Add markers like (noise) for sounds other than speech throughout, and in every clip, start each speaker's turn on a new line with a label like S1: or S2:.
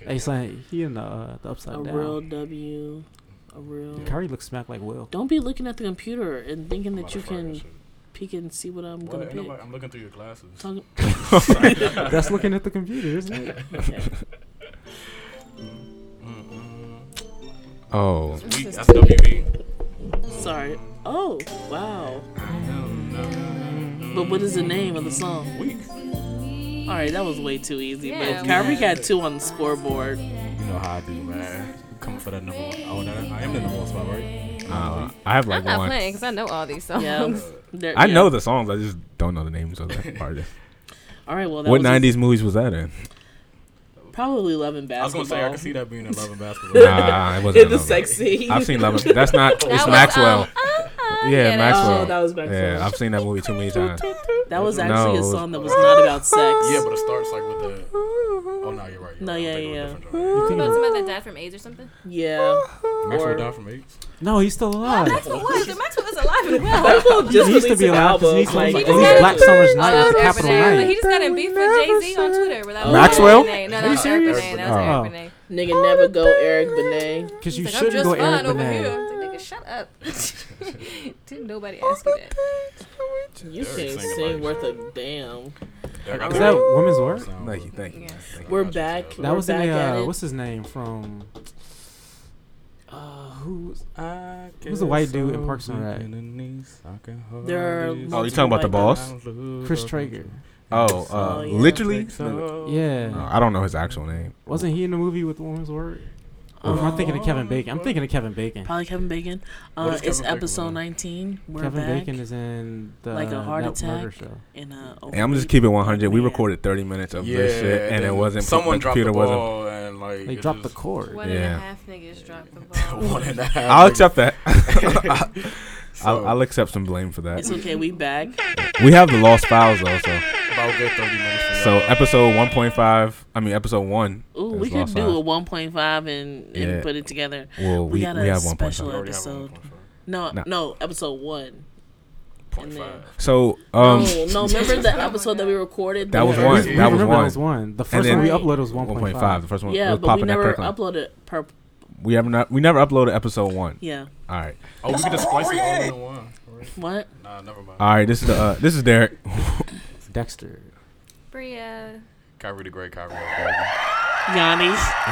S1: Hey, saying he in the uh, the upside
S2: A
S1: down.
S2: real W. A real.
S1: Curry looks smack like Will.
S2: Don't be looking at the computer and thinking that you
S3: Motherfucker,
S2: can
S3: shit.
S2: peek and see what I'm
S3: What?
S2: gonna
S3: Ain't
S2: pick.
S3: nobody- I'm looking through your glasses. (laughs)
S2: Talking-
S1: (laughs) That's looking at the computer, isn't
S2: (laughs)
S1: it?
S2: okay.
S4: Oh,
S3: We- that's WB.
S2: Sorry. Oh wow. But what is the name of the song?
S3: Mm-hmm. Weak.
S2: All right, that was way too easy.
S5: Yeah,
S2: but Kyrie got two on the scoreboard.
S3: You know how I do, man. Coming for that number one. Oh, that, I am the number one spot, right?
S4: uh, I have like
S5: I'm not
S4: one.
S5: playing because I know all these songs.
S2: Yeah.
S1: (laughs)
S4: I know the songs. I just don't know the names of the artists.
S2: All right. Well, that
S4: what
S2: was
S4: '90s movies was that in?
S2: Probably loving
S3: I was
S2: basketball.
S3: gonna say I can see that being in love and
S2: (laughs)
S3: basketball.
S4: Nah, it wasn't.
S2: In
S4: in
S2: the
S4: Love.
S2: sex scene.
S4: I've seen Love. That's not.
S5: That
S4: it's
S5: was,
S4: Maxwell.
S5: um, uh, uh,
S4: Yeah,
S5: that
S4: Maxwell.
S2: Oh, that was Maxwell.
S4: Yeah, I've seen that movie too many times.
S2: That was actually
S4: No, it was-
S2: a song that was not
S1: (laughs)
S2: about sex.
S3: yeah, but it starts like with the. Oh no, you're right. You're
S2: No,
S3: right. I'm
S2: yeah,
S3: thinking of a
S2: yeah.
S3: different genre.
S5: shit. Wasn't somebody that died from AIDS or something?
S2: Yeah.
S3: Maxwell
S2: Or-
S3: died from AIDS.
S1: No, he's still alive.
S5: Maxwell was. Maxwell is alive and well.
S2: Michael just
S1: He used to
S2: released
S1: be
S2: an
S1: alive 'cause
S2: album.
S1: he used to
S2: like,
S1: like,
S5: He just
S1: lead
S5: got
S1: Black
S5: it.
S1: Summer's
S5: Oh,
S1: Night
S5: that
S1: with
S5: was
S1: Capital
S5: Urban A. But
S1: Night.
S5: he just got in beef with Jay Z on Twitter. Without
S4: Maxwell?
S5: No, that
S1: Are you
S5: was
S1: serious?
S5: Urban A. That was
S4: Oh.
S5: Urban A.
S2: Nigga never go Eric Benet.
S1: Because you
S5: He's like, I'm
S1: shouldn't
S5: just
S1: go
S5: fine
S1: Eric
S5: over here.
S1: Benet.
S5: I'm like, nigga, shut up. (laughs) Didn't nobody ask you that.
S2: You
S3: Eric
S2: can't
S3: sing
S2: sing
S3: about
S2: worth a damn.
S3: Yeah, I got
S1: Is
S3: that
S1: that women's work?
S3: sound.
S4: Thank you, thank you.
S5: Yes.
S4: Thank you.
S2: We're
S3: Gotcha,
S2: back.
S3: so-
S1: That
S2: We're
S1: was in
S2: back
S1: the
S2: at
S1: uh,
S2: it.
S1: what's his name from? Uh, who's Who's the white dude in Parks and Rec?
S2: There are
S3: Oh,
S2: multiple
S4: you talking about the
S2: white
S4: boss?
S2: guys.
S1: Chris Traeger?
S4: Oh,
S2: Oh,
S4: uh,
S2: yeah.
S4: literally.
S1: Yeah,
S4: No, Uh, I don't know his actual name.
S1: wasn't he in the movie with Women's Work? Or am I thinking
S2: Um,
S1: of Kevin Bacon? I'm thinking of Kevin Bacon.
S2: Probably Kevin Bacon.
S3: What
S2: Uh,
S3: is
S2: it's
S3: Kevin Bacon
S2: episode
S3: like?
S2: 19. We're
S1: Kevin
S2: back.
S1: Bacon is in the
S2: Like a heart
S1: that murder
S2: attack.
S1: show.
S2: in a
S4: And I'm just keeping 100. We recorded 30 minutes of
S3: Yeah,
S4: this shit, and it
S3: then
S4: wasn't.
S3: Someone
S4: the
S3: dropped the
S4: computer wasn't-
S3: ball and like
S1: They
S3: it
S1: dropped the
S3: just-
S1: cord.
S5: One and a
S4: Yeah.
S5: half niggas dropped the ball.
S3: (laughs)
S1: (laughs)
S3: One and a half.
S4: (laughs) I'll accept
S3: (laughs)
S4: that. (laughs)
S3: So,
S4: I'll, I'll accept some blame for
S2: It's
S4: that.
S2: okay. We back.
S4: We have the lost files though, so
S3: about good 30 minutes. from
S4: so uh,
S3: now.
S4: episode 1.5. I mean episode one.
S2: Ooh,
S4: is
S2: we could
S4: lost
S2: do
S4: files.
S2: a 1.5 and, and
S4: Yeah.
S2: put it together.
S4: Well,
S2: we
S4: we, we,
S2: got a
S4: have 1.5.
S2: special
S3: We already have
S2: episode.
S3: 1.5.
S2: No,
S4: Nah.
S2: no, episode one.
S3: Point
S2: And then-
S3: five.
S4: So um,
S2: no, Oh, no, remember the episode that we recorded?
S4: That was
S2: where-
S4: one.
S1: We- we
S4: That was
S1: remember
S4: one.
S1: That was one. The first
S4: then-
S1: one we uploaded was 1.5.
S4: 1.5. The first one.
S2: Yeah,
S4: was
S2: but we
S4: popping that
S2: never
S4: crackling.
S2: uploaded. Per,
S4: we have not. We never uploaded episode one.
S2: yeah.
S4: All right.
S3: Oh, we could just splice it all into one. right?
S2: What?
S3: Nah, never mind.
S4: All right. This is the. Uh, this is Derek. (laughs)
S1: Dexter. (laughs)
S5: Bria.
S3: Kyrie the Great, Kyrie.
S4: uh,
S2: Yanni,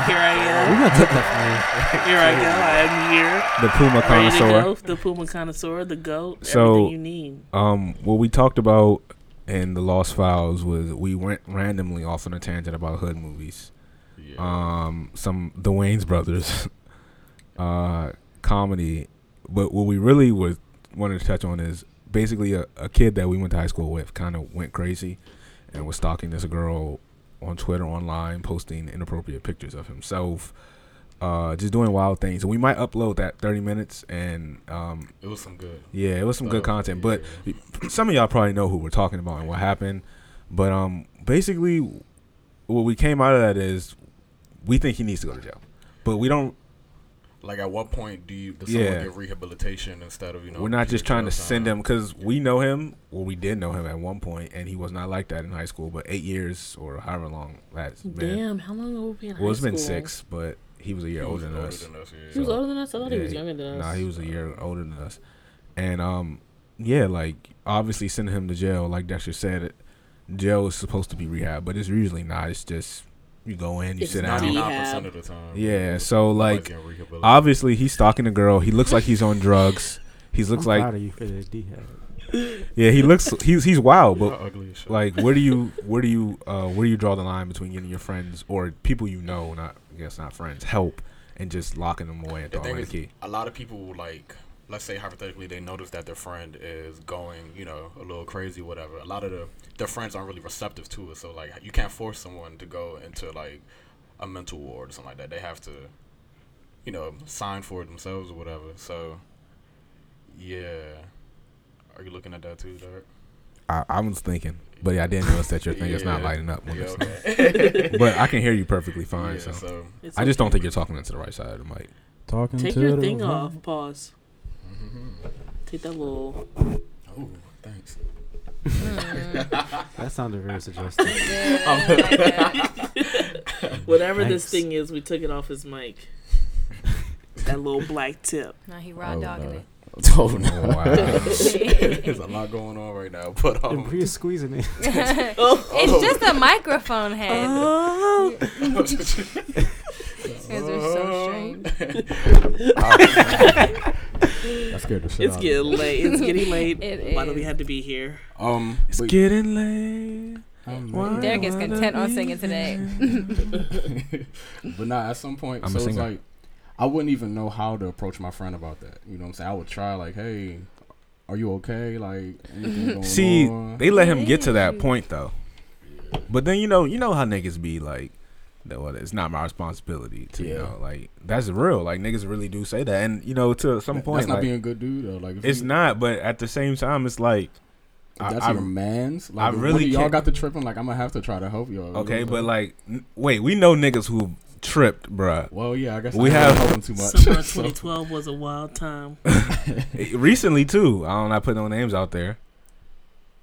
S2: here
S1: We're
S2: I
S1: gonna take that
S2: am. Here I go. I am here.
S4: The Puma
S2: Ready to go.
S4: connoisseur.
S2: The Puma connoisseur, the goat,
S4: So-
S2: everything you need.
S4: Um, what we talked about in the lost files was we went randomly off on a tangent about hood movies.
S3: Yeah.
S4: um some the Wayne's brothers (laughs) uh comedy but what we really was wanted to touch on is basically a, a kid that we went to high school with kind of went crazy and was stalking this girl on Twitter online posting inappropriate pictures of himself uh just doing wild things and we might upload that 30 minutes and um
S3: It was some good.
S4: yeah it was some good
S3: stuff.
S4: content but
S3: Yeah.
S4: some of y'all probably know who we're talking about and what happened, but um, basically, what we came out of that is we think he needs to go to jail, but we don't.
S3: Like, at what point do you does someone
S4: Yeah.
S3: get rehabilitation instead of you know?
S4: we're not just
S3: pure
S4: trying to
S3: jail
S4: send
S3: time?
S4: him because we know him, or we did know him at one point, and he was not like that in high school. But eight years or however long that's been.
S2: Damn, how long ago we been in
S4: well,
S2: high
S4: it's been
S2: school?
S4: six, but he was a
S3: He
S4: year
S3: was
S4: older than us.
S3: yeah.
S2: He was older than us. I thought he
S4: Yeah,
S2: was younger than us.
S4: Nah, he was a year older than us, and um, yeah, like obviously sending him to jail, like Dexter said, it, jail is supposed to be rehab, but it's usually not. It's just you go in, you
S2: It's
S4: sit
S2: not
S4: down.
S2: even-
S3: 99% of the time.
S4: Yeah,
S3: It's
S4: so
S3: always
S4: like
S3: getting rehabilitated.
S4: obviously he's stalking a girl. He looks like
S2: (laughs)
S4: he's on drugs. He looks
S1: I'm proud
S4: like
S1: of you for the D head.
S4: yeah,
S1: (laughs)
S4: he looks he's he's wild,
S3: How
S4: but
S3: ugly as shit.
S4: like where do you where do you uh where do you draw the line between getting your friends or people you know, not I guess not friends, help and just locking them away and
S3: the
S4: throwing
S3: thing
S4: away
S3: is,
S4: the key.
S3: a lot of people like, let's say hypothetically, they notice that their friend is going, you know, a little crazy, whatever. A lot of the their friends aren't really receptive to it, so like you can't force someone to go into like a mental ward or something like that. They have to, you know, sign for it themselves or whatever. So, yeah. Are you looking at that too, Derek?
S4: I, I was thinking, but I didn't notice that your thing is not
S3: Yeah.
S4: lighting up. When
S3: Yeah,
S4: it's
S3: okay.
S4: but I can hear you perfectly (laughs) fine.
S3: Yeah,
S4: so.
S3: so
S2: It's
S4: I just don't
S2: okay.
S4: think you're talking into the right side of the mic.
S1: Talking
S2: Take your thing off. Pause. Take that
S4: (laughs)
S2: little.
S3: oh, mm-hmm. thanks.
S1: Oh,
S5: Mm,
S1: (laughs)
S4: (laughs)
S1: That sounded very suggestive.
S5: (laughs) Yeah, I like that.
S2: Whatever
S1: Yikes.
S2: this thing is, we took it off his
S4: (laughs)
S2: mic. that little black tip.
S5: Now he raw
S3: Oh,
S5: dogging
S3: no.
S5: it.
S3: (laughs) Oh no!
S4: Wow.
S3: (laughs) There's a lot going on right now, but
S1: And
S3: um,
S1: Priya's squeezing it.
S5: (laughs) It's just a (laughs) microphone head.
S1: (laughs)
S2: Oh,
S5: You guys are so strange.
S3: that scared the shit
S2: (laughs) it's getting late. It's
S4: (laughs)
S2: getting late.
S5: It
S2: Why do we
S5: is.
S2: have to be here?
S3: (laughs) Um,
S4: It's
S3: but-
S4: getting late. Why
S5: Derek is
S4: wanna
S5: content on
S4: be
S5: singing today.
S3: (laughs) but nah, at some point,
S4: I'm a
S3: so it's
S4: singer.
S3: like I wouldn't even know how to approach my friend about that. You know what I'm saying? I would try like, "Hey, are you okay? Like, anything going
S4: See,
S3: on?
S4: (laughs) they let him get to that
S5: Yeah.
S4: point though. But then you know, you know how niggas be like, that what it's not my responsibility to you
S3: Yeah.
S4: know, like that's real. Like niggas really do say that, and you know, to some
S3: That's
S4: point,
S3: not
S4: like,
S3: being a good dude though. Like, if
S4: it's
S3: you-
S4: not. But at the same time, it's like,
S3: If that's
S4: I- I-
S3: your man's. Like, if one
S4: really
S3: of y'all
S4: can't-
S3: got the tripping. Like, I'm gonna have to try to help y'all.
S4: okay,
S3: You know?
S4: but like, n- wait, we know niggas who tripped, bruh.
S3: well, yeah, I guess
S4: we
S3: I
S4: have-
S3: helping too much.
S2: Summer
S4: (laughs)
S3: (laughs)
S2: of
S3: So-
S2: 2012 was a wild time.
S4: Recently too. I don't. I put no names out there.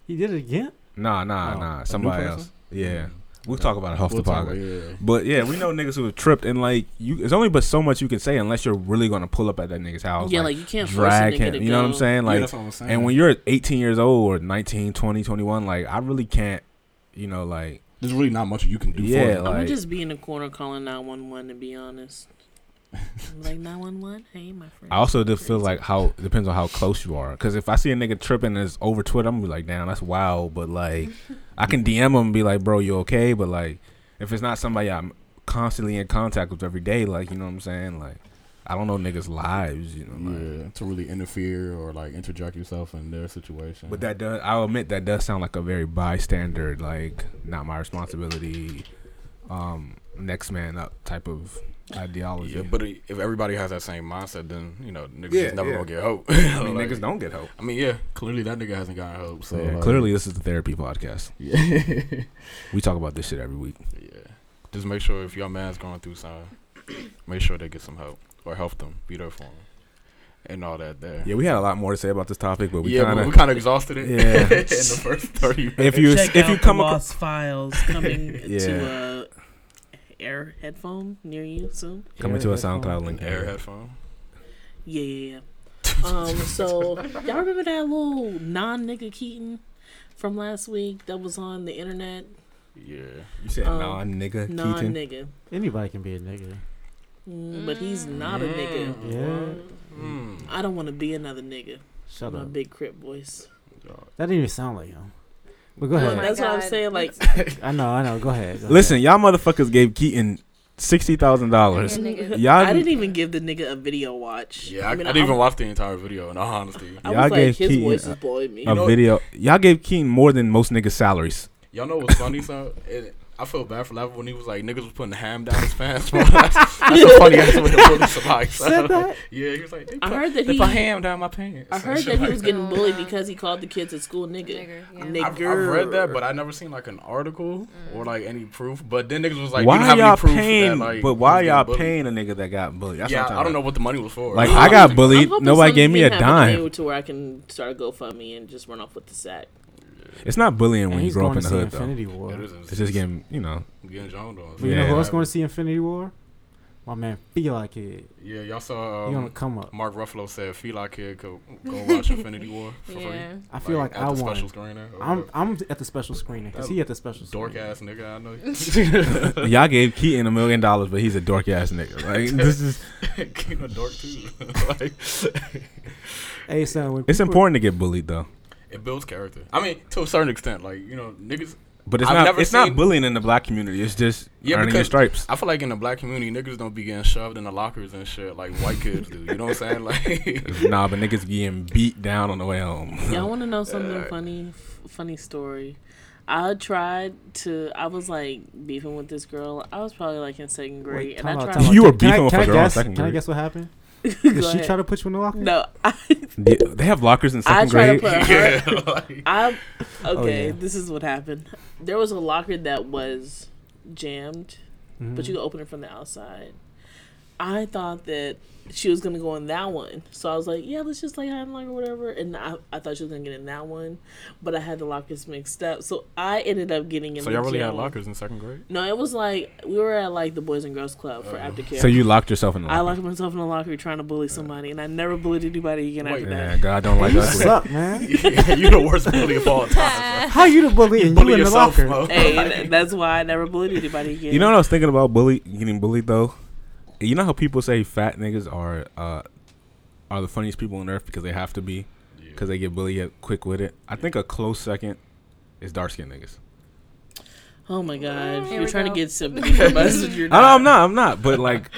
S1: He did it again?
S4: Nah, nah,
S3: Oh, a
S4: nah.
S3: new
S4: Somebody
S3: person?
S4: else. Yeah,
S3: Mm.
S4: we'll talk about it off
S3: We'll
S4: the
S3: talk
S4: podcast.
S3: about- yeah.
S4: But yeah, we know niggas who have tripped, and like, you, it's only but so much you can say unless you're really gonna pull up at that nigga's house.
S2: Yeah, like, you can't force a
S4: drag
S2: nigga
S4: him.
S2: to
S4: You know what I'm
S2: go.
S4: saying?
S3: yeah,
S4: Like,
S3: that's what I'm saying.
S4: and when you're 18 years old or 19, 20, 21, like, I really can't, you know, like,
S3: there's really not much you can do
S4: Yeah,
S3: for it.
S4: like-
S2: I'm gonna just be in the corner calling 911 to be honest.
S4: (laughs)
S2: I'm like 911, hey my friend.
S4: I also do feel like how depends on how close you are. Because if I see a nigga tripping and it's over Twitter, I'm gonna be like, damn, that's wild. But like, I can DM him and be like, bro, you okay? But like, if it's not somebody I'm constantly in contact with every day, like, you know what I'm saying? Like, I don't know niggas' lives, you know. Like,
S3: yeah, to really interfere or like interject yourself in their situation.
S4: But that does, I'll admit, that does sound like a very bystander, like not my responsibility, um, next man up type of ideology.
S3: yeah, but if everybody has that same mindset, then you know niggas
S4: Yeah,
S3: just never
S4: yeah.
S3: gonna get hope.
S4: (laughs) I
S3: (laughs)
S4: mean,
S3: Like,
S4: niggas don't get help.
S3: I mean, yeah, clearly that nigga hasn't gotten hope. So
S4: yeah,
S3: like-
S4: clearly, this is the therapy podcast.
S3: (laughs) yeah,
S4: We talk about this shit every week.
S3: yeah. Just make sure if your man's going through something, (clears throat) make sure they get some help or help them, be there for them, and all that. There.
S4: Yeah, we had a lot more to say about this topic, but we
S3: yeah,
S4: kind (laughs)
S3: but we
S4: of.
S3: kind of exhausted it. (laughs)
S4: Yeah.
S3: in the first thirty. Minutes.
S4: If you
S2: Check
S4: if
S2: out
S4: you
S2: the
S4: come across,
S2: lost files
S4: (laughs)
S2: coming
S4: Yeah.
S2: to uh, air headphone near you soon.
S4: coming to a
S1: Air headphone.
S4: SoundCloud link.
S3: an air headphone.
S2: Yeah, yeah, yeah. Um, so y'all remember that little non nigga Keaton from last week that was on the internet?
S3: Yeah.
S4: You said
S2: Um,
S4: non nigga
S2: Non
S4: Uh, Keaton.
S2: nigga,
S1: Anybody can be a nigga.
S2: Mm, but he's not a nigga.
S1: Yeah.
S3: Mm.
S2: I don't want to be another nigga.
S1: Shut
S2: My
S1: up.
S2: big crip voice.
S1: That didn't even sound like him. But go
S5: Oh
S2: Well,
S5: my
S1: ahead.
S2: that's what I'm
S5: God.
S2: saying. Like,
S1: I know, I know. Go ahead. Go ahead.
S4: Listen, y'all motherfuckers gave Keaton sixty thousand dollars.
S5: Nigga.
S4: Y'all
S2: I didn't even give the nigga a video watch.
S3: Yeah, I, I
S2: mean,
S3: didn't even watch the entire video. In all honesty,
S2: I
S4: Y'all
S2: was like,
S4: gave
S2: his
S4: Keaton
S2: voice
S4: a-
S2: is blowing me.
S4: a
S3: know-
S4: video. Y'all gave Keaton more than most niggas' salaries.
S3: y'all know what's funny? So it, I feel bad for Lava when he was like niggas was putting ham down his pants. Bro. (laughs) That's, that's
S2: (laughs)
S3: a funny ass way to bully (laughs) somebody. So,
S1: Said that?
S3: Yeah, he was like, they
S2: I
S3: put,
S2: heard that
S3: they
S2: he.
S3: put ham down my pants.
S2: I
S3: and
S2: heard
S3: shit
S2: that he
S3: like
S2: was getting
S5: Oh,
S2: bullied
S5: God.
S2: because he called the kids at school nigga.
S5: Nigger, yeah.
S2: Nigga.
S3: I've, I've read that, but I never seen like an article
S2: Mm.
S3: or like any proof. But then niggas was like,
S4: why
S3: you don't
S4: are
S3: have
S4: y'all
S3: any proof
S4: paying?
S3: that like.
S4: but why are
S3: he was
S4: y'all
S3: getting bullied.
S4: paying a nigga that got bullied? That's what
S3: Yeah,
S4: I'm talking
S3: I don't know
S4: about.
S3: what the money was for.
S4: Like
S3: In all
S4: I got
S3: honesty.
S2: I'm
S4: bullied.
S2: hoping
S4: Nobody
S2: something
S4: gave me a
S2: can happen to
S4: dime.
S2: me To where I can start a GoFundMe and just run off with the sack.
S4: It's not bullying
S1: And
S4: when you
S1: he's
S4: grow
S1: going
S4: up
S1: to
S4: in the
S1: see
S4: hood though.
S1: Infinity War.
S3: It is-
S4: It's just getting
S3: (laughs)
S4: you know.
S3: getting joned on.
S1: But you know
S4: Yeah.
S1: who else going to see Infinity War? My man, feel like it.
S3: Yeah, y'all saw.
S1: He
S3: Um,
S1: going to come up.
S3: Mark Ruffalo said, "Feel like kid go, go watch Infinity War for
S5: Yeah.
S3: free."
S1: I feel like,
S3: at
S1: I
S3: the special
S1: won.
S3: screener. or
S1: I'm
S3: whatever.
S1: I'm at the special screening because he at the special
S3: dork
S1: screening.
S3: ass nigga. I know.
S1: (laughs)
S4: Y'all gave Keaton a million dollars, but he's a dork
S3: (laughs)
S4: ass nigga. Like this is.
S3: Keep a dork too. (laughs) like
S1: Hey son, when
S4: It's
S1: people-
S4: important to get bullied though,
S3: it builds character. I mean, to a certain extent, like you know, niggas.
S4: but it's
S3: I've
S4: not.
S3: never
S4: It's
S3: seen-
S4: not bullying in the black community. It's just
S3: Yeah,
S4: earning your
S3: because-
S4: stripes.
S3: I feel like in the black community, niggas don't be getting shoved in the lockers and shit like white kids do. You know what I'm saying? (laughs)
S1: (laughs)
S3: Like,
S4: (laughs) nah, but niggas getting beat down on the way home.
S2: Y'all want to know something
S3: Alright.
S2: funny? F- funny story. I tried to. I was like beefing with this girl. I was probably like in second grade,
S1: Wait,
S2: and
S1: time
S2: I
S1: out,
S2: tried.
S1: time out.
S4: You were
S1: Can I-
S4: beefing with
S1: can
S4: a
S1: I
S4: girl in
S1: guess-
S4: second
S1: Can I
S4: grade.
S1: guess what happened?
S2: (laughs) Go
S1: Did she
S2: ahead.
S1: try to put you in the locker?
S2: (laughs) No, I,
S4: (laughs) Yeah, they have lockers in
S2: I
S4: second
S2: tried to
S4: grade.
S2: put her.
S3: yeah, (laughs) like,
S2: I
S1: Oh,
S2: okay.
S1: yeah.
S2: This is what happened. There was a locker that was jammed, but
S1: Mhm.
S4: Mm-hmm.
S2: you could open it from the outside. I thought that she was gonna go in that one, so I was like, yeah, let's just like hide and lock or whatever. And I, I thought she was gonna get in that one, but I had the lockers mixed up, so I ended up getting in.
S1: So
S2: the
S1: y'all really had
S2: jail.
S1: lockers in second
S3: (laughs)
S1: grade?
S2: No, it was like we were at like the Boys and Girls Club for aftercare.
S4: Uh-huh. (laughs) So you Uh-huh. locked yourself in the
S2: I
S4: locker.
S2: locked myself in a locker trying to bully somebody, and I never bullied anybody again
S3: Wait.
S2: after
S4: Yeah, (laughs)
S2: that.
S4: God don't like
S1: You
S4: ugly.
S1: suck,
S4: (laughs)
S1: man.
S3: You're the worst bully of all time.
S1: How you the bully and you
S3: Bully
S1: in the
S3: yourself,
S1: locker?
S3: bro.
S4: (laughs)
S2: Hey, th- that's why I never bullied anybody again.
S4: You know what I was thinking about bully getting bullied though. You know how people say fat niggas are uh, are the funniest people on earth because they have to be because they get bullied quick with it. I think a close second is dark skinned niggas.
S2: Oh my god,
S5: Here
S2: you're
S5: we
S2: trying
S5: go.
S2: to get
S4: (laughs)
S5: (laughs)
S2: sympathy from us. but You're not.
S4: I know I'm not. I'm not.
S2: (laughs)
S4: But like,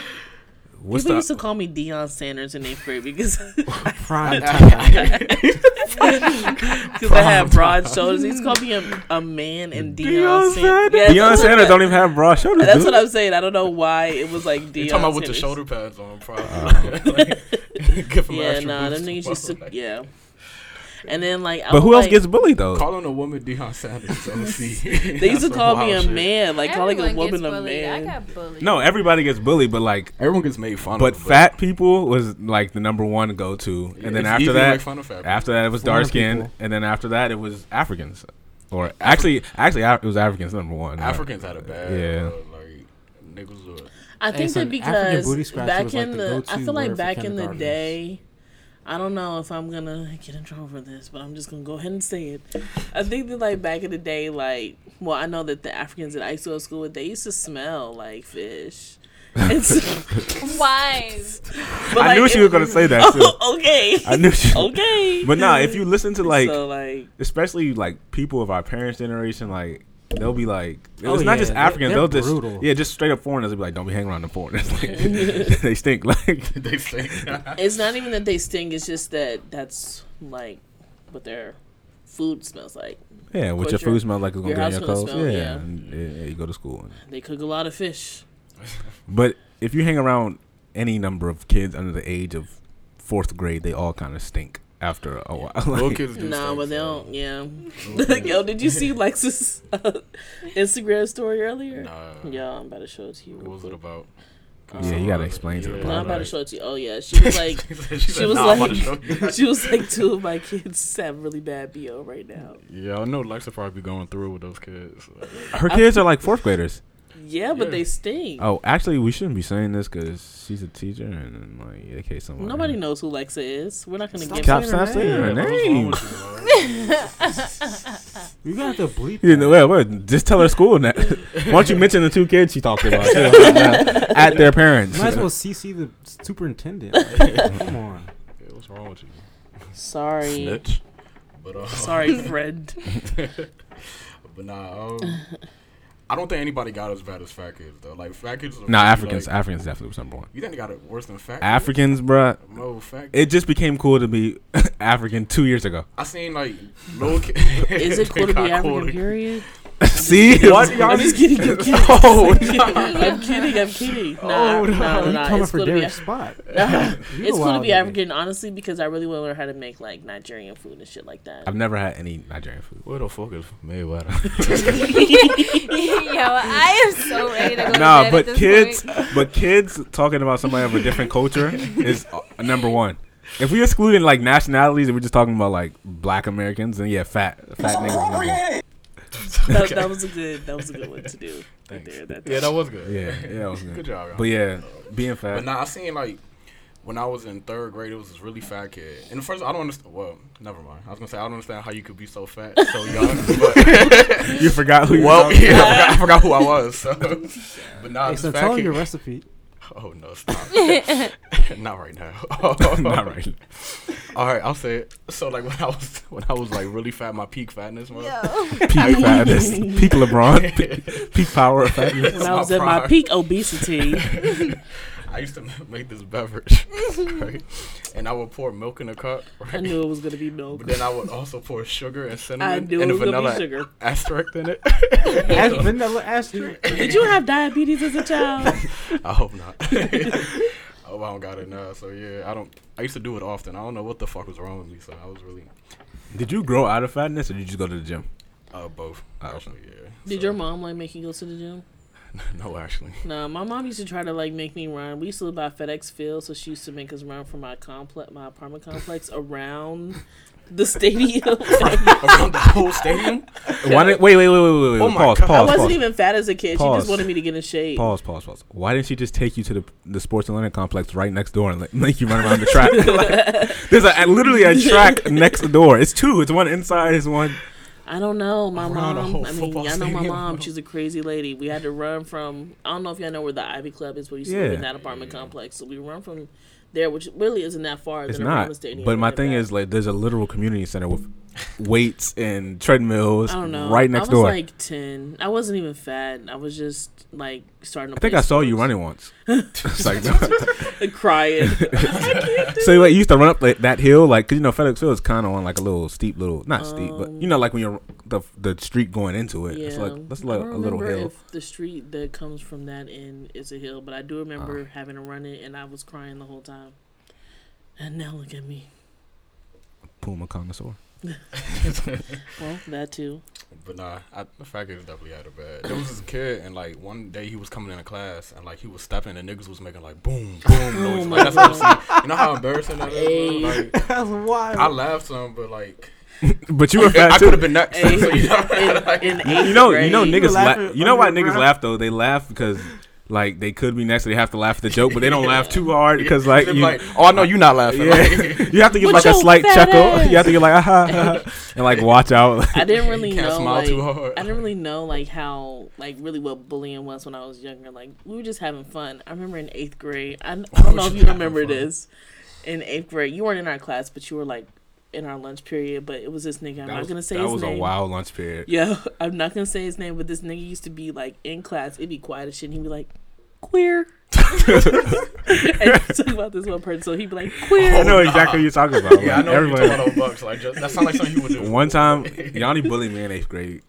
S4: what's
S2: People used to
S4: the
S2: call me Deion Sanders in eighth grade because (laughs)
S1: Prime
S4: (laughs)
S1: time.
S2: because I had broad shoulders. He used to call me a, a man and Deion,
S1: Deion
S2: Sanders.
S1: Sanders?
S2: Yes,
S4: Deion
S2: that's what-
S4: Sanders don't even have broad shoulders.
S2: That's
S4: dude.
S2: what I'm saying. I don't know why it was like Deion.
S3: You're talking about with the
S2: Sanders.
S3: shoulder pads on, (laughs)
S2: (laughs)
S3: probably. Like, give him an
S2: Yeah,
S3: extra
S2: nah,
S3: boost.
S2: them niggas used to.
S3: Like,
S2: Yeah. And then like, I
S4: But
S2: was
S4: who else
S2: like-
S4: gets bullied
S3: (laughs)
S4: though?
S3: Calling a woman Deion
S2: (laughs)
S3: Sanders, (laughs) OC.
S2: They used to
S3: That's
S2: call
S3: some
S2: me a
S3: wild shit.
S2: man, (laughs) like calling a
S5: Everyone
S2: woman
S5: gets
S2: a
S5: bullied. I
S2: man.
S5: got bullied.
S4: No,
S5: (laughs)
S4: everybody gets bullied, but like,
S3: Everyone gets made fun
S4: but
S3: of.
S4: fat people was like the number one go to, and
S3: it's
S4: then after
S3: easy to
S4: that,
S3: make fun of fat people.
S4: after that it was
S1: Foreign
S4: dark skinned,
S1: people.
S4: and then after that it was Africans, or actually, actually Af- it was Africans number one. right?
S3: Africans had a bad.
S4: Yeah.
S3: Yeah. like, niggas were. (laughs)
S2: I think
S1: son,
S2: that
S1: African booty
S2: because
S1: scratch
S2: back
S1: was, like,
S2: in
S1: the
S2: the, I
S1: go-to
S2: feel like
S1: word for
S2: back in the
S1: kindergartners.
S2: day, I don't know if I'm gonna get in trouble for this, but I'm just gonna go ahead and say it. I think that like back in the day, like, well, I know that the Africans that I used to go to school with, they used to smell like
S4: (laughs)
S2: fish. And so-
S5: Why? (laughs)
S2: but,
S4: I
S2: like,
S4: knew she
S2: it-
S4: was gonna say that. too.
S2: (laughs) okay.
S4: (laughs) I knew she.
S2: okay.
S4: (laughs) But nah, if you listen to like,
S2: so like
S4: especially like people of our parents' generation, like. They'll be like, it's
S1: Oh,
S4: not
S1: yeah,
S4: just
S1: they-
S4: Africans.
S1: they're
S4: They'll just,
S1: brutal.
S4: yeah, just straight up foreigners. They'll be like, don't be hanging around the foreigners.
S2: (laughs)
S4: (laughs) Like, they stink. Like, (laughs)
S3: They say.
S2: It's not even that they stink. It's just that that's like what their food smells like.
S4: Yeah,
S2: course
S4: what your
S2: your-
S4: food smells like is gonna
S2: your
S4: get in
S2: house
S4: your
S2: gonna
S4: clothes.
S2: smell,
S4: yeah,
S2: yeah.
S4: and- yeah, yeah, you go to school.
S2: They cook a lot of fish.
S4: But if you hang around any number of kids under the age of fourth grade, they all kind of stink after a while. (laughs)
S3: Little
S4: Like,
S3: kids do
S2: nah,
S3: stuff,
S2: but they
S3: so-
S2: don't. Yeah. (laughs) Yo, did you see Lex's uh, Instagram story
S3: (laughs)
S2: earlier?
S3: Nah.
S2: Yo, I'm about to show it to you.
S3: What
S2: Real
S3: was
S2: quick.
S3: it about?
S4: Yeah, you gotta explain to the
S3: Yeah.
S2: No, I'm
S4: public.
S2: about to
S4: Alright.
S2: show it to you. Oh yeah, (laughs) she was like,
S3: She said,
S2: she was
S3: "Nah, I'm about to show (laughs) you."
S2: like, she was like, two of my kids have really bad bo right now.
S1: Yeah, I know Lexa probably be going through it with those kids.
S4: her kids are like fourth graders.
S2: Yeah, but
S3: Yeah.
S2: they stink.
S4: Oh, actually, we shouldn't be saying this because she's a teacher and like, yeah, okay, someone.
S2: Nobody knows who Lexa is. We're not gonna give
S4: Stop,
S2: her.
S4: stop saying her
S1: name.
S4: name.
S3: What's wrong with you, man?
S1: You got to bleep.
S4: You know, well, well, just tell her school now. Why don't you mention the two kids she talked about too, at their parents?
S1: Might as
S4: (laughs)
S1: well CC the
S2: (laughs)
S1: superintendent. Like, come on.
S3: (laughs) Yeah, What's wrong with you?
S2: Sorry,
S3: Snitch. But, uh, (laughs)
S2: sorry, friend.
S3: But nah, um, I don't think anybody got as bad as fat kids though. Like fat kids. are
S4: No,
S3: really,
S4: Africans.
S3: like-
S4: Africans definitely was number one.
S3: you think they got it worse than fat?
S4: Africans, bruh.
S3: kids? No, fat.
S4: It just became cool to be (laughs) African two years ago. (laughs)
S3: I seen like little kids. (laughs)
S2: Is it cool to be
S1: (laughs)
S2: African? Period.
S4: See,
S3: What
S2: (laughs)
S3: y'all
S4: (laughs)
S2: I'm just kidding. I'm kidding.
S3: (laughs)
S4: Oh,
S2: (laughs) I'm kidding. I'm kidding. Nah,
S1: Oh,
S2: no, no,
S1: you
S2: no.
S1: coming
S2: It's
S1: for
S2: cool to be.
S1: Derek's spot. You
S2: It's
S1: the
S2: cool to
S1: wild
S2: be
S1: nigga.
S2: African, honestly, because I really want to learn how to make like Nigerian food and shit like that.
S4: I've never had any Nigerian food.
S1: Where the fuck is
S3: (laughs)
S1: Mayweather?
S5: Yo, I am so ready to go. to
S4: Nah,
S5: bed at
S4: but
S5: this
S4: kids,
S5: point.
S4: (laughs) but kids talking about somebody of a different culture is uh, number one. If we excluding like nationalities and we're just talking about like Black Americans, then yeah, fat fat niggas. is number one.
S2: that, that was a good. That was a good one to do. Right there, that,
S3: Yeah, that was good.
S4: Yeah, yeah, that
S3: (laughs)
S4: was good.
S3: Good job, y'all.
S4: But yeah, being
S3: But
S4: fat.
S3: now I seen like when I was in third grade, it was this really fat kid. And the first, I don't understand. Well, never mind. I was gonna say I don't understand how you could be so fat (laughs) so young. But
S4: you forgot who you
S3: well,
S4: were.
S3: yeah, I forgot, I forgot who I was. (laughs) So. But now
S1: Hey,
S3: this
S1: so
S3: fat
S1: tell
S3: kid.
S1: your recipe.
S3: (laughs) oh no, stop! (laughs) Not right now. (laughs)
S4: (laughs) Not right.
S3: All right, I'll say it. So like when I was (laughs) when I was like really fat, my peak fatness was. (laughs)
S5: Yo.
S4: Peak fatness. Peak LeBron. Peak, peak power of fatness.
S2: when I was
S3: my
S2: at my
S3: prime.
S2: peak obesity,
S3: (laughs) I used to (laughs) make this beverage, (laughs) right? And I would pour milk in a cup, (laughs)
S2: I
S3: right?
S2: knew it was gonna be milk.
S3: But then I would also pour sugar and
S2: I
S3: cinnamon
S2: knew
S3: and
S2: it
S3: a
S2: was gonna
S3: vanilla
S2: be sugar.
S3: asterisk in
S2: (laughs)
S3: it.
S1: As vanilla (laughs) asterisk.
S2: Did you have diabetes as a child?
S3: I hope not. (laughs) I hope I don't got it now. So yeah, I don't. I used to do it often. I don't know what the fuck was wrong with me. So I was really
S4: Did you grow out of fatness or did you just go to the gym?
S3: uh both.
S4: Oh.
S3: Actually, yeah.
S2: Did
S3: So-
S2: your mom like make you go to the gym?
S3: (laughs) no,
S2: (laughs)
S3: actually. (laughs)
S2: No, my mom used to try to like make me run. We used to live by FedEx Field, so she used to make us run from my complex, my apartment complex, around the stadium.
S3: Around the whole
S2: (laughs)
S3: stadium?
S4: Why did, wait, wait, wait, wait, wait, wait.
S3: Oh my
S4: pause,
S3: God.
S2: I
S4: pause,
S2: wasn't
S4: pause,
S2: even fat as a kid. She
S4: Pause.
S2: just wanted me to get in shape.
S4: pause, pause, pause. Why didn't she just take you to the the Sports Atlanta complex right next door and let, make you run around the (laughs) track?
S2: (laughs)
S4: Like, there's a, literally a track next door. It's two. It's one inside. It's one.
S2: I don't know. My
S3: Around a
S2: mom.
S3: whole
S2: I mean,
S3: football
S2: y'all know my
S3: stadium.
S2: mom. She's a crazy lady. We had to run from. I don't know if y'all know where the Ivy Club is. We used to live
S4: Yeah.
S2: in that apartment complex, so we run from there, which really isn't that far.
S4: It's
S2: than around
S4: not.
S2: The stadium
S4: But
S2: and
S4: my
S2: then
S4: thing
S2: back.
S4: is like there's a literal community center with weights and treadmills
S2: I don't know.
S4: right
S2: I
S4: next
S2: was
S4: door.
S2: like ten. I wasn't even fat. I was just like starting. To
S4: I think
S2: play
S4: I saw you
S2: sports. (laughs)
S4: running once. It's like, (laughs)
S2: and (laughs) crying.
S4: so like, you used to run up like, that hill, like 'cause, you know FedEx Field is kind of on like a little steep, little not steep, but you know like when you're the the street going into it,
S2: Um, yeah,
S4: (laughs) it's like that's
S2: I
S4: like
S2: don't
S4: a little
S2: remember
S4: hill.
S2: If the street that comes from that end is a hill, but I do remember
S4: Ah.
S2: having to run it, and I was crying the whole time. And now look at me.
S4: Puma connoisseur. (laughs)
S2: Well, that too.
S3: But nah, I, the fact is definitely out of bed. There was this kid, and like one day he was coming into class, and like he was stepping, and niggas was making like boom,
S2: (laughs)
S3: boom noise.
S2: my
S3: Like that's obviously, you know
S2: (laughs)
S3: how embarrassing that is. bro? Like,
S1: That's wild.
S3: I laughed some, but like
S4: But you were
S3: I
S4: fat
S3: could have
S4: too.
S3: been next. (laughs)
S2: Hey,
S3: so, you know, like,
S2: In, in eighth
S4: (laughs) You know, you
S2: grade,
S4: know niggas.
S1: laughing
S4: La- you know why
S1: under the
S4: niggas
S1: breath.
S4: laugh though? They laugh because. Like they could be next, so they have to laugh at the joke, but they don't laugh too hard (laughs) because like
S3: they're
S4: you,
S3: like, oh, I know you're not laughing.
S4: (laughs)
S2: (laughs)
S4: Yeah. you have to give
S2: With
S4: like a
S2: your
S4: slight
S2: fat
S4: chuckle.
S2: ass.
S4: (laughs) You have to give like aha, (laughs) aha and like watch out.
S2: I didn't
S3: You
S2: really
S3: can't
S2: know.
S3: smile
S2: like,
S3: too hard.
S2: I didn't really know like how like really what bullying was when I was younger. Like we were just having fun. I remember in eighth grade. I, I don't know
S3: was
S2: if you
S3: just having
S2: remember
S3: fun.
S2: this. In eighth grade, you weren't in our class, but you were like in our lunch period. But it was this nigga. I'm not gonna say
S4: that
S2: his
S4: was
S2: name.
S4: a wild lunch period.
S2: Yeah, (laughs) I'm not gonna say his name, but this nigga used to be like in class, it'd be quiet as shit, and he'd be like, queer. (laughs) and he talk about this one person, so he'd be like,
S4: (laughs) I
S2: queer.
S4: know exactly what you're talking about. Like,
S3: Oh, yeah, I know everybody.
S4: everybody.
S3: you're talking about bucks. Like just, that sounds like something you would do.
S4: (laughs)
S2: (laughs)
S4: One (laughs) time, Yanni bullied me in eighth grade.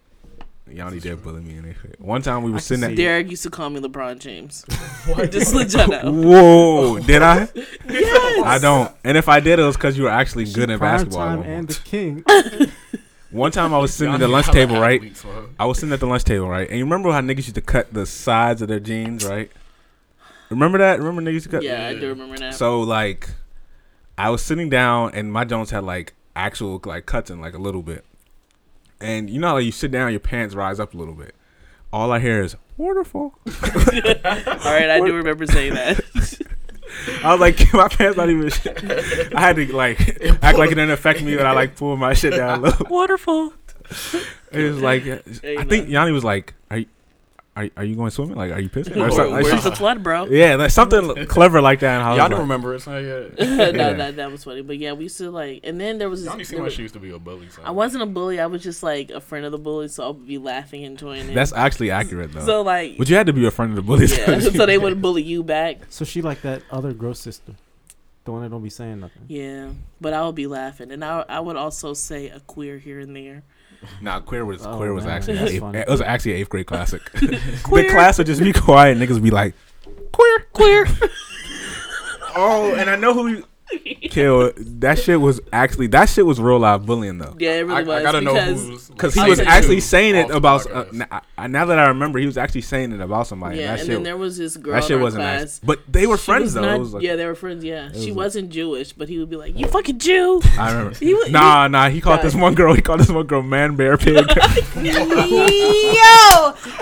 S4: Yanni did bully me in eighth grade. One time we were
S1: can
S4: sitting at. (laughs)
S1: see it.
S2: Derek used to call me LeBron James.
S3: What?
S2: Just let you know.
S4: Whoa! Did I?
S2: (laughs) Yes.
S4: I don't. And if I did, it was because you were actually good at
S1: Prime
S4: basketball. at
S1: Time
S4: one
S1: and the
S4: point.
S1: king.
S4: One time
S2: (laughs)
S4: I was sitting at the
S3: Y'all
S4: lunch
S3: need hella
S4: table, right?
S3: athletes, bro.
S4: I was sitting at the lunch table, right? And you remember how niggas used to cut the sides of their jeans, right? Remember that? Remember niggas used to cut?
S2: Yeah, I do remember that.
S4: So like, I was sitting down, and my Jones had like actual like cuts in like a little bit, and you know how like, you sit down, your pants rise up a little bit. All I hear is waterfall.
S2: All right, I do remember saying that.
S4: (laughs) I was like, (laughs) (laughs) my pants not even. I had to
S3: (laughs)
S4: like act like it didn't affect me that I like pulled my shit down low.
S2: Wonderful.
S4: It was like I
S2: Amen.
S4: think Yanni was like, "Are you, are, you- are you going swimming? Like, are you
S2: (laughs)
S4: pissing?" Or
S2: Where's
S4: something, like,
S2: the flood, bro?
S4: (laughs) yeah, like something clever like that. And I was
S3: Y'all don't
S4: like,
S3: remember it's not yet.
S2: (laughs) (laughs) no,
S4: Yeah.
S2: that, that was funny. But yeah, we used to like, and then there was.
S3: Y'all need
S2: This,
S3: to see
S2: there
S3: my
S2: was-
S3: shoes to be a bully. son.
S2: I wasn't a bully. I was just like a friend of the bully, so I would be laughing, enjoying it.
S4: "That's actually accurate
S2: (laughs)
S4: though."
S2: so like,
S4: but you had to be a friend of the bullies. (laughs)
S2: yeah. (laughs) so they would bully you back.
S1: So she like that other gross sister, the one that don't be saying nothing.
S2: Yeah, but I would be laughing, and I I would also say a queer here and there.
S4: Nah, queer was
S1: Oh,
S4: queer was
S1: man,
S4: actually an
S1: that's
S4: eighth,
S1: funny.
S4: it was actually an eighth
S2: (laughs)
S4: grade classic. (laughs)
S2: Queer.
S4: The class would just be quiet. Niggas would be like,
S2: Queer, queer.
S4: "Oh," and I know who. You- Kill that shit was actually that shit was real live bullying though,
S2: yeah, it
S3: I,
S2: really
S3: I
S2: was.
S3: gotta know
S2: because,
S3: who's
S4: because he
S2: I
S4: was
S2: said
S4: actually
S3: too,
S4: saying it
S3: off the
S4: about. Uh,
S3: podcast.
S4: n- I- I- now that I remember, he was actually saying it about somebody.
S2: Yeah,
S4: and that
S2: and
S4: shit,
S2: then there was this girl.
S4: that
S2: in
S4: shit
S2: our
S4: wasn't nice.
S2: class.
S4: But they were
S2: She
S4: friends
S2: was
S4: though. It
S2: not-
S4: was like-
S2: yeah, they were friends. Yeah, she
S4: was-
S2: wasn't Jewish, but he would be like, "You fucking Jew."
S4: I remember.
S2: (laughs) He was- he-
S4: nah, nah. He called this
S2: Right.
S4: one girl. He called this one girl
S2: (laughs)
S4: man bear pig.
S5: yo,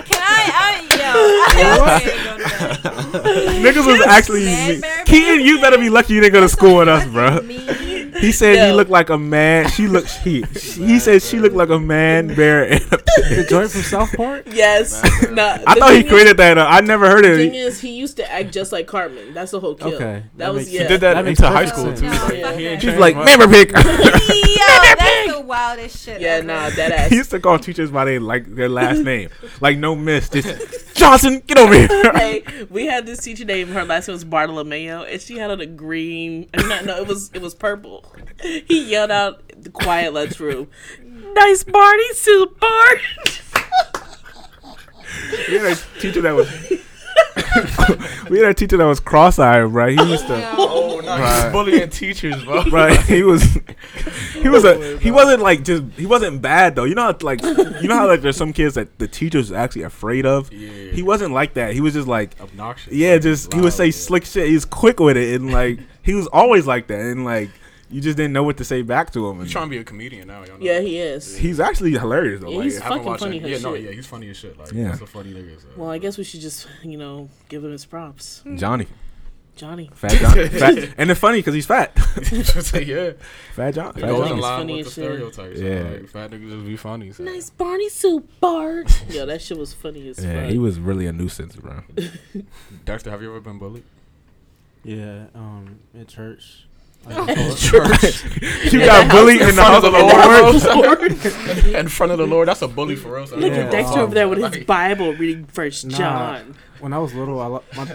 S5: can I?
S4: (laughs)
S5: I yo. I ain't gonna go to
S4: Niggas was actually
S5: Man bear
S4: Keaton.
S5: pig.
S4: You better be lucky (laughs) you didn't go to school with us, bro.
S5: that. Me.
S4: He said he
S2: No.
S4: looked like a man. She looked. He he said she looked like a man bear. and a-
S1: The joint from South Park.
S2: yes. Nah,
S4: I
S2: the
S4: thought he
S2: thing is-
S4: created that. uh, I never heard
S2: The thing
S4: it.
S2: is, he used to act just like Cartman. That's the whole kill.
S1: Okay,
S2: that,
S1: that
S2: was
S1: makes
S2: (laughs) yeah.
S1: sense.
S4: He did that
S1: That makes
S4: into high
S1: perfect
S4: school
S1: sense.
S4: too.
S5: No,
S3: Like,
S5: fuck
S3: he ain't
S5: that.
S4: She's
S3: changed
S4: like
S3: much.
S4: man bear pig. (laughs)
S5: Yo, that's the wildest shit.
S2: Yeah,
S5: ever.
S2: nah, that ass. (laughs)
S4: he used to call teachers by their like their last name, like no miss. Just Johnson, get over here.
S2: hey, we had this teacher name. Her last name was Bartolomeo, and she had on a green. No, no, it was it was purple. He yelled out the quiet (laughs) lunchroom. Nice Barney soup, Bart.
S4: we had a (laughs) teacher that was. we had a teacher that was cross-eyed, right? He used to.
S5: Yo.
S3: Oh no! Nah, he was
S4: Right.
S3: bullying teachers, (laughs) bro.
S4: Right, he was, he was a, he wasn't like just, he wasn't bad though. You know, how, like, you know how like there's some kids that the teachers are actually afraid of.
S3: Yeah.
S4: He wasn't like that. He was just like,
S3: obnoxious.
S4: yeah,
S3: like,
S4: just he would
S3: loud,
S4: say
S3: yeah.
S4: slick shit. He was quick with it, and like he was always like that, and like you just didn't know what to say back to him.
S3: He's
S4: And
S3: trying to be a comedian now. Y'all know
S2: (laughs) Yeah,
S3: that.
S2: he is.
S4: he's actually hilarious though.
S2: Yeah,
S4: like,
S2: he's
S3: I haven't
S2: fucking
S3: watched
S2: funny
S3: him.
S2: as
S3: Yeah, no,
S2: shit.
S3: yeah, he's funny as shit. Like,
S4: Yeah.
S3: he's a funny nigga. So.
S2: Well,
S3: (laughs)
S2: I guess we should just, you know, give him his props.
S4: (laughs) Johnny,
S2: Johnny.
S4: (laughs) fat Johnny, fat, and it's funny because he's fat,
S3: Just say, yeah,
S4: fat John,
S3: it
S4: fat
S3: goes in
S4: Johnny.
S2: Johnny's
S3: line
S2: funny
S3: with the
S2: as shit.
S3: stereotypes. so,
S4: Yeah.
S3: like, fat niggas just be funny. So.
S2: Nice Barney soup, Bart. (laughs) Yo, that shit was funny as
S4: Yeah,
S2: fuck. (laughs)
S4: he was really a nuisance, (laughs) bro.
S3: Dexter, have you ever been bullied?
S1: Yeah, um, at
S2: (laughs)
S1: church.
S3: Church.
S4: you got bullied in
S2: (laughs)
S4: the house of the Lord.
S3: Lord. (laughs) in front of the Lord, that's a bully for us.
S2: Look
S1: Yeah.
S2: at Dexter over there with his Bible reading First
S1: Nah.
S2: John.
S1: When I was little, I lo-
S2: (laughs)
S1: my,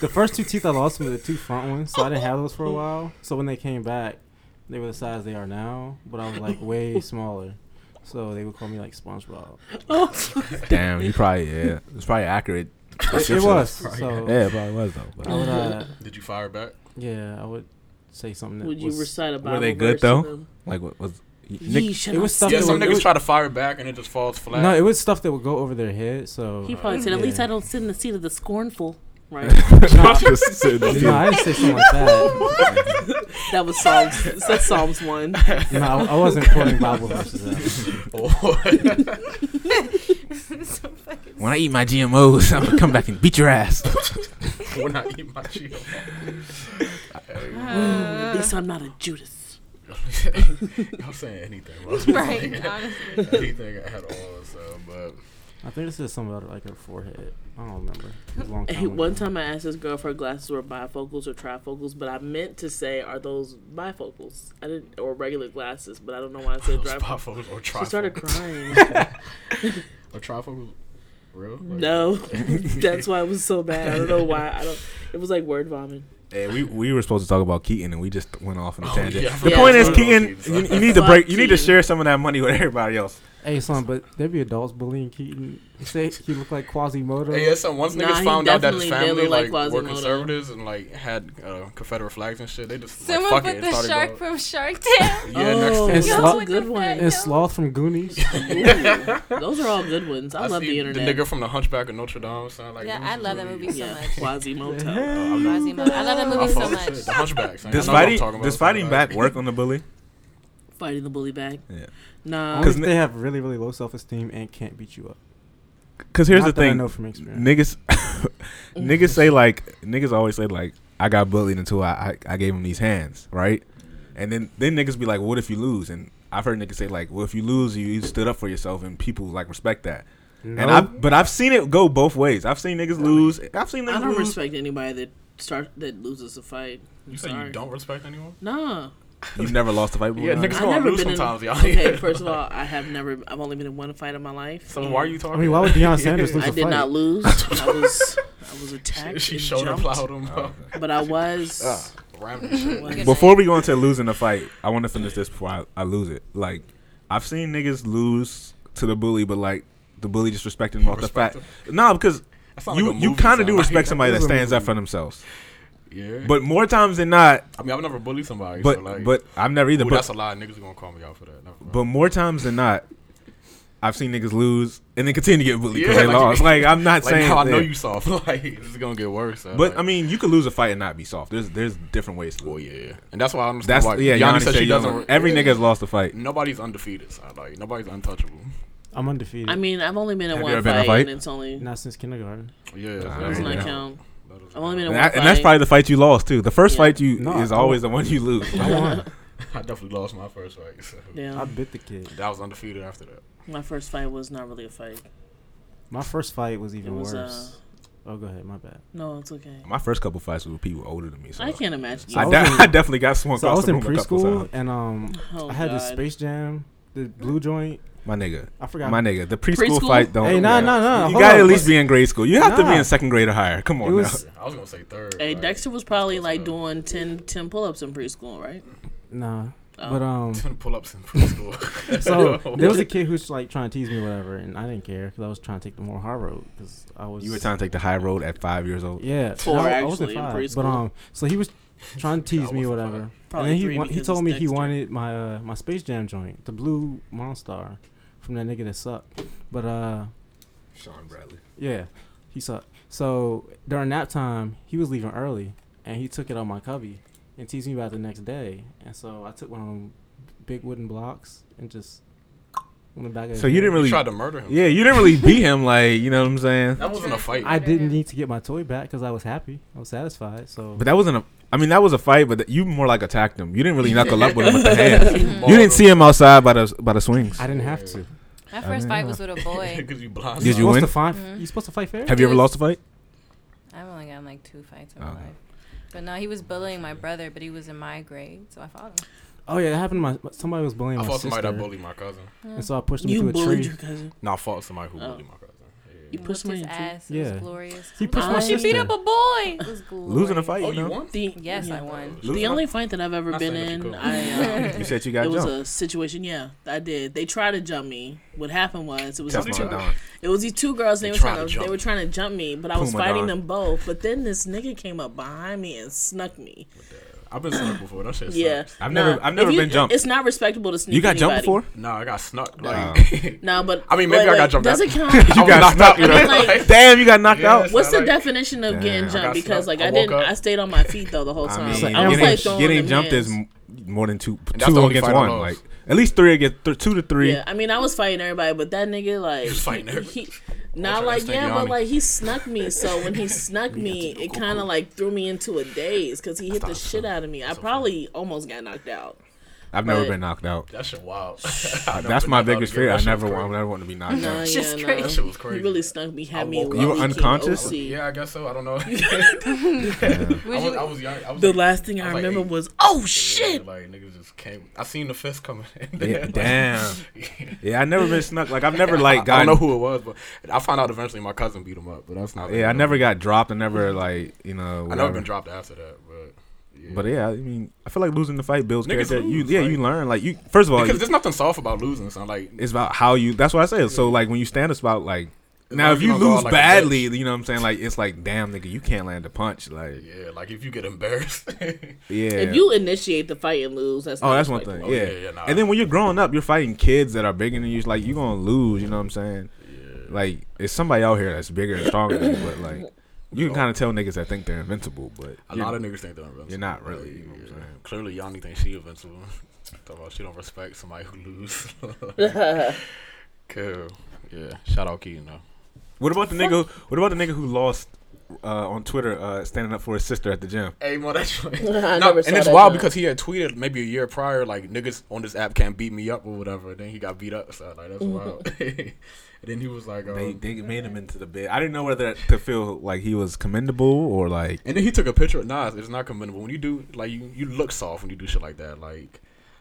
S1: the first two teeth I lost were the two front ones, so I didn't have those for a while. So when they came back, they were the size they are now, but I was like
S2: (laughs)
S1: way smaller. So they would call me like SpongeBob.
S2: Oh,
S4: (laughs) Damn, he probably yeah, it's probably accurate.
S1: It, it was so.
S4: Yeah, it probably was though.
S1: I
S4: But.
S1: would, uh,
S3: Did you fire back?
S1: yeah, I would say something. That
S2: would you
S1: was-
S2: recite a Bible?
S4: Were they
S2: verse
S4: good,
S2: to
S4: though?
S2: them?
S4: Like what was
S2: Ye
S4: Nick?
S2: shall
S1: It
S2: not
S1: was
S2: sin.
S1: stuff
S3: Yeah,
S1: that
S3: some
S1: would-
S3: niggas try to fire back and it just falls flat.
S1: No, it
S3: (laughs)
S1: was stuff that would go over their head. So
S2: He probably said, "At least I don't sit in the seat of the scornful." Right.
S4: (laughs)
S1: no, I didn't say something like
S5: (laughs)
S1: that.
S4: (laughs)
S2: that was Psalms. That's Psalms one. Mm,
S1: No, I- I wasn't quoting Bible verses. Out.
S5: so fucking
S4: When I eat my GMOs, I'm gonna come back and beat your ass.
S3: (laughs) when I eat my cheese.
S2: At least I'm not a Judas.
S3: I'm saying anything. bro.
S5: right. Honestly.
S3: anything at all. So, but
S1: I think this is something about like her forehead. I don't remember. It was a long
S2: Hey,
S1: time
S2: one
S1: ago.
S2: time I asked this girl if her glasses were bifocals or trifocals, but I meant to say, "Are those bifocals?" I didn't, or regular glasses, but I don't know why I said
S3: those
S2: trifocals.
S3: bifocals or
S2: She started
S3: trifocals.
S2: crying.
S3: Or trifocals, real? Like, (laughs)
S2: no, that's why it was so bad. I don't know why. I don't. It was like word vomit.
S4: Hey, we we were supposed to talk about Keaton and we just went off on a
S3: Oh,
S4: tangent.
S3: yeah, I
S4: the
S3: forgot
S4: point
S2: we
S4: is,
S2: were
S3: talking about
S4: Keaton, you,
S3: Keaton.
S4: you need to
S2: Fuck
S4: break. You need to
S2: Keaton.
S4: share some of that money with everybody else.
S1: (laughs) Hey, son, but there be adults bullying Keaton. Say he looked like Quasimodo.
S3: Hey, yeah, so once
S2: Nah,
S3: niggas
S2: he
S3: found out that his
S2: definitely
S3: family
S2: did look like
S3: like, were
S2: Quasimodo.
S3: conservatives and like had uh, Confederate flags and shit, they just like,
S5: Someone
S3: fuck
S5: put
S3: it and
S5: the
S3: started
S5: shark
S3: going.
S5: from Shark Tale.
S3: Yeah, next
S2: oh,
S3: to
S1: And
S2: that's
S3: it.
S1: Sloth-
S2: a good one.
S5: Yeah.
S1: and Sloth from Goonies.
S2: Ooh, those are all good
S3: (laughs)
S2: ones. I,
S3: I
S2: love
S3: see
S2: the internet.
S3: nigga from the Hunchback of Notre Dame. Sound like
S5: Yeah,
S3: them
S5: I
S3: shit
S5: love that
S3: really-
S5: movie so
S2: yeah,
S1: (laughs)
S2: (laughs)
S5: much.
S2: Quasimodo. Oh,
S3: Uh, I'm not-
S5: Quasimodo. I love that
S3: I
S5: movie
S3: fuck
S5: so
S3: with shit.
S5: much.
S3: The Hunchbacks. man.
S4: Does
S3: I know what I'm
S4: fighting
S3: talking about.
S4: does fighting
S3: Like,
S4: back work on the
S1: (laughs)
S4: bully?
S2: Fighting the bully back.
S4: Yeah.
S2: Nah.
S1: Only if
S4: 'Cause
S1: they have really, really low self esteem and can't beat you up.
S4: Because here's
S1: Not
S4: the
S1: that I
S4: thing,
S1: know from experience.
S4: niggas, (laughs)
S3: (laughs)
S4: niggas say like niggas always say like I got bullied until I, I I gave him these hands, right? And then then niggas be like, what if you lose? And I've heard niggas say like, well, if you lose, you, you stood up for yourself, and people like respect that. And I but I've seen it go both ways. I've seen niggas lose. I've seen
S2: I
S4: niggas
S2: don't
S4: lose.
S2: respect anybody that start that loses a fight. I'm
S3: You say
S2: sorry.
S3: you don't respect
S2: (laughs)
S3: anyone?
S2: Nah.
S4: You've never lost a fight before.
S3: Yeah,
S4: Ronnie?
S3: niggas
S2: I've
S3: gonna
S2: never
S3: lose
S2: been in-
S3: sometimes, y'all.
S2: Okay, first of all, I have never. I've only been in one fight in my life.
S3: So
S2: and
S3: why are you talking?
S1: I mean, why would Deion
S3: (laughs)
S2: (laughs)
S1: Sanders lose
S2: I
S1: a
S2: did
S1: fight?
S2: not lose. I was. I was attacked.
S3: She
S2: and
S3: shoulder
S2: jumped,
S3: plowed him.
S2: (laughs)
S3: bro.
S2: But I was.
S3: Rammed his shit.
S2: was-
S4: Before we go into losing the fight, I want to finish this before I, I lose it. Like, I've seen niggas lose to the bully, but like the bully just respected him off
S3: Respect
S4: the fact. No, because
S3: That sound
S4: you
S3: like a
S4: you
S3: movie
S4: kind of do
S3: sound.
S4: respect
S3: (laughs)
S4: somebody
S1: That
S4: that
S1: is a
S4: stands up
S1: movie.
S4: for themselves.
S3: Yeah.
S4: But more times than not,
S3: I mean, I've never bullied somebody. so
S4: but
S3: like,
S4: but I've never either.
S3: Ooh,
S4: but
S3: that's a lie. Niggas gonna call me out for that. Never mind.
S4: but more times than not, I've seen niggas lose and then continue to get bullied because
S3: Yeah,
S4: they
S3: like-
S4: lost. Like I'm not
S3: like
S4: saying.
S3: now I know
S4: that-
S3: you soft. (laughs) like this is gonna get worse. so,
S4: But
S3: like-
S4: I mean, you could lose a fight and not be soft. There's there's different ways to
S3: well,
S4: lose.
S3: yeah, and that's why I understand
S4: That's
S3: why
S4: yeah.
S3: Yanni
S4: Yanni
S3: said she doesn't. re-
S4: Every nigga's lost a fight.
S3: nobody's undefeated. So, like nobody's untouchable.
S1: I'm undefeated.
S2: I mean, I've only been in
S4: Have you
S2: one
S4: ever
S2: fight,
S4: been in a fight?
S2: and it's only.
S1: not since kindergarten.
S3: Yeah, so
S4: Nah,
S3: that
S2: Does
S3: don't
S4: I
S2: not
S4: yeah.
S2: count.
S3: count. That doesn't
S2: I've only been in
S4: And,
S2: one
S4: that,
S2: fight.
S4: and that's probably the fight you lost too. The first
S2: Yeah.
S4: fight you
S1: No,
S4: is
S1: I
S4: always the one you lose.
S1: I
S2: (laughs)
S1: won.
S3: count. (laughs) I definitely lost my first fight. So.
S1: I
S2: yeah.
S1: bit the kid.
S3: That was undefeated after that.
S2: My first fight was not really a fight.
S1: My first fight was
S2: It
S1: even
S2: was uh.
S1: worse. oh, go ahead. My bad.
S2: No, it's okay.
S4: My first couple fights were with people older than me, so
S2: I can't imagine.
S1: So
S4: I,
S1: I was
S4: de-
S1: in-
S4: (laughs) I definitely got swung
S1: So I
S4: across
S1: was
S4: the
S1: in
S4: room a couple
S1: preschool,
S4: times.
S1: and um,
S2: Oh,
S1: I had this
S2: God.
S1: Space Jam, the blue joint.
S4: My nigga,
S1: I forgot.
S4: my nigga, the preschool,
S2: Preschool?
S4: fight don't.
S1: Hey, nah, nah, nah.
S4: You
S1: hold
S4: gotta
S1: on,
S4: at least
S1: but-
S4: be in grade school. You have to be
S1: Nah.
S4: in second grade or higher. Come
S1: It
S4: on
S1: (laughs)
S4: now.
S1: was
S3: I was gonna say third. (laughs)
S2: Hey,
S3: like,
S2: Dexter was probably
S3: Close
S2: like
S3: enough.
S2: doing 10, 10 pull ups in preschool, right?
S1: nah.
S2: Oh.
S1: But
S2: (laughs)
S1: um,
S3: pull ups in
S4: (laughs)
S3: preschool. (laughs)
S1: so there was a kid who's like trying to tease me, or whatever, and I didn't care because I was trying to take the more high road because I was.
S4: You were trying to take the high road at five years old.
S1: Yeah,
S2: Four,
S1: I, I wasn't
S2: actually, in
S1: five,
S2: preschool.
S1: but um, so he was trying to
S2: (laughs)
S3: I
S1: tease me, or
S3: wasn't
S1: whatever.
S2: Probably
S1: and then
S2: three
S1: he wa- he
S2: because
S1: told
S2: it's
S1: me he
S2: Dexter.
S1: wanted my uh, my Space Jam joint, the blue Monster from that nigga that sucked. But uh,
S4: Sean Bradley.
S1: yeah, he sucked. So during nap time, he was leaving early, and he took it on my cubby and teased me about it the next day. And so I took one of them big wooden blocks and just went back.
S4: So you didn't
S3: You
S4: really.
S3: tried to murder him.
S4: Yeah, you didn't really beat him. Like you know what I'm saying.
S3: That wasn't a fight.
S1: I didn't need to get my toy back because I was happy. I was satisfied. So
S4: But that wasn't a. I mean, that was a fight, but you more like attacked him. You didn't really knuckle up with him with
S3: (laughs)
S2: (laughs)
S4: the hands. You didn't see him outside by the by the swings.
S1: I didn't have to.
S5: My first fight was
S3: (laughs)
S5: with a boy.
S3: Because you blind.
S4: Did
S1: You're
S4: you
S1: supposed
S4: win?
S1: To find,
S2: Mm-hmm.
S5: Mhm.
S1: You supposed to fight fair?
S4: Have you ever lost
S2: (laughs)
S4: a fight?
S5: I've only gotten like two fights in my
S4: Okay.
S5: life. But no, he was bullying my brother, but he was in my grade, so I fought him.
S1: Oh yeah, that happened. To my somebody was bullying
S3: I
S1: my
S3: fought
S1: sister,
S3: somebody that bullied my cousin.
S1: and so I pushed him
S2: You
S1: into a tree.
S2: bullied your cousin.
S3: No, I fought somebody who
S2: Oh.
S3: bullied my cousin.
S2: You
S3: Yeah.
S5: He
S2: pushed
S5: pushed
S2: him
S5: his
S2: in a
S5: ass. It
S1: Yeah.
S5: was glorious.
S1: He pushed
S2: my
S5: she beat
S1: sister.
S5: up a boy. It was glorious.
S4: Losing a fight,
S3: Oh,
S4: you
S3: you
S4: know.
S3: won?
S2: The,
S5: Yes,
S2: yeah.
S5: I won.
S2: The only fight that I've ever
S3: Not
S2: been
S3: saying that (laughs)
S2: in,
S3: you
S2: I um,
S4: You said you
S2: it
S4: got
S2: was
S4: jumped.
S2: a situation. Yeah, I did. They tried to jump me. What happened was it was
S4: Teflon
S2: these two,
S4: Don.
S2: it was these two girls. And
S3: They
S2: they, were
S3: tried
S2: trying
S3: to
S2: to, they
S3: jump
S2: were
S3: me.
S2: trying to jump me, but I was
S4: Puma
S2: fighting
S4: Don.
S2: them both. But then this nigga came up behind me and snuck me.
S3: I've been snuck before. That shit
S2: Yeah,
S3: sucks.
S4: I've
S2: Nah,
S4: never- I've never
S2: if you-
S4: been jumped.
S2: It's not respectable to sneak.
S4: You got jumped
S2: anybody.
S4: before?
S3: No, I got snuck.
S2: (laughs)
S3: Like,
S2: No, but
S3: I mean, maybe
S2: wait,
S3: I got
S2: wait,
S3: jumped
S2: Does
S3: out.
S2: it count?
S4: You got knocked
S2: I mean,
S4: out.
S2: like,
S4: Damn, you got knocked
S3: Yes.
S4: out.
S2: What's the
S3: like-
S2: definition of getting
S4: Damn. I
S3: got
S2: jumped? Because
S3: snuck.
S2: like
S3: I
S2: I, didn't,
S3: woke up.
S2: I stayed on my feet though the whole time.
S4: I mean,
S2: Like, I was
S4: getting,
S2: like throwing
S4: getting
S2: them
S4: jumped is
S2: hands.
S4: m- more than two,
S3: And that's the
S4: two
S3: only
S4: against
S3: fight I
S4: one. Like
S3: lost.
S4: at least three against th- two to three.
S2: Yeah, I mean, I was fighting everybody, but that nigga like
S3: was fighting
S2: he-
S3: everybody.
S2: he- not
S3: trying to
S2: like
S3: stay
S2: yeah,
S3: young.
S2: but like he snuck me. So when he snuck me, it kind of like threw me into a daze because he hit the shit out of me. I probably almost got knocked out.
S4: I've never
S2: But-
S4: been knocked out.
S3: (laughs) That shit wild. (laughs)
S2: (laughs)
S4: That's my biggest fear. I never, want, I never want to be knocked
S3: (laughs)
S2: No,
S4: out.
S2: yeah,
S5: Just
S2: no.
S5: crazy.
S3: That shit was crazy.
S2: He really snuck me,
S3: I
S2: had me.
S3: woke
S4: up. You were
S2: leaking
S4: unconscious?
S2: OC.
S3: Yeah, I guess so. I don't
S2: (laughs)
S3: know. I,
S5: Would
S3: was, I
S5: you,
S3: was young. I was
S2: The
S3: like-
S2: last thing
S3: I
S2: I,
S3: was like
S2: remember
S3: eight.
S2: was oh
S3: Yeah,
S2: shit.
S3: Like niggas just came. I seen the fist coming. (laughs) in.
S4: Yeah,
S3: Like,
S4: damn. Yeah, I never been snuck. Like I've never like
S3: I don't know
S4: gotten.
S3: who it was, but I found out eventually my cousin beat him up. But that's not.
S4: Yeah, I never got dropped. I never like you know.
S3: I never
S4: whatever.
S3: been dropped after that, but. Yeah.
S4: But yeah, I mean, I feel like losing the fight builds
S3: Niggas
S4: character. You
S3: lose,
S4: yeah, you learn. Like you first of all,
S3: because
S4: you-
S3: there's nothing soft about losing, so like
S4: it's about how you. That's what I said. So like when you stand a spot, like
S3: As
S4: now
S3: long
S4: if
S3: as you
S4: you
S3: don't go out
S4: lose
S3: like a
S4: badly, you know what I'm saying. Like it's like damn nigga, you can't land a punch. Like
S3: yeah, like if you get embarrassed, (laughs)
S4: yeah.
S2: If you initiate the fight and lose, that's
S4: Oh,
S2: not
S4: that's one
S2: respectable.
S4: thing.
S3: Oh,
S4: yeah.
S3: yeah, yeah, nah.
S4: And then when you're growing up, you're fighting kids that are bigger than you. It's like you're gonna lose. You know what I'm saying? Like it's somebody out here that's bigger and stronger than you, but (laughs) like you can kind of tell niggas that think they're invincible, but
S3: a
S4: you're-
S3: lot of niggas think they're invincible.
S4: you're not really. You know what I'm
S3: Yeah.
S4: saying?
S3: Clearly, Yanni thinks she invincible. (laughs) Talk about she don't respect somebody who (laughs) lose. cool. Yeah. Shout out Keaton though.
S4: What about the nigga? What about the nigga who lost uh, on Twitter uh, standing up for his sister at the gym?
S3: Hey, man, that's (laughs) right.
S2: I
S3: no,
S2: never
S3: and
S2: saw
S3: it's
S2: that
S3: wild
S2: one.
S3: because he had tweeted maybe a year prior, like niggas on this app can't beat me up or whatever. Then he got beat up, so like
S2: (laughs)
S3: that's wild. (laughs) and then he was like, um,
S4: They they made him into the bed. I didn't know whether to feel like he was commendable or like
S3: and then he took a picture. of Nas. it's not commendable when you do like you you look soft when you do shit like that. Like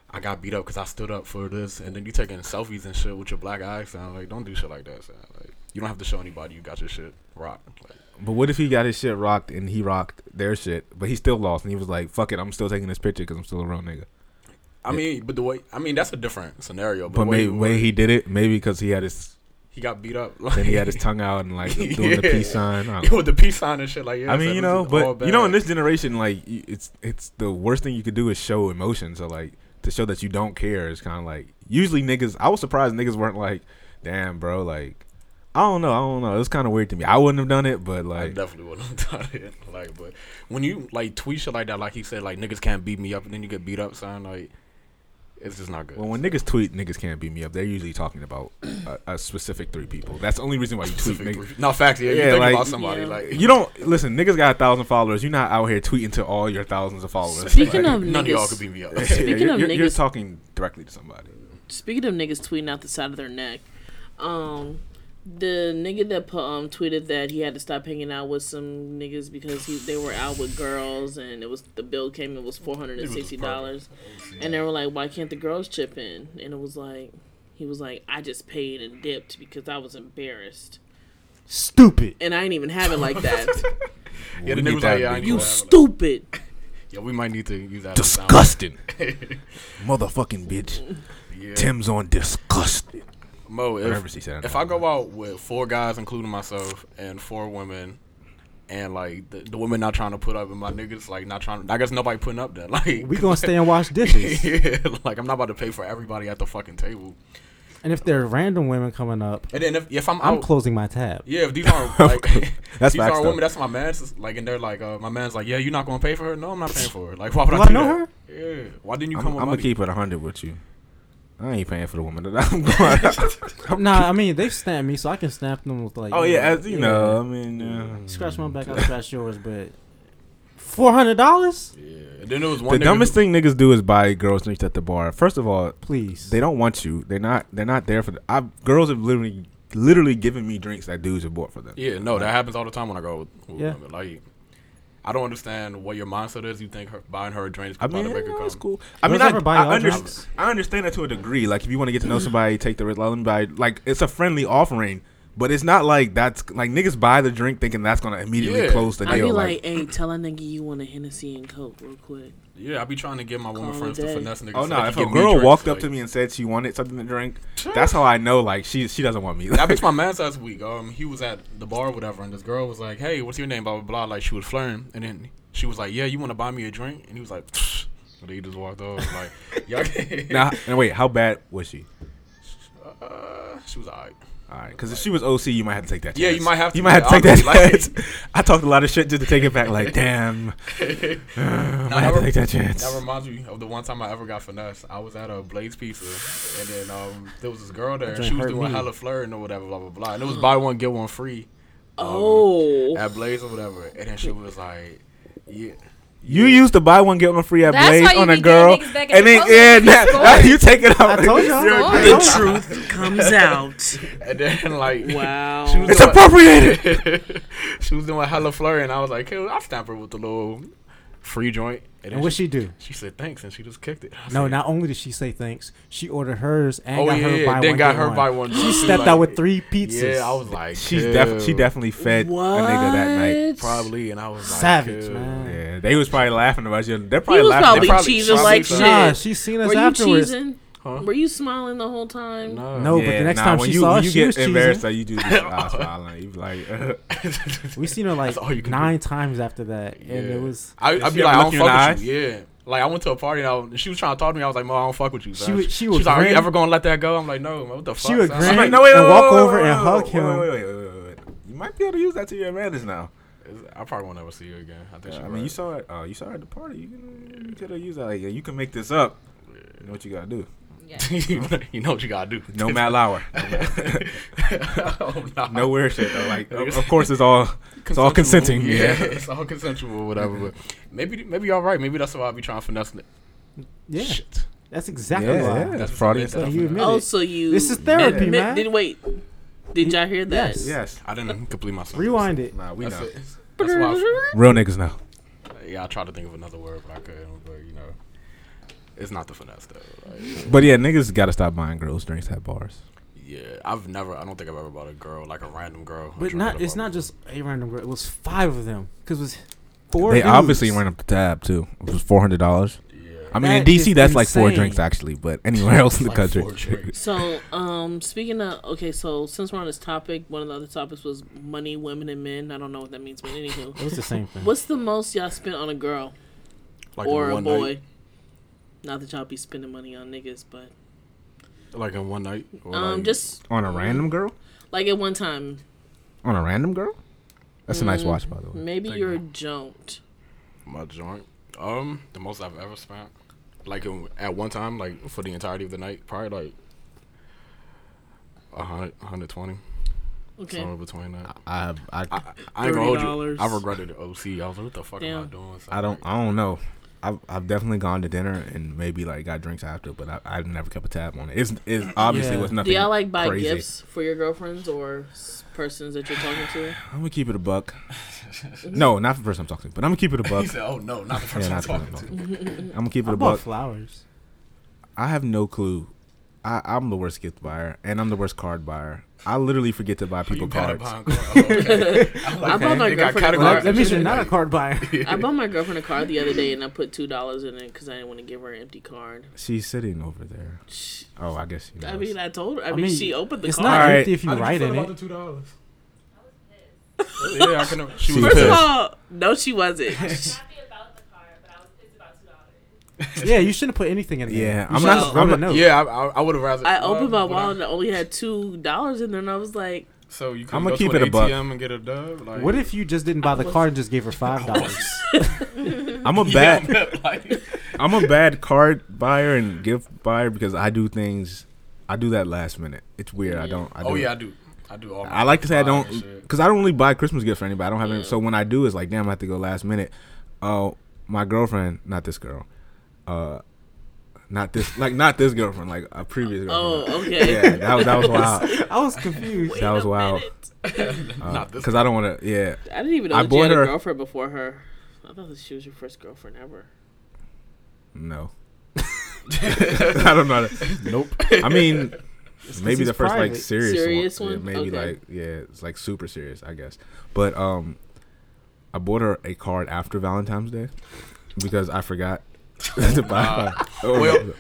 S3: I got beat up because I stood up for this, and then you taking selfies and shit with your black eye. Sound like don't do shit like that. Son. Like you don't have to show anybody you got your shit rock. Like,
S4: But what if he got his shit rocked and he rocked their shit, but he still lost and he was like, "Fuck it, I'm still taking this picture because I'm still a real nigga."
S3: I
S4: Yeah.
S3: mean, but the way I mean that's a different scenario. But,
S4: But
S3: the way,
S4: maybe way he did it, maybe because he had his
S3: he got beat up.
S4: (laughs) then he
S3: (laughs)
S4: had his tongue out and like doing the
S3: Yeah.
S4: peace sign. I, don't
S3: (laughs)
S4: know.
S3: with the peace sign and shit. Like yeah,
S4: I
S3: son,
S4: mean,
S3: this
S4: you know,
S3: is all
S4: but you know,
S3: bad.
S4: in this generation, like y- it's it's the worst thing you could do is show emotion. So like to show that you don't care is kind of like usually niggas. I was surprised niggas weren't like, "Damn, bro," like. I don't know. I don't know. It was kind of weird to me. I wouldn't have done it, but
S3: I
S4: like,
S3: definitely wouldn't (laughs) have done it. Like, but when you like tweet shit like that, like he said, like niggas can't beat me up, and then you get beat up, son. Like, it's just not good.
S4: Well, when niggas tweet, niggas can't beat me up. They're usually talking about a, a specific three people. That's the only reason why you tweet.
S3: Specific
S4: Niggas.
S3: brief- no facts. Yeah,
S4: Yeah,
S3: you think
S4: like-
S3: about somebody
S2: Yeah.
S3: like
S4: You don't listen. Niggas got a thousand followers. You're not out here tweeting to all your thousands of followers.
S2: Speaking
S4: Like,
S2: of
S3: none of y'all
S2: niggas-
S3: could beat me up.
S4: (laughs) yeah,
S2: speaking
S4: you're,
S2: of
S4: you're- you're
S2: niggas-
S4: talking directly to somebody.
S2: Speaking of niggas tweeting out the side of their neck, um, the nigga that pu- um tweeted that he had to stop hanging out with some niggas because he they were out with girls and it was the bill came it was four hundred and sixty dollars, and they were like, why can't the girls chip in? And it was like, he was like, I just paid and dipped because I was embarrassed,
S1: Stupid.
S2: and I ain't even have it like that.
S3: yeah, the
S4: We
S3: nigga
S4: (laughs) need
S3: was
S4: that
S3: like, yeah, I
S4: nigga.
S3: ain't
S2: you
S3: gonna have it.
S2: stupid.
S3: (laughs) Yeah, we might need to use that. as a sound (laughs)
S4: Disgusting.
S3: effect.
S4: Motherfucking bitch.
S3: yeah.
S4: Tim's on disgusting.
S3: Mo,
S4: Whatever
S3: if,
S4: she said.
S3: if I go out with four guys, including myself, and four women, and like the, the women not trying to put up, and my niggas like not trying, I guess nobody putting up. Then (laughs) like
S1: We gonna stay and wash
S4: (laughs)
S1: dishes.
S3: (laughs) yeah, like I'm not about to pay for everybody at the fucking table.
S1: And if there are random women coming up,
S3: And then if, if
S4: Oh.
S3: I'm
S1: I'm
S3: out,
S1: closing my tab.
S3: yeah, if these aren't (laughs) like
S4: That's
S3: these
S4: facts,
S3: are
S4: though.
S3: women, that's my man's it's like, and they're like, uh, my man's like, yeah, you're not gonna pay for her? No, I'm not paying for her. Like, why would
S1: Do
S3: I
S1: I
S3: do
S1: know
S3: that? Yeah, why didn't you
S4: I'm,
S3: come with
S4: I'm gonna
S3: money?
S4: keep it 100 with you. I ain't paying for the woman that (laughs) I'm
S3: (laughs)
S4: going. out.
S1: Nah, I mean they snap me, so I can snap them with like.
S4: oh yeah, as you
S1: yeah.
S4: know, I mean, uh,
S1: scratch my back, I'll scratch yours, but four hundred dollars,
S3: Yeah, and then there was one.
S4: The
S3: nigga
S4: dumbest
S3: who-
S4: thing niggas do is buy girls drinks at the bar. First of all,
S1: please.
S4: they don't want you. They're not. They're not there for. The, I girls have literally, literally given me drinks that dudes have bought for them.
S3: Yeah, no, that happens all the time when I go with, with
S1: Yeah.
S3: women. Like, I don't understand what your mindset is. You think her, buying her a drink is
S4: I
S3: about
S4: mean,
S3: to make her
S4: no,
S3: come.
S4: it's cool. I
S1: Girls
S4: mean, I,
S1: ever buy y'all
S4: I, under-
S1: drinks?
S4: I understand that to a degree. Like, if you want to get to know somebody, take the risk. Let them buy. Like, it's a friendly offering, but it's not like that's like niggas buy the drink thinking that's gonna immediately
S3: Yeah.
S4: close the
S2: I'd
S4: deal.
S2: be
S4: like,
S2: like, hey, tell a nigga you want a Hennessy and Coke real quick.
S3: Yeah, I be trying to get my woman
S2: Call
S3: friends
S2: it a
S3: to
S2: day.
S3: finesse niggas.
S4: oh
S3: so
S4: no!
S3: they can
S4: If a
S3: get me
S4: girl
S3: drinks,
S4: walked
S3: like,
S4: up
S3: (laughs)
S4: to me and said she wanted something to drink, that's how I know like she she doesn't want me.
S3: That
S4: (laughs)
S3: bitch, my man's last week. Um, he was at the bar, or whatever, and this girl was like, "Hey, what's your name?" Blah blah blah. Like she was flirting, and then she was like, "Yeah, you want to buy me a drink?" And he was like, (laughs) "Pfft." and he just walked over.
S4: (laughs)
S3: Like, y'all.
S4: now, and wait, how bad was she?
S3: uh, (laughs) she was alright.
S4: All right, because if she was OC, you might have to take that.
S3: Yeah,
S4: chance.
S3: you might have
S4: You
S3: to,
S4: might have to
S3: yeah,
S4: take that.
S3: I'll be
S4: chance. (laughs) I talked a lot of shit just to take it
S3: (laughs)
S4: back. Like, damn, I might have to take that chance.
S3: That reminds me of the one time I ever got finessed. I was at a Blaze Pizza, and then um, there was this girl there.
S1: That
S3: She was
S1: hurt
S3: doing
S1: me.
S3: hella flirting or whatever, blah blah blah. And it was buy one get one free um,
S2: Oh.
S3: at Blaze or whatever. And then she was like, "Yeah,
S4: You used to buy one get one free at
S5: That's
S4: Blaze
S5: why you
S4: on a
S5: be getting
S4: girl,
S5: niggas back in
S4: and
S5: the
S4: then
S5: closet
S4: yeah,
S5: if you
S4: now,
S5: scored.
S4: now you take it out.
S1: I told y'all.
S3: You're
S1: I
S3: good.
S1: told
S2: The truth comes (laughs) out.
S3: and then (laughs) like
S2: Wow.
S3: She was
S4: It's
S3: doing-
S4: appropriated.
S3: (laughs) she was doing hella flirting. I was like, "Hey, I'll stamp her with the little free joint." And, then
S1: And what
S3: she,
S1: she do?
S3: she said thanks, and she just kicked it. I was
S1: No,
S3: like,
S1: not only did she say thanks, she ordered hers and
S3: Oh
S1: got
S3: yeah,
S1: her
S3: yeah.
S1: buy
S3: then
S1: one
S3: got
S1: get
S3: her
S1: one.
S3: buy one.
S1: She stepped out with three pizzas.
S3: Yeah, I was like,
S4: She's def- she
S3: "Ew."
S4: definitely fed a nigga that night.
S2: What?
S3: probably, and I was like,
S1: savage,
S3: "Ew."
S1: man.
S4: Yeah, they was probably laughing about you. They're probably
S2: was
S4: laughing.
S2: probably
S4: they're
S2: cheesing
S4: probably-
S2: like
S3: cheesing.
S2: shit.
S1: Nah, she seen us
S2: Were you
S1: afterwards.
S2: cheesing?
S3: Huh?
S2: Were you smiling the whole time?
S3: No,
S1: No, Oh, but
S4: Yeah,
S1: the next
S4: nah,
S1: time
S4: when
S1: she
S4: you,
S1: saw
S4: when
S1: us,
S4: you
S1: she
S4: get
S1: was
S4: embarrassed,
S1: cheesing.
S4: that you do this eye
S3: (laughs)
S4: smiling. You be like, (laughs) uh,
S1: (laughs) We seen her like
S3: That's all you can
S1: nine times after that, and
S3: Yeah.
S1: it was
S3: I,
S4: Did
S3: I'd
S4: she
S3: be
S4: ever
S3: like, I
S4: look
S3: don't
S4: you in
S3: fuck with
S4: the
S3: you. Yeah. Like I went to a party and I was, she was trying to talk to me. I was like, "Mo, I don't fuck with you."
S1: She
S3: son."
S1: would- she would
S3: was like, "Are you
S1: grin.
S3: ever gonna let that go?" I'm like, "No, man, what the
S1: She
S3: fuck?"
S1: would
S3: son?"
S1: grin.
S4: I'm like,
S1: Right.
S4: no, wait,
S1: And
S4: wait,
S1: walk
S4: wait,
S1: over and
S4: wait, wait,
S1: hug
S4: wait,
S1: him.
S4: Wait, wait, wait, wait, wait, wait. You might be able to use that to your advantage now.
S3: I probably won't ever see her again. I think she.
S4: I mean, you saw it. Uh, you saw it at the party. You, can, you could have used that. Like, yeah, you can make this up. You know what you gotta do.
S5: Yeah.
S3: saw. (laughs) you know what you gotta
S4: (laughs)
S3: do.
S4: No Matt Lauer.
S3: oh, nah.
S4: No weird shit though. Like, of, of course, it's all it's all
S3: Consensual,
S4: consenting.
S3: Yeah, (laughs)
S4: Yeah.
S3: it's all consensual or whatever. But
S4: (laughs)
S3: maybe, maybe y'all right. Maybe that's why I be trying to finesse. it.
S1: yeah.
S3: Shit.
S1: That's exactly
S4: Yeah,
S1: why.
S4: yeah. That's
S3: what
S4: fraudy
S3: I
S4: as
S3: meant,
S1: hell.
S3: that's what I
S1: You
S3: meant.
S1: Did
S2: Oh,
S1: it.
S2: so you.
S1: This is therapy,
S2: admit-
S1: man.
S2: Did, wait. Did y'all hear that?
S1: Yes.
S4: Yes.
S3: I didn't complete my sentence.
S1: Rewind it.
S4: Nah, we
S3: That's
S4: know.
S3: it. That's why I-
S4: Real niggas know.
S3: Yeah, I tried to think of another word, but I couldn't. But you know, it's not the finesse though. Like,
S4: But yeah, niggas gotta stop buying girls drinks at bars.
S3: yeah, I've never. I don't think I've ever bought a girl like a random girl. a
S1: But
S3: drink at
S1: not
S3: a
S1: it's
S3: bar
S1: not
S3: before.
S1: just a random girl. It was five of them because it was four.
S4: they
S1: dudes.
S4: obviously ran up the tab too. It was four hundred dollars.
S3: Yeah.
S4: I mean, in
S1: That
S4: DC,
S1: is
S4: that's like four
S1: insane.
S4: drinks actually, but anywhere else in the
S3: Like
S4: country,
S3: four drinks.
S2: So, um, speaking of okay, so since we're on this topic, one of the other topics was money, women, and men. I don't know what that means, but anywho,
S1: It was the same thing.
S2: what's the most y'all spent on a girl
S3: (laughs) Like
S2: or
S3: in
S2: a
S3: one
S2: boy?
S3: Night,
S2: Not that y'all be spending money on niggas, but
S3: like in one night. Or
S2: um,
S3: like,
S2: just
S4: (laughs) on a random girl,
S2: like at one time,
S4: on a random girl. That's a nice watch, by the way.
S2: maybe
S3: Thank
S2: you're
S3: you.
S2: jumped.
S3: my joint. Um, the most I've ever spent, like in, at one time, like for the entirety of the night, probably like a hundred, hundred twenty,
S2: Okay,
S3: somewhere between that.
S4: I, I,
S3: I, I ain't gonna hold you.
S2: $30.
S3: I regretted the OC. I was like, what the fuck am I
S2: Damn.
S3: doing? So,
S4: I don't, uh,
S3: like,
S4: I don't know. I've, I've definitely gone to dinner and maybe like got drinks after, but I, I've never kept a tab on it. It's, it's obviously
S1: Yeah.
S4: was
S2: do
S4: nothing.
S2: y'all like buy
S4: crazy.
S2: gifts for your girlfriends or s- persons that you're talking to?
S4: I'm gonna keep it
S3: (laughs)
S4: a buck. no, not the person I'm talking to, but I'm gonna keep it a
S3: (laughs)
S4: buck.
S3: He said, "Oh no, not the
S4: Yeah,
S3: person I'm
S4: not the
S3: talking
S4: person I'm
S3: to."
S4: talking to. I'm gonna keep it
S1: I
S4: a
S1: bought
S4: buck.
S1: flowers.
S4: I have no clue I, I'm the worst gift buyer, and I'm the worst card buyer. I literally forget to buy
S3: you
S4: people
S3: bad at
S4: cards.
S3: buying cards. Oh,
S4: (laughs)
S3: okay. I'm like,
S2: I bought my
S3: they got
S2: girlfriend a
S3: categorized
S2: card.
S1: That
S3: and
S1: means
S3: shit,
S1: you're not a
S3: like-
S1: card (laughs) buyer.
S2: I bought my girlfriend a card the other day, and I put two dollars in it because I didn't want to give her an empty card.
S4: She's sitting over there.
S2: Shh.
S4: Oh, I guess she knows.
S2: I mean, I told her. I,
S1: I
S2: mean,
S1: mean,
S2: she opened the
S1: It's
S2: card.
S1: not
S4: Alright.
S1: empty if you
S3: How did
S1: write
S3: feel
S1: in
S3: about
S1: it.
S3: the $2? yeah, I can. (laughs) She
S4: She
S3: was pissed.
S2: First of
S4: pissed.
S2: all, no, she
S4: (laughs)
S2: wasn't.
S6: happy about the car, but I was pissed about two dollars.
S1: Yeah, you shouldn't put anything in there.
S4: yeah,
S1: You
S4: I'm
S1: should
S4: not.
S1: just
S4: I'm
S1: wrote a
S4: not
S1: note.
S3: Yeah, I, I, I would have rather.
S2: I
S3: well,
S2: opened my
S3: would I-
S2: wallet and it only had two dollars in there, and I was like,
S3: So you could
S4: I'ma
S3: go
S4: keep
S3: to
S4: it
S3: an
S4: a buck.
S3: ATM and get a dub. Like,
S1: What
S3: (laughs)
S1: if you just didn't buy the card and just gave her (laughs) five dollars?
S2: (laughs)
S4: I'm a
S3: Yeah, (laughs)
S4: bad.
S3: I'm
S4: (laughs)
S3: like,
S4: I'm a bad card buyer and gift buyer because I do things. I do that last minute. It's weird. I don't. I
S3: oh
S4: do
S3: yeah, I do. I do all. my
S4: I like to say I
S3: buying
S4: don't
S3: and shit.
S4: (laughs) because I don't really buy Christmas gifts for anybody. I don't have any.
S2: Yeah.
S4: So when I do, it's like damn, I have to go last minute. Oh, my girlfriend, not this girl, uh, not this like not this girlfriend, like a previous
S2: "Oh,
S4: girlfriend.
S2: okay." (laughs)
S4: yeah, that, was-
S3: (laughs)
S4: that was wild.
S1: I was confused.
S4: that was
S2: a
S4: wild
S3: (laughs)
S2: minute.
S3: Not this
S4: because I don't want to. Yeah,
S2: I didn't even know
S4: I
S2: that you
S4: bought
S2: had
S4: her-
S2: a girlfriend before her. I thought that she was your first girlfriend ever.
S4: no, (laughs) (laughs) I don't know.
S3: nope.
S4: I mean,
S1: 'cause
S4: maybe
S1: he's
S4: the first like
S1: private.
S4: serious,
S2: Serious
S4: one. Yeah,
S2: one?
S4: maybe
S2: Okay.
S4: like yeah, it's like super serious, I guess. But um, I bought her a card after Valentine's Day because I forgot (laughs) to buy.
S3: Uh,
S4: oh,
S3: well,
S4: no.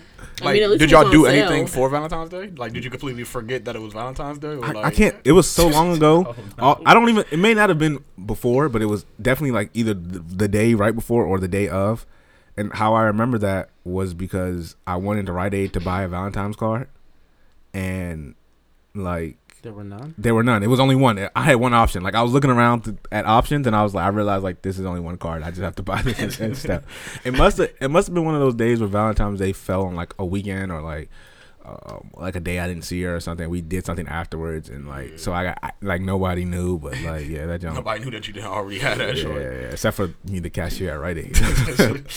S2: I mean,
S3: Like,
S2: at
S3: did
S2: least it was
S3: y'all
S2: on
S3: do
S2: sale.
S3: anything for Valentine's Day? Like, did you completely forget that it was Valentine's Day? Or
S4: I,
S3: like,
S4: I can't. It was so long ago.
S3: Oh,
S4: Uh, I don't even. It may not have been before, but it was definitely like either the, the day right before or the day of. And how I remember that was because I went into Rite Aid to buy a Valentine's card, and like
S1: There were (laughs) none.
S4: There were none. It was only one. I had one option. Like I was looking around th- at options, and I was like, I realized like this is only one card. I just have to (laughs) buy this and- and stuff. It must have. It must have been one of those days where Valentine's Day fell on like a weekend or like um, like a day I didn't see her or something. We did something afterwards, and like so I got I, like nobody knew, but like yeah, that
S3: (laughs)
S4: jump.
S3: Nobody knew that you didn't already have
S4: Yeah,
S3: that.
S4: yeah,
S3: shit.
S4: yeah, except for me, the cashier at Rite Aid.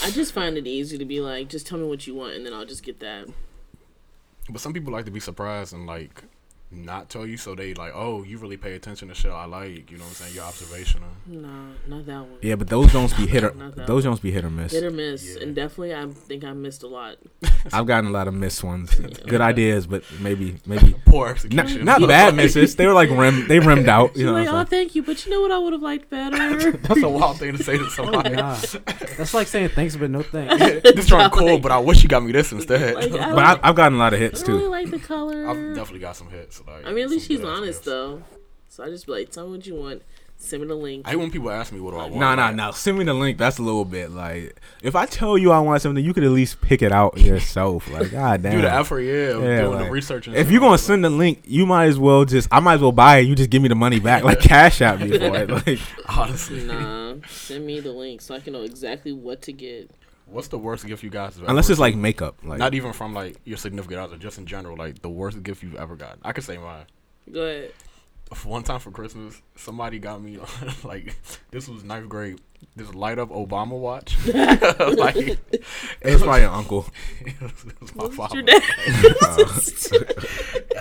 S2: I just find it easy to be like, just tell me what you want, and then I'll just get that.
S3: (laughs) But some people like to be surprised and like not tell you, so they like, oh, you really pay attention to shit I like. You know what I'm saying? You're observational.
S2: No, not that one.
S4: yeah, but those don't be hit or
S2: Not that
S4: those don't be hit or miss.
S2: Hit or miss,
S3: Yeah.
S2: and definitely, I think I missed a lot.
S4: I've gotten a lot of
S2: (laughs)
S4: missed ones. Good ideas, but maybe maybe.
S3: Poor
S4: Not,
S3: execution.
S2: (laughs)
S4: not
S3: Like,
S4: bad misses. They were like rim. They rimmed out. You
S2: She's
S4: know.
S2: like,
S4: so-
S2: "Oh, thank you, but you know what? I would have liked
S3: (laughs)
S2: better."
S3: That's a wild thing to say to
S4: Oh,
S3: somebody.
S1: Nah, that's like saying thanks but no thanks.
S3: (laughs)
S1: (laughs)
S3: this drunk cool, but I wish you got me this instead.
S2: Like,
S3: (laughs)
S2: I
S3: I've
S4: (laughs) But I, I've gotten a lot of hits
S2: I don't really like
S4: too.
S2: the color.
S3: definitely got some hits. Like,
S2: I mean, at least
S3: some
S2: she's
S3: good-ass
S2: honest
S3: gifts.
S2: though. So I just be like, tell me what you want. Send me the link.
S3: I hate when people ask me what do I want.
S4: No, no,
S3: Like,
S4: no. Send me the link. That's a little bit like if I tell you I want something, you could at least pick it out yourself.
S2: (laughs)
S4: Like, god damn.
S3: Do the effort, yeah, of
S4: Yeah,
S3: doing
S4: like,
S3: the research. And
S4: If
S3: shit.
S4: you're gonna send the link, you might as well just I might as well buy it. You just give me the money back, like cash out me for it.
S2: (laughs)
S4: Like,
S3: (laughs) honestly,
S4: (laughs)
S2: Nah, send me the link so I can know exactly what to get.
S3: what's the worst gift you guys? have
S4: unless
S3: ever
S4: it's like makeup, like
S3: Not even from like your significant other, just in general, like the worst gift you've ever gotten. I could say mine. (laughs)
S2: Go ahead.
S3: One time for Christmas, somebody got me (laughs) like this was ninth grade. This light up Obama watch. (laughs) like it
S4: it's
S2: (laughs)
S4: probably your uncle.
S3: was, (laughs) it was my
S2: What's
S3: father.
S2: your dad?
S3: And (laughs)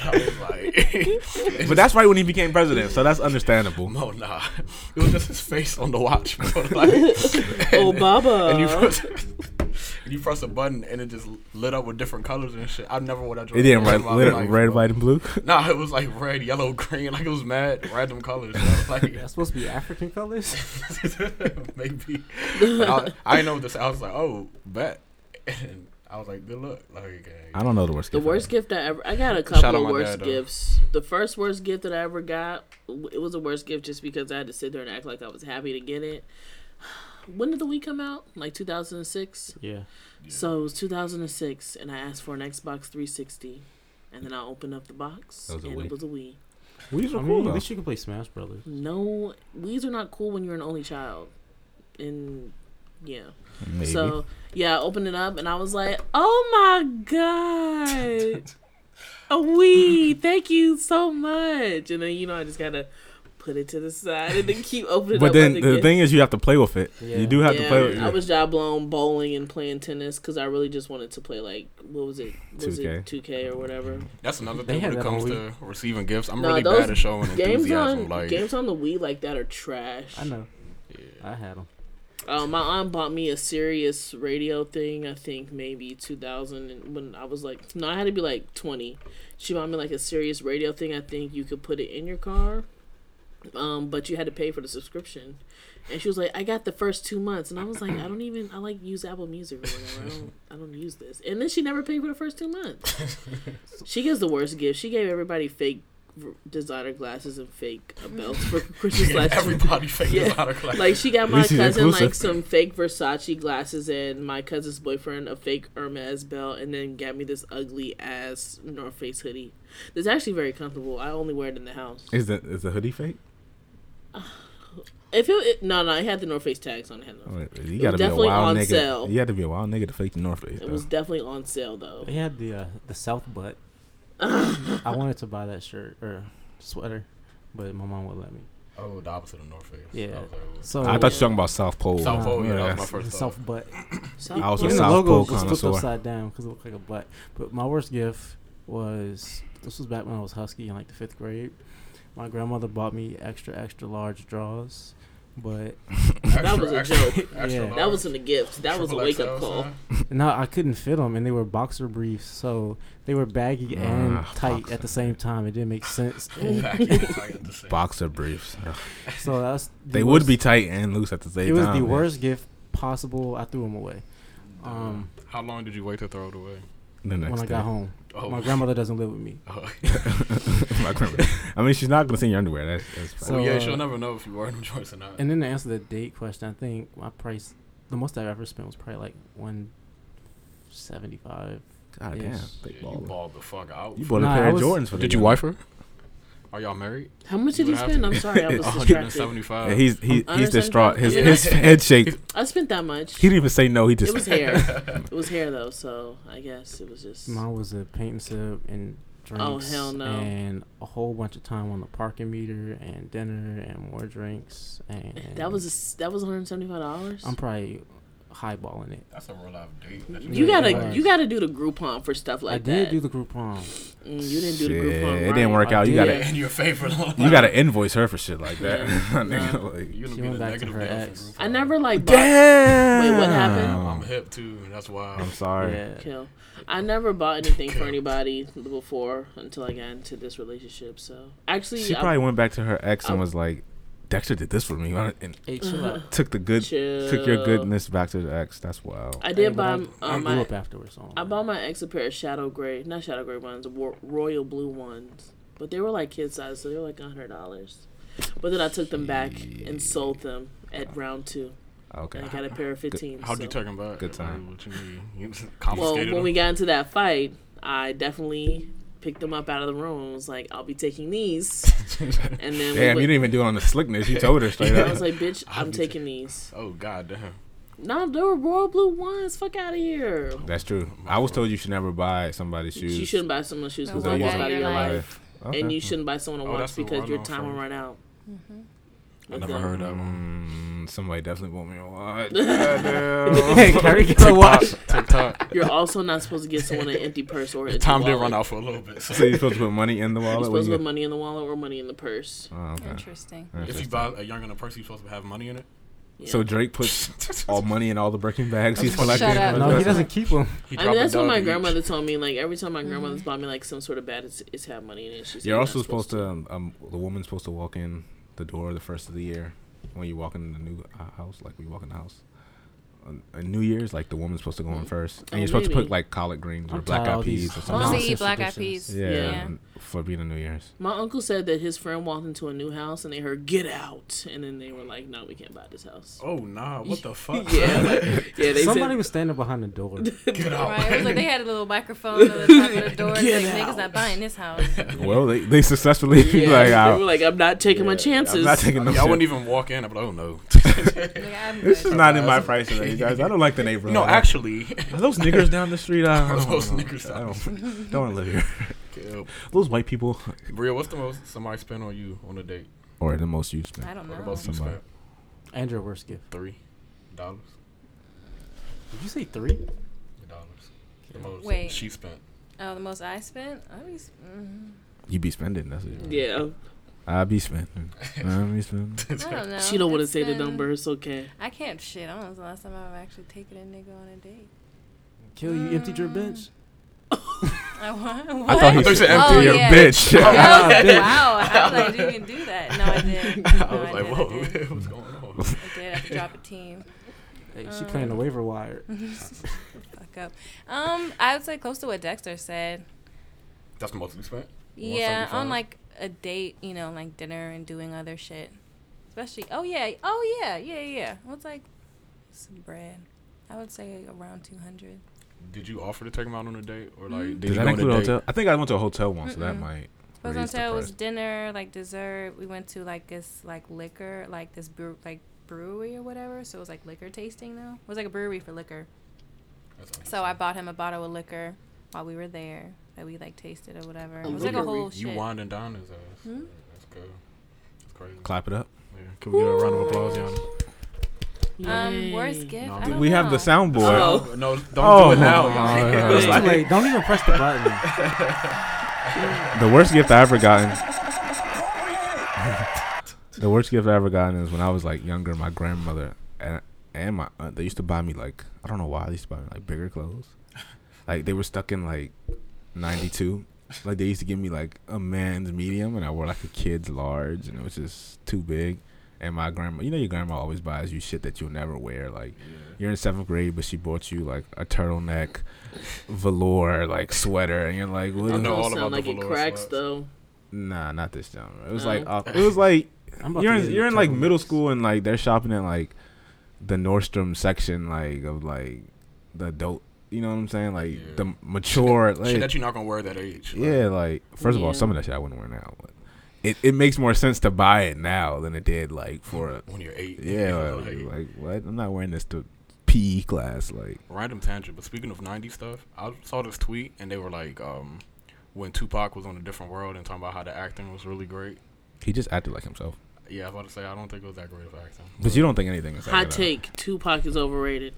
S3: I
S4: (laughs)
S3: was like, (laughs)
S4: But that's right when he became president, so that's understandable.
S3: no, nah. It was just his face on the watch. (laughs) Bro. Like,
S2: Oh, Obama.
S3: and you press, (laughs) and you press a button and it just lit up with different colors and shit. I never would have.
S4: It didn't red, red, red, white, and blue.
S3: Nah, it was like red, yellow, (laughs) green. Like it was mad random colors.
S2: (laughs)
S3: Bro. Like
S1: That's supposed to be African colors.
S3: (laughs) maybe. And I, I didn't know this. I was like, oh, bet. And I was like, good luck. Like, uh,
S4: I don't know the worst.
S2: The
S4: gift I
S2: worst
S4: got.
S2: gift I ever I
S4: (laughs)
S2: got a
S3: out
S2: couple
S3: my
S2: of
S3: dad,
S2: worst
S3: though.
S2: gifts. The first worst gift that I ever got, w- it was a worst gift just because I had to sit there and act like I was happy to get it. (sighs) When did the Wii come out? Like 2006.
S1: Yeah.
S2: So it was 2006, and I asked for an Xbox 360, and then I opened up the box,
S4: That was a
S2: and
S4: Wii.
S2: it was a Wii.
S1: We
S4: are
S1: I mean,
S4: cool, though.
S1: at least you can play Smash Brothers.
S2: No, Wii's are not cool when you're an only child, and yeah.
S4: Maybe.
S2: So yeah, I opened it up and I was like, "Oh my god,
S4: (laughs)
S2: a weed! Thank you so much." And then you know I just gotta put it to the side and then keep opening.
S4: But
S2: up
S4: then
S2: other
S4: the
S2: gifts.
S4: thing is, you have to play with it.
S1: Yeah.
S4: You do have to
S2: Yeah,
S4: play with
S2: I
S4: it.
S2: was job blown bowling and playing tennis because I really just wanted to play like what was it? Was
S4: 2K.
S2: it 2K or whatever?
S3: that's another
S1: They
S3: thing when
S1: had
S3: it
S1: that
S3: comes
S1: on
S3: to receiving gifts. I'm
S2: Nah,
S3: really
S2: those
S3: bad at showing
S2: Games
S3: enthusiasm.
S2: on
S3: like,
S2: games on the Wii like that are trash.
S1: I know. I had them.
S2: Uh, my aunt bought me a Sirius radio thing. I think maybe 2000 and when I was like no, I had to be like 20. She bought me like a Sirius radio thing. I think you could put it in your car, um, but you had to pay for the subscription. And she was like, "I got the first two months," and I was like, "I don't even. I like use Apple Music or whatever. I don't. I don't use this." And then she never paid for the first two months. she gives the worst gift. She gave everybody fake r- designer glasses and fake uh, belts for Christmas
S3: (laughs)
S2: last year.
S3: Everybody fakes
S2: Yeah.
S3: out of
S2: Like she
S4: (laughs)
S2: got
S4: At
S2: my
S4: least he's
S2: cousin like
S4: inclusive.
S2: some fake Versace glasses and my cousin's boyfriend a fake Hermes belt and then got me this ugly ass North Face hoodie. It's actually very comfortable. I only wear it in the house.
S4: Is the is the hoodie fake?
S2: If it, it no no, it had the North Face tags on it. Had the North
S4: Or- You
S2: was
S4: gotta be a
S2: definitely
S4: wild
S2: on
S4: nigga.
S2: sale.
S4: You gotta be a wild nigga to fake the North Face.
S2: It was
S4: though.
S2: definitely on sale though. (laughs)
S1: They had the uh, the South butt. I wanted to buy that shirt or sweater, but my mom would let me.
S3: Oh, the opposite of North Face.
S1: Yeah.
S3: I was like, oh.
S1: So
S4: I thought you were talking about South Pole.
S3: South Pole, yeah, that was
S4: Oh, Yeah.
S3: my first
S1: the
S3: thought.
S1: South butt.
S2: So
S4: I was a
S1: Even the
S4: South
S1: logo
S4: Pole
S1: was flipped
S4: connoisseur.
S1: upside down because it looked like a butt. But my worst gift was this was back when I was husky in like the fifth grade. My grandmother bought me extra extra large draws, but (laughs)
S2: That was a joke.
S1: Yeah.
S2: that wasn't a gift. That was a
S3: Triple
S2: wake up
S3: XL,
S2: call.
S3: son.
S1: no, I couldn't fit them, and they were boxer briefs, so they were baggy and
S4: Ah,
S1: tight at
S4: boxer.
S1: the same time. It didn't
S3: (laughs)
S1: make sense. And
S3: Back in the tight at the same-
S4: Boxer briefs. Ugh.
S1: so that's the
S4: They
S1: worst-
S4: would be tight and loose at the same
S1: It was
S4: time.
S1: the
S4: man.
S1: worst gift possible. I threw them away. Um,
S3: How long did you wait to throw it away?
S4: (laughs) The next
S1: when I
S4: day. (laughs)
S1: got home,
S3: Oh,
S1: my
S3: (laughs)
S1: grandmother doesn't live with me.
S3: Oh,
S4: My grandma- (laughs) I mean, she's not gonna see your underwear. That's, that's fine.
S1: So,
S3: yeah,
S1: uh,
S3: she'll never know if you wore them joints or not.
S1: And then to answer the date question, I think my price, the most I've ever spent was probably like one seventy five.
S4: God
S1: yes.
S4: damn,
S3: Yeah, you
S4: big ball.
S3: balled the fuck out.
S4: You bought
S1: Nah,
S4: a pair
S1: I
S4: of
S1: was-
S4: Jordans for the
S3: Did you
S4: young-
S3: wife her? Are y'all married?
S2: How much did
S3: What
S2: you spend? I'm
S3: happened? (laughs)
S1: (laughs)
S2: sorry, I was
S1: Oh,
S2: distracted.
S3: 175.
S4: Yeah, he's he,
S2: I'm
S4: he's distraught. His
S2: understanding.
S4: his head
S3: (laughs)
S2: (laughs)
S4: shake.
S2: I spent that much.
S4: He didn't even say no. He just
S2: It
S4: (laughs)
S2: was hair. it was hair though, so I guess it was just.
S1: Mine was a paint and sip and drinks.
S2: Oh, hell no.
S1: And a whole bunch of time on the parking meter and dinner and more drinks and
S2: (laughs) That was a s that was one hundred seventy five dollars.
S1: I'm probably highballing it.
S3: That's a real life date. That
S2: You
S1: Yeah, it
S2: gotta
S1: was.
S2: you gotta do the Groupon for stuff like
S1: I did
S2: that.
S1: do the Groupon.
S2: Mm, you didn't do the
S4: Shit,
S2: Groupon.
S4: it
S2: right.
S4: didn't work
S1: I
S4: out. You
S1: did.
S4: gotta
S3: in your favor. (laughs)
S4: you gotta invoice her for shit like that.
S2: Yeah.
S4: (laughs) Nigga,
S2: Nah.
S4: like,
S3: You're gonna
S1: She
S3: be
S1: went
S3: the
S1: back to
S3: negative
S1: her
S3: dad for
S1: ex.
S3: group
S2: I
S3: photo.
S2: never like bought
S4: damn.
S2: Wait, what happened?
S3: I'm hip too. That's why.
S4: I'm sorry.
S1: Yeah.
S2: kill. I never bought anything for
S3: Kill.
S2: anybody before until I got into this relationship. So actually,
S4: She
S2: I-
S4: probably went back to her ex
S2: I-
S4: and was like, "Dexter did this for me," and
S1: Hey, chill out.
S4: took the good, took
S2: Chill.
S4: your goodness back to the ex. That's wild.
S2: (laughs) I
S1: Hey,
S2: did
S1: but
S2: buy
S1: I,
S2: uh,
S1: I grew
S2: my
S1: up afterwards. So
S2: I bought my ex a pair of shadow gray, not shadow gray ones, war, royal blue ones. But they were like kid size, so they were like hundred dollars. But then I took them back and sold them at round two.
S4: Okay.
S2: And I got a pair of 15s.
S3: How'd you
S2: so-
S3: take him back?
S4: Good time.
S3: What you mean? You just
S2: Well,
S3: confiscated
S2: when we
S3: him?
S2: got into that fight, I definitely picked them up out of the room and was like, I'll be taking these. And then
S4: Damn,
S2: we
S4: you
S2: went,
S4: didn't even do it on the slickness.
S2: (laughs)
S4: You told her straight
S2: I
S4: up.
S2: was like, bitch,
S3: I'll
S2: I'm
S3: be
S2: taking these.
S3: Oh god damn.
S2: No, they were royal blue ones. Fuck out of here.
S4: That's true. I was told you should never buy somebody's shoes.
S2: You shouldn't buy someone's shoes
S5: No,
S2: because
S4: they
S2: they'll
S5: walk
S2: walk
S5: out
S2: out
S5: of
S2: of your
S5: your
S2: life.
S4: Okay.
S2: and you shouldn't buy someone a
S3: Oh,
S2: watch
S3: that's the
S2: because your
S3: run-off
S2: time will
S3: from-
S2: run out.
S5: Mm-hmm.
S3: I never heard that one.
S4: Mm, somebody definitely bought me a
S2: (laughs)
S4: watch.
S1: Carrie gets a watch.
S3: TikTok.
S2: You're also not supposed to give someone an empty purse
S3: (laughs)
S2: or an empty
S3: Time did
S2: wallet.
S3: run out for a little bit. So
S4: (laughs) so you're supposed to put money in the
S2: You're
S4: wallet. What
S2: supposed to
S4: you
S2: put money in the wallet or money in the purse.
S4: Oh, okay. (laughs)
S5: Interesting.
S3: if you
S4: Interesting.
S3: buy a young and a purse, you're supposed to have money in it.
S2: Yeah.
S4: So
S3: (laughs)
S4: Drake puts all money in all the Birkin bags he's
S5: Shut
S4: collecting.
S5: up.
S1: No, he doesn't keep them.
S3: He
S2: I
S3: dropped
S2: mean,
S3: a
S2: that's what
S3: dub
S2: my
S3: each.
S2: grandmother told me. Like every time my grandmother's
S5: Mm-hmm.
S2: bought me like some sort of bad, it's, it's have money in it. She's
S4: You're also supposed to. Um, um, the woman's supposed to walk in the door the first of the year when you walk in the new uh, house, like we walk in the house. On, on New Year's, like the woman's supposed to go in first, and
S2: Oh,
S4: you're supposed
S2: really?
S4: to put like collard greens or
S1: I'm
S4: black
S1: tired of
S4: eyed
S1: all these
S4: peas or
S5: Mostly
S4: something.
S1: nonsense
S5: eat black eyed
S1: traditions.
S5: peas.
S4: Yeah,
S2: Yeah.
S4: for being a New Year's.
S2: My uncle said that his friend walked into a new house and they heard "Get out," and then they were like, "No, we can't buy this house."
S3: Oh nah, what the fuck?
S2: (laughs) Yeah, like- yeah. They
S1: Somebody
S2: said, (laughs)
S1: was standing behind the door.
S3: (laughs) Get out.
S5: Right. It was like they had a little microphone on the top of the door.
S2: Get
S5: It's like,
S2: out.
S5: niggas not buying this house.
S4: well, they, they successfully (laughs)
S2: yeah,
S4: like,
S2: they were
S4: I,
S2: like, "I'm not taking my
S4: I'm
S2: chances."
S4: not taking (laughs) no
S3: Yeah, I
S4: shit.
S3: wouldn't even walk in. I'd be like, oh no.
S5: Like, I'm
S4: This is
S5: good.
S4: not
S2: (laughs)
S4: in my price today, guys. I don't like the neighborhood.
S3: no, actually. (laughs)
S4: Are those niggers down the street? I
S3: Are
S4: don't,
S3: those
S4: I don't-
S3: niggers
S4: I
S3: down the
S4: don't, don't want to live here. Those white people.
S3: Bria, what's the most somebody spent on you on a date?
S4: Or the most used.
S5: I don't
S3: What
S5: know.
S3: about you
S4: Somebody.
S3: spent?
S1: Andrew, worst gift.
S3: Three dollars.
S1: Did you say three?
S3: Dollars. The most
S5: Wait.
S3: she spent.
S5: Oh, the most I spent? I was, mm,
S3: (laughs)
S4: You be spending. That's it.
S2: Yeah,
S4: I be spending. I be
S5: (laughs)
S4: spending.
S5: I don't know.
S2: she don't want to
S5: It's
S2: say the
S5: been-
S2: number. It's okay.
S5: I can't shit. I don't know when's the last time I've actually taken a nigga on a date.
S1: Kill you emptied your bench.
S5: I want. (laughs) What?
S3: I
S4: I thought
S3: thought
S4: you
S3: you
S4: said
S3: said
S4: empty
S5: empty (laughs) Oh,
S4: your
S5: your yeah.
S4: bitch. (laughs)
S5: Yeah, I was
S2: Okay.
S5: like, wow, how did I didn't even do that? No,
S3: (laughs)
S5: I did. No,
S3: I was like,
S5: I did, I
S3: whoa, (laughs)
S5: did.
S3: what's going on?
S5: I did. I have to drop a team.
S1: Hey, she playing the waiver
S4: (laughs)
S1: wire.
S5: Fuck up. Um, I would say close to what Dexter said.
S3: That's the most you spent?
S5: Yeah,
S3: 175?
S5: on like a date, you know, like dinner and doing other shit. Especially, oh yeah, oh yeah, yeah, yeah. What's like some bread? I would say around two hundred.
S3: Did you offer to take him out on a date? Or like, did
S4: Mm-hmm. Does
S3: you go
S4: that
S3: on a
S4: include
S3: date?
S4: hotel? I think I went to a hotel once, so that
S5: Mm-mm.
S4: might.
S5: First
S4: raise the
S5: hotel was
S4: price.
S5: dinner, like dessert. We went to like this like liquor, like this brew, like brewery or whatever. So it was like liquor tasting though. It was like a brewery for liquor.
S3: That's
S5: So I bought him a bottle of liquor while we were there that we like tasted or whatever. It was like a
S2: liquor?
S5: whole
S3: You
S5: shit.
S3: wind and dine his ass.
S5: Hmm?
S3: That's good. That's crazy.
S4: Clap it up.
S3: Yeah. Can we get a round of applause, Yana?
S5: Um,
S2: Yay.
S5: worst gift.
S3: No,
S5: I
S3: did
S5: don't
S4: We have the
S5: know.
S4: soundboard.
S2: Oh.
S3: No, don't
S4: Oh,
S3: do it now.
S4: no,
S3: Yana. (laughs)
S4: no, no.
S1: It's too late. Don't even press the button.
S4: (laughs) The worst gift I ever gotten. (laughs) the worst gift I ever gotten is when I was like younger. My grandmother and and my aunt, they used to buy me like I don't know why they used to buy me like bigger clothes. Like they were stuck in like ninety two. Like they used to give me like a man's medium, and I wore like a kid's large, and it was just too big. And my grandma, you know, your grandma always buys you shit that you'll never wear. Like (laughs) you're in seventh grade, but she bought you like a turtleneck, velour like sweater, and you're like, what?
S3: I
S4: the-
S3: know all
S2: Don't
S3: about
S2: sound
S3: the
S2: like it
S3: velour
S2: cracks
S3: sweats.
S2: though.
S4: Nah, not this time. It was
S2: No.
S4: like uh, it was like
S1: (laughs) I'm about
S4: you're
S1: to
S4: in,
S1: get
S4: you're in like
S1: turtlenecks.
S4: middle school and like they're shopping at like the Nordstrom section like of like the adult. You know what I'm saying? Like
S3: Yeah.
S4: the mature. Like,
S3: Shit that you're not gonna wear at that age. Like,
S4: yeah, like first of
S2: Yeah.
S4: all, some of that shit I wouldn't wear now. But it it makes more sense to buy it now than it did like for a,
S3: When you're eight.
S4: yeah
S3: like,
S4: like, like what? I'm not wearing this to PE class like.
S3: Random tangent, but speaking of 90s stuff, I saw this tweet and they were like, um, when Tupac was on a different world and talking about how the acting was really great.
S4: He just acted like himself,
S3: Yeah, I was about to say, I don't think it was that great of acting.
S4: but you don't think anything is
S2: Hot take: Tupac is overrated.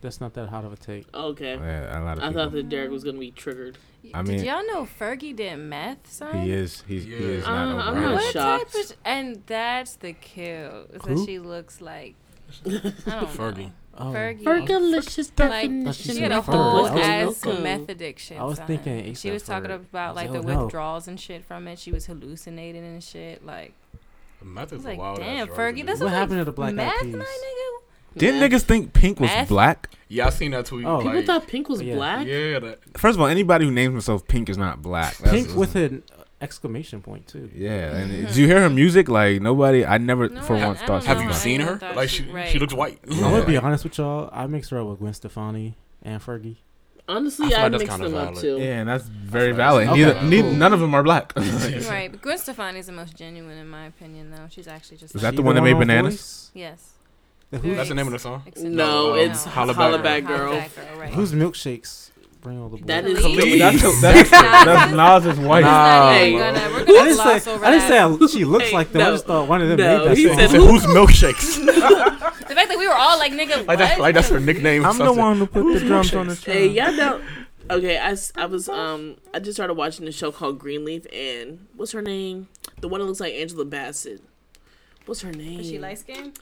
S1: That's not that hot of a take.
S2: Okay.
S4: Yeah, a lot of
S2: I
S4: people.
S2: thought that Derek was gonna be triggered. (laughs)
S4: I mean-
S5: Did y'all know Fergie did meth, son?
S4: he is he's he
S3: Yeah.
S4: is not
S2: Uh, I'm
S4: overrated.
S2: not
S5: What
S2: shocked.
S5: type of? And that's the cute
S1: Who?
S5: that she looks like.
S4: (laughs)
S5: I don't
S3: Fergie.
S1: Oh,
S5: Know. Fergie.
S2: Fergalicious
S5: Like
S1: definition
S5: she had a
S1: of
S5: whole
S1: Fergie.
S5: ass
S2: Welcome.
S5: meth addiction.
S1: I was
S5: son.
S1: thinking
S5: she was
S1: A$AP
S5: talking
S1: Ferg.
S5: about like the
S1: Yo, no.
S5: withdrawals and shit from it. She was hallucinating and shit. Like
S3: Meth
S5: I
S3: is
S5: was
S3: a
S5: like,
S3: wild ass
S5: damn,
S3: drug
S5: Fergie,
S3: to
S5: that's
S3: do.
S1: What happened to the Black Eyed
S5: meth,
S1: Peas?
S5: my nigga.
S4: Didn't
S2: Yeah.
S4: niggas think Pink was
S5: Math?
S4: black?
S3: Yeah, I seen that tweet.
S1: Oh.
S2: People
S3: like,
S2: thought Pink was
S1: Yeah.
S2: black.
S3: Yeah, that,
S4: First of all, anybody who names himself Pink is not black. That's-
S1: Pink with an exclamation point too.
S4: (laughs) yeah. And did you hear her music? Like nobody, I never
S5: No,
S4: for
S5: I-
S4: once
S5: I
S4: thought.
S5: don't
S3: have
S5: know
S3: you
S5: how
S3: seen
S5: anyone
S3: her?
S5: thought
S3: Like
S5: she-
S3: she, she
S5: right.
S3: looks white.
S4: Yeah.
S1: I'm gonna
S3: (laughs)
S1: be
S3: Like,
S1: honest with y'all. I mixed her up with Gwen Stefani and Fergie.
S2: Honestly,
S3: I feel
S2: I,
S3: like that's
S2: mixed
S3: kinda
S2: them up
S3: valid.
S2: too.
S4: Yeah, and that's very
S3: Okay,
S4: valid.
S1: okay,
S4: Neither, neith-
S1: cool.
S4: none of them are black. (laughs) is
S5: Right, but Gwen Stefani's the most genuine in my opinion, though. She's actually just
S4: Is
S5: like,
S4: that the one that made
S1: on
S4: bananas?
S1: Voice?
S5: yes.
S1: The
S5: Very-
S1: who's,
S3: that's the name of the song.
S5: Except-
S3: No,
S2: No,
S3: um,
S5: it's
S3: Holla
S5: Holla
S3: Back
S5: Back
S2: Girl.
S5: Girl. right.
S1: who's milkshakes? Bring all the boys.
S2: That is
S5: Khalid.
S3: (laughs)
S2: Khalid.
S5: That's-
S4: Nas's wife.
S5: Nah,
S2: Hey.
S5: we're gonna, we're
S1: I
S5: gonna
S1: didn't
S5: gloss
S1: say.
S5: over
S1: I didn't
S5: that.
S1: say I- she looks
S2: Hey,
S1: like them. I
S2: no.
S1: just thought one of them
S2: No,
S1: made that
S2: he
S1: song. (laughs)
S2: said,
S3: Said, Who's milkshakes?
S5: The fact that we were all like, nigga,
S3: like that's
S5: what?
S3: like that's her nickname. or
S4: I'm the
S3: something.
S4: one who put the drums on the track.
S2: Hey,
S3: (laughs)
S2: y'all know. Okay, I, s- I was um I just started watching a show called Greenleaf and what's her name? The one that looks like Angela Bassett. What's her name?
S5: Is she light skinned?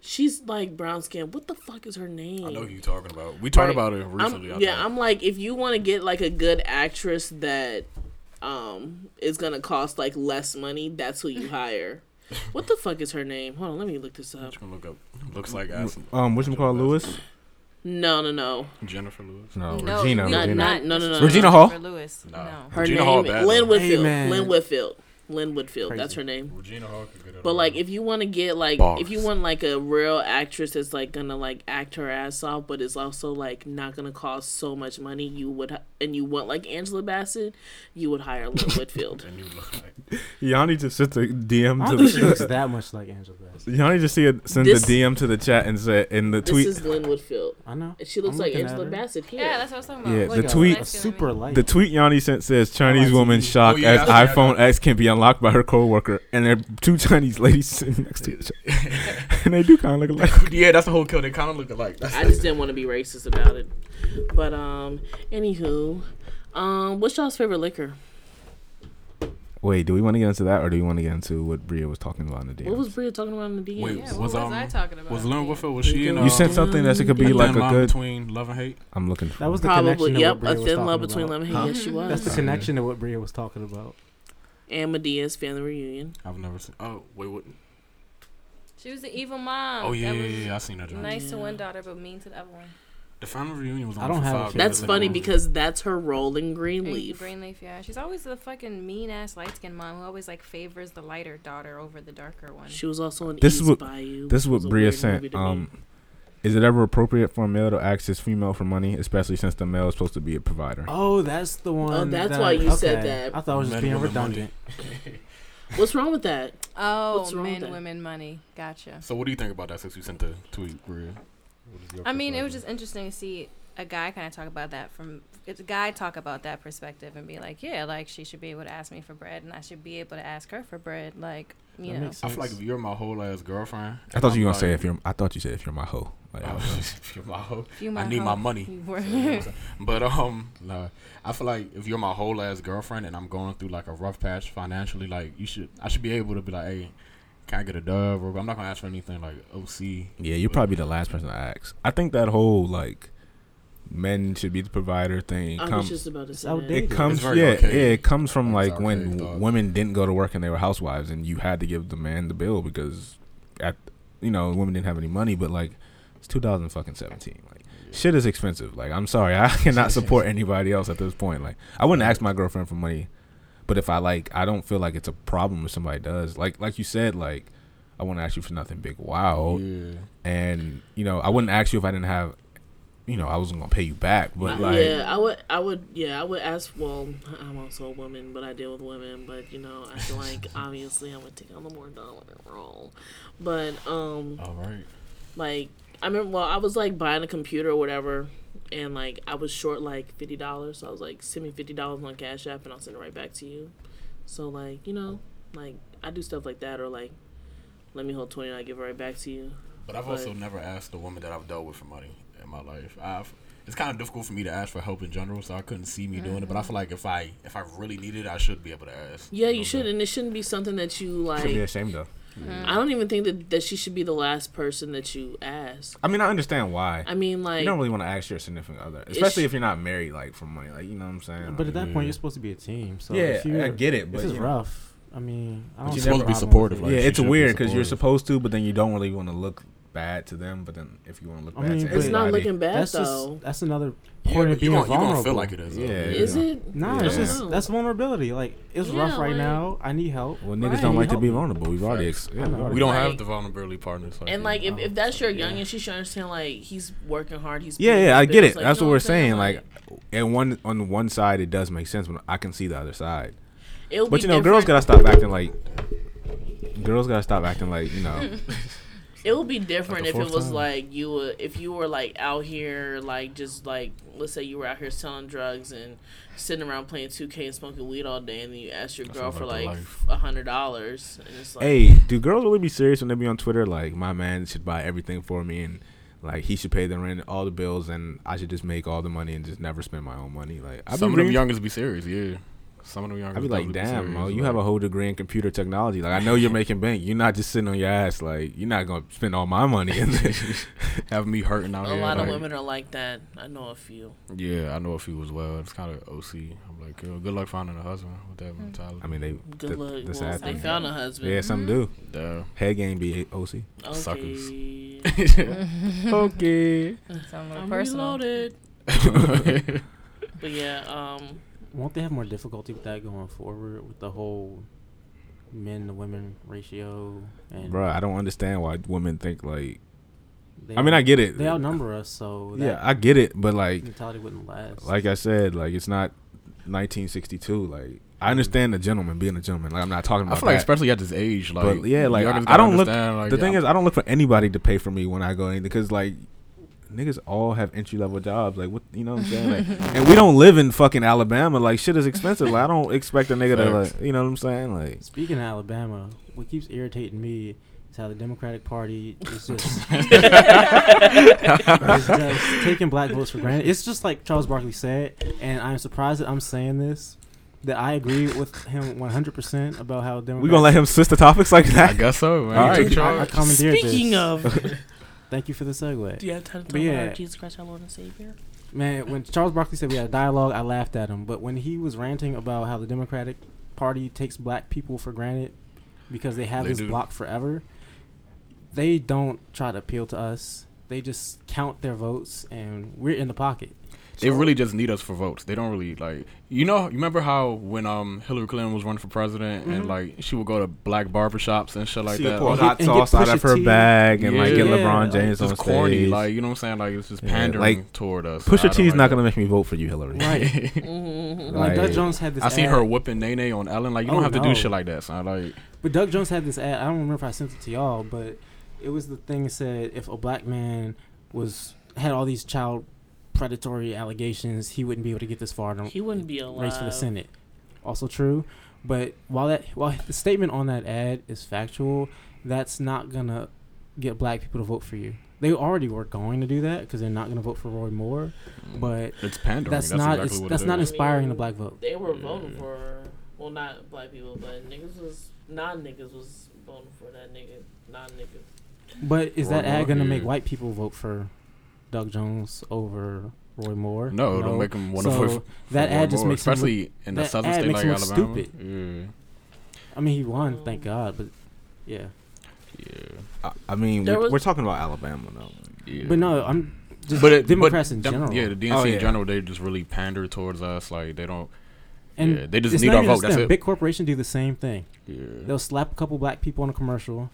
S2: She's like brown skin. What the fuck is her name?
S3: I know who you talking about. We talked
S2: Right.
S3: about it
S2: I'm-
S3: recently. I
S2: yeah,
S3: think.
S2: I'm like if you want to get like a good actress that um is gonna cost like less money, that's
S3: (laughs)
S2: who you hire. what the fuck is her name? Hold on, let me look this up.
S3: Just gonna look up. Looks like ass.
S4: Um, what's called Lewis?
S2: No, no, no.
S3: Jennifer Lewis.
S4: No,
S5: No,
S4: Regina.
S5: we
S2: Not-
S4: Regina.
S2: not- no, no, no,
S4: Regina no. Hall?
S5: For Lewis.
S3: Nah.
S5: No.
S2: Her
S3: Regina
S2: name
S3: Hall bad,
S2: Lynn
S3: though.
S2: Whitfield.
S1: Amen.
S2: Lynn Whitfield. Lynn Whitfield.
S1: Crazy.
S2: That's her name.
S3: Regina Hall could get it.
S2: But like, if you want to get like, if you
S3: Bars.
S2: want like a real actress that's like gonna like act her ass off, but it's also like not gonna cost so much money, you would, h- and you want like Angela Bassett, you would hire Lynn
S3: (laughs)
S2: Whitfield.
S3: (laughs) and you look like
S4: Yanni just sent a DM
S1: I
S4: to
S1: don't think she looks
S4: the.
S1: that much like Angela Bassett.
S4: Yanni just see- sent the
S2: This-
S4: DM to the chat and said in the
S2: This
S4: tweet.
S2: is Lynn Whitfield.
S1: I know.
S2: And She looks
S1: I'm
S2: like
S1: looking at
S2: Angela
S1: her.
S2: Bassett here.
S5: Yeah, that's what I was talking about.
S4: Yeah,
S5: Like,
S4: the
S5: a
S4: tweet-
S1: A
S5: light skin
S1: super
S5: woman.
S1: light.
S4: The tweet Yanni sent says Chinese
S1: Oh,
S4: woman
S1: TV.
S4: shocked
S3: Oh, yeah,
S4: as
S3: that's what
S4: iPhone
S3: happened.
S4: X can be unlocked by her coworker, and there are two (laughs) Chinese ladies sitting next to each other,
S1: (laughs)
S4: and they do kind of look alike.
S3: yeah, that's the whole kill. They kind of look alike. That's
S2: I just didn't want to be racist about it. But um, anywho, um, what's y'all's favorite liquor?
S4: Wait, do we want to get into that, or do we want to get into what Bria was talking about in the DM?
S2: What was Bria talking about in the
S3: Wait,
S2: beginning?
S3: Yeah,
S7: Yeah,
S3: was,
S7: what was
S3: um,
S7: I talking about?
S3: Was Lauren Woodfield was
S2: You
S3: she in?
S2: do-
S3: Uh,
S4: you said something that it could be
S3: a
S4: like
S3: thin
S4: a
S3: line
S4: good.
S3: between love and hate.
S4: I'm looking. For
S1: That was the
S2: Probably,
S1: connection. of
S2: yep.
S1: what
S2: A
S1: Bria was
S2: thin love
S1: talking
S2: between
S1: about.
S2: love and
S3: Huh?
S2: hate. Yes, she was.
S1: That's the
S4: Yeah.
S1: connection to what Bria was talking about.
S2: and Medea's family reunion.
S3: I've never seen. Oh wait, what?
S5: She was the evil mom.
S3: Oh yeah,
S5: that
S3: yeah,
S5: was
S3: yeah, yeah. I seen that. Joint.
S5: Nice to one
S2: Yeah.
S5: daughter, but mean to the other one.
S3: The family reunion was on
S1: I don't
S3: for
S1: have a
S3: five
S1: favorite
S2: That's
S3: years.
S1: Yeah,
S2: funny
S1: like-
S2: because that's her role in
S5: And
S2: Greenleaf.
S5: Greenleaf, yeah. She's always the fucking mean ass light skinned mom who always like favors the lighter daughter over the darker one.
S2: She was also in
S4: This
S2: East
S4: is what-
S2: Bayou.
S4: This is what
S2: It's a
S4: Bria
S2: weird
S4: sent.
S2: movie to me.
S4: Um, is it ever appropriate for a male to ask his female for money, especially since the male is supposed to be a provider?
S1: Oh, that's the one.
S2: that's
S1: that-
S2: why you said
S1: okay.
S2: that.
S1: I thought I was
S3: Men
S1: just being
S3: with the money.
S1: redundant.
S2: What's wrong with that?
S5: Oh,
S2: What's wrong with
S5: men,
S2: that?
S5: women, money. Gotcha.
S3: So what do you think about that? Since you sent the tweet, Bria? What is your
S5: I mean, it was
S3: perspective?
S5: just interesting to see a guy kind of talk about that from it's a guy talk about that perspective and be like, yeah, like she should be able to ask me for bread and I should be able to ask her for bread. Like, you
S1: That
S5: know,
S1: makes
S3: I feel like
S1: sense.
S3: if you're my whole ass girlfriend.
S4: I thought
S3: and
S4: you were
S3: I'm
S4: gonna say
S3: like, oh,
S4: if you're. I thought you said if you're my hoe. Like,
S2: (laughs)
S3: (laughs)
S4: I was like,
S3: if you're my hoe,
S5: you
S3: I need my (laughs)
S5: hoe.
S3: money.
S5: You were-
S3: But um, nah, I feel like if you're my whole ass girlfriend and I'm going through like a rough patch financially, like you should, I should be able to be like, hey, can I get a dove? Or I'm not gonna ask for anything like OC.
S4: yeah, you're probably the last person to ask. I think that whole like, men should be the provider thing.
S2: I
S4: come-
S2: was just about to say
S1: outdated.
S4: it
S1: It's
S2: that.
S4: comes yeah
S3: very archaic.
S4: yeah it comes from
S3: It's
S4: like when
S3: archaic
S4: w-
S3: thought.
S4: women didn't go to work and they were housewives and you had to give the man the bill because at you know women didn't have any money but like it's 2017 like shit is expensive like i'm sorry (laughs) i cannot support anybody else at this point like i wouldn't ask my girlfriend for money but if i like i don't feel like it's a problem if somebody does like like you said like i wouldn't ask you for nothing big wow
S3: yeah.
S4: and you know i wouldn't ask you if i didn't have you know i wasn't gonna pay you back but like
S2: yeah, I would, I would, yeah, I would ask. Well, I'm also a woman, but I deal with women. But you know, I feel
S4: (laughs)
S2: like obviously I would take on the more dominant role. But um,
S3: All right.
S2: like I remember, well, I was like buying a computer or whatever, and like I was short like fifty dollars, so I was like, send me fifty dollars on Cash App, and I'll send it right back to you. So like you know, like I do stuff like that, or like let me hold twenty, and I give it right back to you.
S3: But I've also never asked a woman that I've dealt with for money in my life. I've it's kind of difficult for me to ask for help in general, so I couldn't see me doing it. But I feel like if I if I really needed, it, I should be able to ask.
S2: Mm-hmm. Yeah, you
S3: know,
S2: should,
S3: but-
S2: and it shouldn't be something that you
S4: should be
S2: like.
S4: ashamed of
S2: I don't even think that that she should be the last person that you ask.
S4: i mean i understand why
S2: I mean, like,
S4: you don't really want to ask your significant other,
S2: It's-
S4: especially if you're not married, like for money. Like you know what I'm saying.
S1: But at that
S3: Yeah.
S1: point, you're supposed to be a team. So
S4: yeah,
S1: if you're,
S4: I get it, but
S1: this is
S4: you know.
S1: rough. I mean, I
S3: you're
S1: don't see
S3: supposed
S1: a
S3: to be
S1: problem with
S3: supportive,
S1: it.
S3: like,
S4: yeah,
S3: she
S4: it's
S3: should be
S4: weird because you're
S3: supportive.
S4: supposed to, but then you don't really want to look bad to them. But then if you want to look
S1: I
S4: bad
S1: mean,
S4: to
S1: but-
S2: it's not
S4: anybody-
S2: looking bad
S1: That's
S2: though.
S1: just that's another
S3: Yeah,
S1: point of
S3: you
S1: being
S3: gonna- you
S1: vulnerable.
S3: gonna feel like it is. though.
S4: Yeah.
S2: Is it?
S1: Nah, it's
S4: Yeah.
S1: just that's vulnerability. Like it's
S2: Yeah,
S1: rough right
S2: like-
S1: now. I need help.
S4: Well, niggas don't
S1: Right.
S4: like to
S1: Help
S4: be
S1: me.
S4: vulnerable. We've already, ex- yeah,
S1: I know.
S4: we've already-
S3: We don't
S2: Like-
S3: have the vulnerability partners.
S2: And like, if, if that's your young
S3: yeah.
S2: and she should understand, like, he's working hard. He's
S4: Yeah,
S2: paying
S4: yeah, I
S2: his
S4: get
S2: bills,
S4: it. That's
S2: you
S4: what
S2: know
S4: we're
S2: I'm
S4: saying. Like, and one on one side it does make sense, but I can see the other side.
S2: it'll
S4: But
S2: be
S4: you know, girls
S2: different-
S4: gotta stop acting like. Girls gotta stop acting like you
S2: (laughs)
S4: know.
S2: It would be different
S4: the
S2: if it
S4: fourth
S2: was
S4: time.
S2: like you were if you were like out here like just like let's say you were out here selling drugs and sitting around playing 2K and smoking weed all day and then you ask your girl
S3: sounds
S2: for
S3: like the
S2: like
S3: life.
S2: a hundred dollars and it's like
S4: Hey, do girls really be serious when they be on Twitter like my man should buy everything for me and like he should pay the rent, all the bills, and I should just make all the money and just never spend my own money? Like I'd be,
S3: Some of them
S4: reading-
S3: youngers be serious, yeah. Some of them youngers.
S4: I'd be like,
S3: definitely
S4: damn,
S3: serious,
S4: Mo, you
S3: like-
S4: have a whole degree in computer technology. Like I know you're making bank. You're not just sitting on your ass. Like you're not gonna spend all my money. (laughs) And
S3: have me hurting out
S2: a
S3: here.
S2: lot
S3: like,
S2: of women are like that. I know a few.
S3: Yeah, I know a few as well. It's kind of OC. I'm like, yo, good luck finding a husband with that
S2: Hmm.
S3: mentality.
S4: I mean, they
S2: Good
S4: the,
S2: luck.
S4: the
S2: well,
S4: sad
S2: they
S4: thing.
S2: found a husband.
S4: Yeah, some do.
S3: Duh.
S4: Head game be OC.
S2: okay.
S3: suckers. (laughs)
S1: Mm-hmm.
S2: (laughs)
S4: (laughs)
S1: (laughs)
S4: okay.
S5: Something a little
S2: I'm
S5: personal.
S2: reloaded.
S3: (laughs)
S2: But yeah, um,
S1: Won't they have more difficulty with that going forward with the whole men to women ratio? And
S4: Bruh, I don't understand why women think like.
S1: they
S4: I mean, I
S1: out-
S4: get it.
S1: they outnumber us, so that
S4: Yeah, I get it, but like.
S1: mentality wouldn't last.
S4: like I said, like it's not 1962. Like I understand the gentleman being a gentleman. Like I'm not talking
S3: I
S4: about
S3: feel like,
S4: that.
S3: especially at this age, like,
S4: but yeah, like
S3: y'all
S4: I,
S3: just
S4: I
S3: gotta
S4: don't look.
S3: understand, like,
S4: the thing
S3: yeah,
S4: is, I don't look for anybody to pay for me when I go in because like niggas all have entry level jobs. Like what you know what I'm saying? (laughs) Like, and we don't live in fucking Alabama. Like shit is expensive. Like I don't expect a nigga to
S3: Facts.
S4: like you know what I'm saying? Like
S1: Speaking of Alabama, what keeps irritating me is how the Democratic Party is just,
S3: (laughs)
S4: (laughs)
S1: is just taking black votes for granted. It's just like Charles Barkley said, and I'm surprised that I'm saying this, that I agree with him 100 percent about how Democrats.
S4: We gonna let him switch the topics like
S3: I
S4: that?
S3: guess so. Man.
S4: All
S3: You
S4: right.
S3: took
S1: I, I
S3: charge.
S1: commandeered
S2: Speaking
S1: this.
S2: of,
S4: (laughs)
S1: Thank you for the segue.
S2: do you have time to
S1: But
S2: talk
S1: yeah.
S2: about Jesus Christ, our Lord and Savior?
S1: Man, when Charles Barkley said we had a dialogue, I laughed at him. But when he was ranting about how the Democratic Party takes black people for granted because they have
S3: They
S1: this
S3: do.
S1: block forever, they don't try to appeal to us. They just count their votes, and we're in the pocket.
S3: They really just need us for votes. They don't really like you know. You remember how when um Hillary Clinton was running for president and like she would go to black barbershops and shit like
S4: She
S3: that.
S4: pull
S1: uh, And
S3: Like,
S1: get-
S4: hot
S1: and
S4: sauce
S1: get
S4: out of
S1: Pusha
S4: her
S1: T.
S4: bag and like get
S1: Yeah,
S4: LeBron
S1: like,
S4: James
S3: it's
S4: on
S3: just corny,
S4: stage.
S3: like you know what I'm saying? Like it's just
S4: Yeah,
S3: pandering
S4: like,
S3: toward us.
S4: Pusha T's not gonna make me vote for you, Hillary.
S1: Right.
S2: Mm-hmm.
S1: Like, Doug
S4: (laughs) Like-
S1: Jones had
S3: (laughs)
S1: this.
S3: I seen
S1: ad-
S3: her whipping Nene on Ellen. Like you
S1: Oh,
S3: don't have to
S1: no.
S3: do shit like that, son. Like
S1: But Doug Jones had this ad. I don't remember if I sent it to y'all, but it was the thing that said if a black man was had all these child predatory allegations, he wouldn't be able to get this far in
S2: He wouldn't be
S1: a
S2: alive.
S1: race for the Senate. Also true, but while that while the statement on that ad is factual, that's not gonna get black people to vote for you. They already were going to do that because they're not going to vote for Roy Moore, but
S3: it's pandering.
S1: that's,
S3: That's,
S1: not
S3: exactly
S1: it's,
S3: what
S1: that's
S3: it
S1: not
S3: is.
S1: inspiring the black vote.
S2: They were voting for, well, not black people, but niggas was, non niggas was voting for that nigga, non niggas.
S1: But is
S3: Roy
S1: that ad
S3: Moore,
S1: going to make
S3: yeah.
S1: white people vote for Doug Jones over Roy Moore?
S3: No, it'll make them want to
S1: So
S3: vote for
S1: that
S3: Roy
S1: ad just
S3: Moore,
S1: makes him.
S3: especially in the
S1: that
S3: southern
S1: ad
S3: state
S1: makes
S3: like
S1: him
S3: Alabama.
S1: look
S3: Yeah,
S1: look- I mean, he won, thank God. But yeah,
S3: yeah,
S4: I, I mean,
S2: There
S4: we're,
S2: was-
S4: we're talking about Alabama though.
S3: yeah.
S1: but no, I'm just
S3: But it- but
S1: Democrats in
S3: Dem-
S1: general.
S3: Yeah, the DNC
S4: Oh, yeah.
S3: in general, they just really pander towards us. Like they don't.
S1: and
S3: yeah, they just
S1: it's
S3: need
S1: not
S3: our vote,
S1: even just
S3: that's
S1: them.
S3: it.
S1: Big corporations do the same thing.
S3: Yeah.
S1: They'll slap a couple black people on a commercial,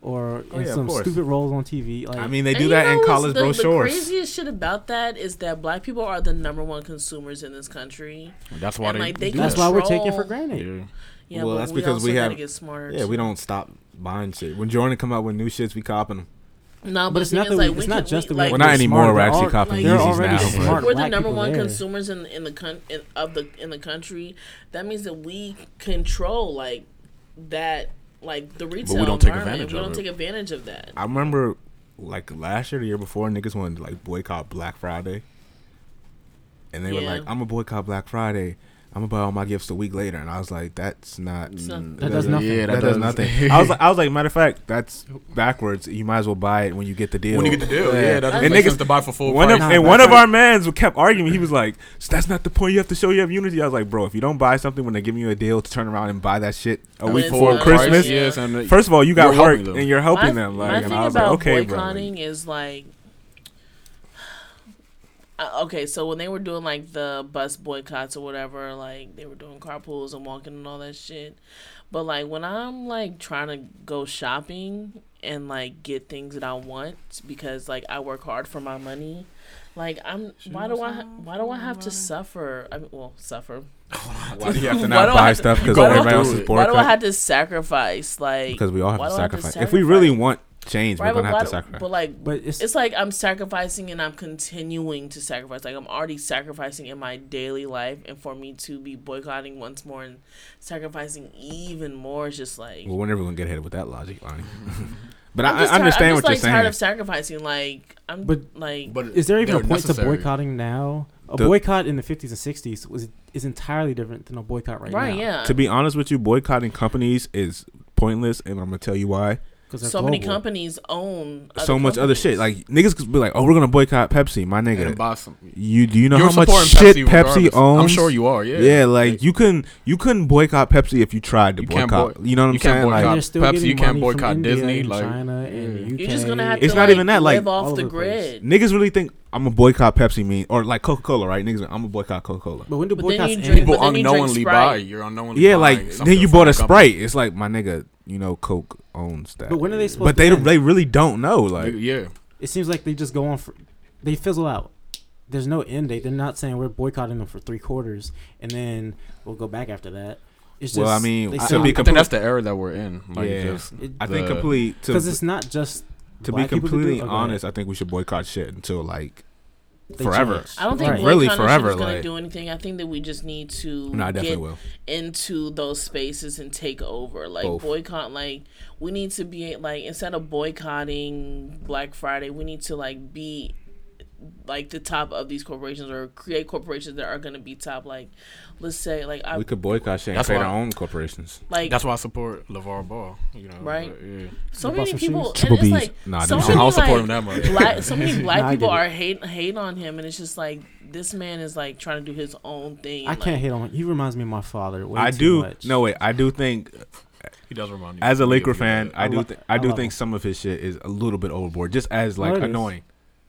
S1: or
S4: Oh,
S1: in
S4: yeah, of
S1: some
S4: course.
S1: stupid roles on TV. Like,
S4: I mean, they
S2: And
S4: do
S2: you
S4: that
S2: know
S4: in
S2: what's
S4: college
S2: the,
S4: brochures.
S2: The craziest shit about that is that black people are the number one consumers in this country.
S3: That's why
S2: And,
S3: they.
S2: like, they
S3: do
S1: that's
S3: that.
S1: why we're
S2: control-
S1: taking for granted.
S3: Yeah.
S2: Yeah,
S4: Well,
S2: but
S4: that's
S2: we
S4: because
S2: also
S4: we
S2: gotta
S4: have-
S2: get smarter.
S4: Yeah, we don't stop buying shit. When Jordan come out with new shits, we copping them.
S2: No, but,
S1: But it's not that
S2: like,
S1: we, it's
S2: can,
S1: not just that
S2: we,
S1: we
S2: like,
S4: Well, not
S1: we're
S4: anymore,
S1: smart,
S4: we're
S1: they're
S4: actually
S1: al-
S4: copying
S1: they're
S4: Yeezys
S1: already
S4: now, but-
S1: smart
S2: we're the
S1: black
S2: number
S1: people
S2: one
S1: there.
S2: consumers in in the con in, of the in the country. That means that we control like that, like the retail.
S3: don't take
S2: environment.
S3: advantage
S2: We
S3: of
S2: don't
S3: it.
S2: take advantage of that.
S4: I remember like last year, the year before, niggas wanted to like boycott Black Friday. And they were
S2: Yeah.
S4: like, I'm gonna boycott Black Friday. I'm gonna buy all my gifts a week later. And I was like, that's not.
S2: It's not-
S4: mm,
S1: That does nothing.
S3: Yeah,
S4: That,
S3: (laughs)
S4: does, nothing. I was like, I was like, matter of fact, that's backwards. You might as well buy it when you get the deal.
S3: when you get the deal, yeah, that
S4: and
S3: doesn't make
S4: niggas
S3: sense to buy for full
S4: one
S3: price.
S4: of,
S1: Nah,
S4: and
S1: that's
S4: one of
S1: right.
S4: our mans kept arguing. He was like, "So "That's not the point. You have to show you have unity." I was like, "Bro, if you don't buy something when they're giving you a deal to turn around and buy that shit a
S2: When
S4: week
S2: it's
S4: before
S2: not-
S4: Christmas,
S2: Yeah.
S3: yes, and
S4: first of all, you got
S3: You're
S4: work
S3: helping them.
S4: and you're helping them."
S2: my
S4: Like, and
S2: thing
S4: I was like,
S2: about
S4: "Okay, bro." like,
S2: boycotting is like, (sighs) uh, okay, so when they were doing like the bus boycotts or whatever, like they were doing carpools and walking and all that shit. But like when I'm like trying to go shopping and like get things that I want because like I work hard for my money, like I'm why do I why do I have to suffer? I mean, well, suffer.
S4: (laughs) Why do you
S2: (laughs) Why
S4: have to
S2: do
S4: not
S2: I
S4: buy
S2: have to-
S4: stuff because
S2: why do I
S4: everybody
S2: have
S4: else
S3: to-
S4: is
S2: Why do I
S4: boycotting?
S2: have to sacrifice? Like
S4: Because we all have
S2: why
S4: to
S2: do I have to
S4: sacrifice. If we really
S2: sacrifice?
S4: want change,
S2: Right,
S4: we're
S2: but
S4: gonna have
S2: why
S4: to
S2: do-
S4: sacrifice.
S2: But like,
S1: But it's,
S2: it's like I'm sacrificing and I'm continuing to sacrifice. Like I'm already sacrificing in my daily life, and for me to be boycotting once more and sacrificing even more is just like.
S4: Well, we're never gonna get ahead with that logic, Lonnie. (laughs) But
S2: I'm
S4: I, I
S2: just tired-
S4: understand
S2: I'm
S4: what
S2: just, like, tired
S4: you're saying.
S2: of sacrificing. Like I'm,
S1: But-
S2: like,
S3: But
S1: Is there even a
S3: they're
S1: point
S3: necessary.
S1: to boycotting now? A
S4: The-
S1: boycott in the 50s and 60s was is entirely different than a boycott right,
S2: right,
S1: now.
S2: yeah.
S4: To be honest with you, boycotting companies is pointless, and I'm gonna tell you why.
S1: Because
S2: so many companies own
S4: so much other shit. Like niggas could be like, "Oh, we're gonna boycott Pepsi." My
S3: and
S4: nigga,
S3: buy some.
S4: you do you know
S3: You're
S4: how much
S3: supporting
S4: shit
S3: Pepsi
S4: Pepsi
S3: regardless.
S4: owns?
S3: I'm sure you are. Yeah.
S4: Yeah, like you couldn't you couldn't boycott Pepsi if you tried to
S3: You can't
S4: boycott.
S3: boy-
S4: you know what I'm
S3: you can't
S4: saying?
S1: And
S4: Like,
S3: boycott.
S1: they're still
S3: Pepsi,
S1: getting
S3: you can't
S1: money from
S3: boycott
S1: India
S3: Disney,
S1: and
S3: like-
S1: China and UK.
S2: You're just gonna have to.
S4: It's
S2: like,
S4: not even that, like,
S2: live
S1: all
S2: off
S1: over
S2: the
S1: the place.
S2: grid.
S4: niggas really think I'm gonna boycott Pepsi mean or like Coca Cola, right? Niggas, I'm gonna boycott Coca Cola.
S1: But when do
S2: But then
S1: boycotts
S2: you
S1: end?
S2: drink-
S3: People
S2: But then you drink
S3: unknowingly
S2: Sprite.
S3: buy. You're unknowingly.
S4: Yeah,
S3: buying
S4: like
S3: something
S4: then you
S3: from
S4: bought a
S3: company.
S4: Sprite. It's like my nigga, you know, Coke owns that.
S1: but when are they supposed
S4: But
S1: to
S4: they
S1: end?
S4: they really don't know. Like
S3: Yeah.
S1: It seems like they just go on for. They fizzle out. There's no end date. They're not saying we're boycotting them for three quarters and then we'll go back after that. It's just.
S4: Well, I mean,
S1: they
S4: I-
S1: say-
S4: to be
S3: I
S4: Complete-
S3: think that's the era that we're in. Like,
S4: Yeah.
S3: just
S1: It-
S4: I think
S3: the-
S4: complete to
S1: Because it's not just.
S4: to be
S1: black people that do it.
S4: completely
S1: Oh, go ahead.
S4: honest, I think we should boycott shit until like
S1: They
S4: forever.
S1: change.
S2: I don't think
S1: Right.
S2: boycotting
S4: Really
S2: shit
S4: forever,
S2: is gonna
S4: like-
S2: do anything. I think that we just need to
S4: No, I definitely
S2: get
S4: will.
S2: into those spaces and take over. Like
S4: Both.
S2: boycott. Like we need to be like instead of boycotting Black Friday, we need to like be like the top of these corporations or create corporations that are going to be top. Like, let's say, like I
S4: We could boycott shit and
S3: That's
S4: create
S3: why-
S4: our own corporations.
S2: like
S3: That's why I support LeVar Ball. You know,
S2: Right.
S3: Yeah.
S2: so
S1: You bought
S2: many
S1: some
S2: people.
S1: shoes?
S2: And
S4: Triple
S2: it's
S4: Bs.
S2: like
S4: Nah,
S2: so
S4: dude,
S3: I
S2: many,
S3: don't support him
S2: like,
S3: that much.
S2: black so
S4: (laughs)
S2: many black
S1: Nah, I
S2: people
S1: get it.
S2: are hate hate on him and it's just like this man is like trying to do his own thing
S1: I
S2: and,
S1: can't
S2: like,
S1: hate on him. He reminds me of my father. Way
S4: I
S1: too
S4: do.
S1: Much.
S4: No wait, I do think
S3: He does remind me.
S4: as a
S3: of
S4: Laker
S3: you,
S4: fan,
S3: yeah.
S4: I
S1: I
S4: do
S1: lo-
S4: th- I
S1: I
S4: do
S1: love
S4: think
S1: him.
S4: some of his shit is a little bit overboard, just as
S1: No,
S4: like
S1: it is.
S4: annoying.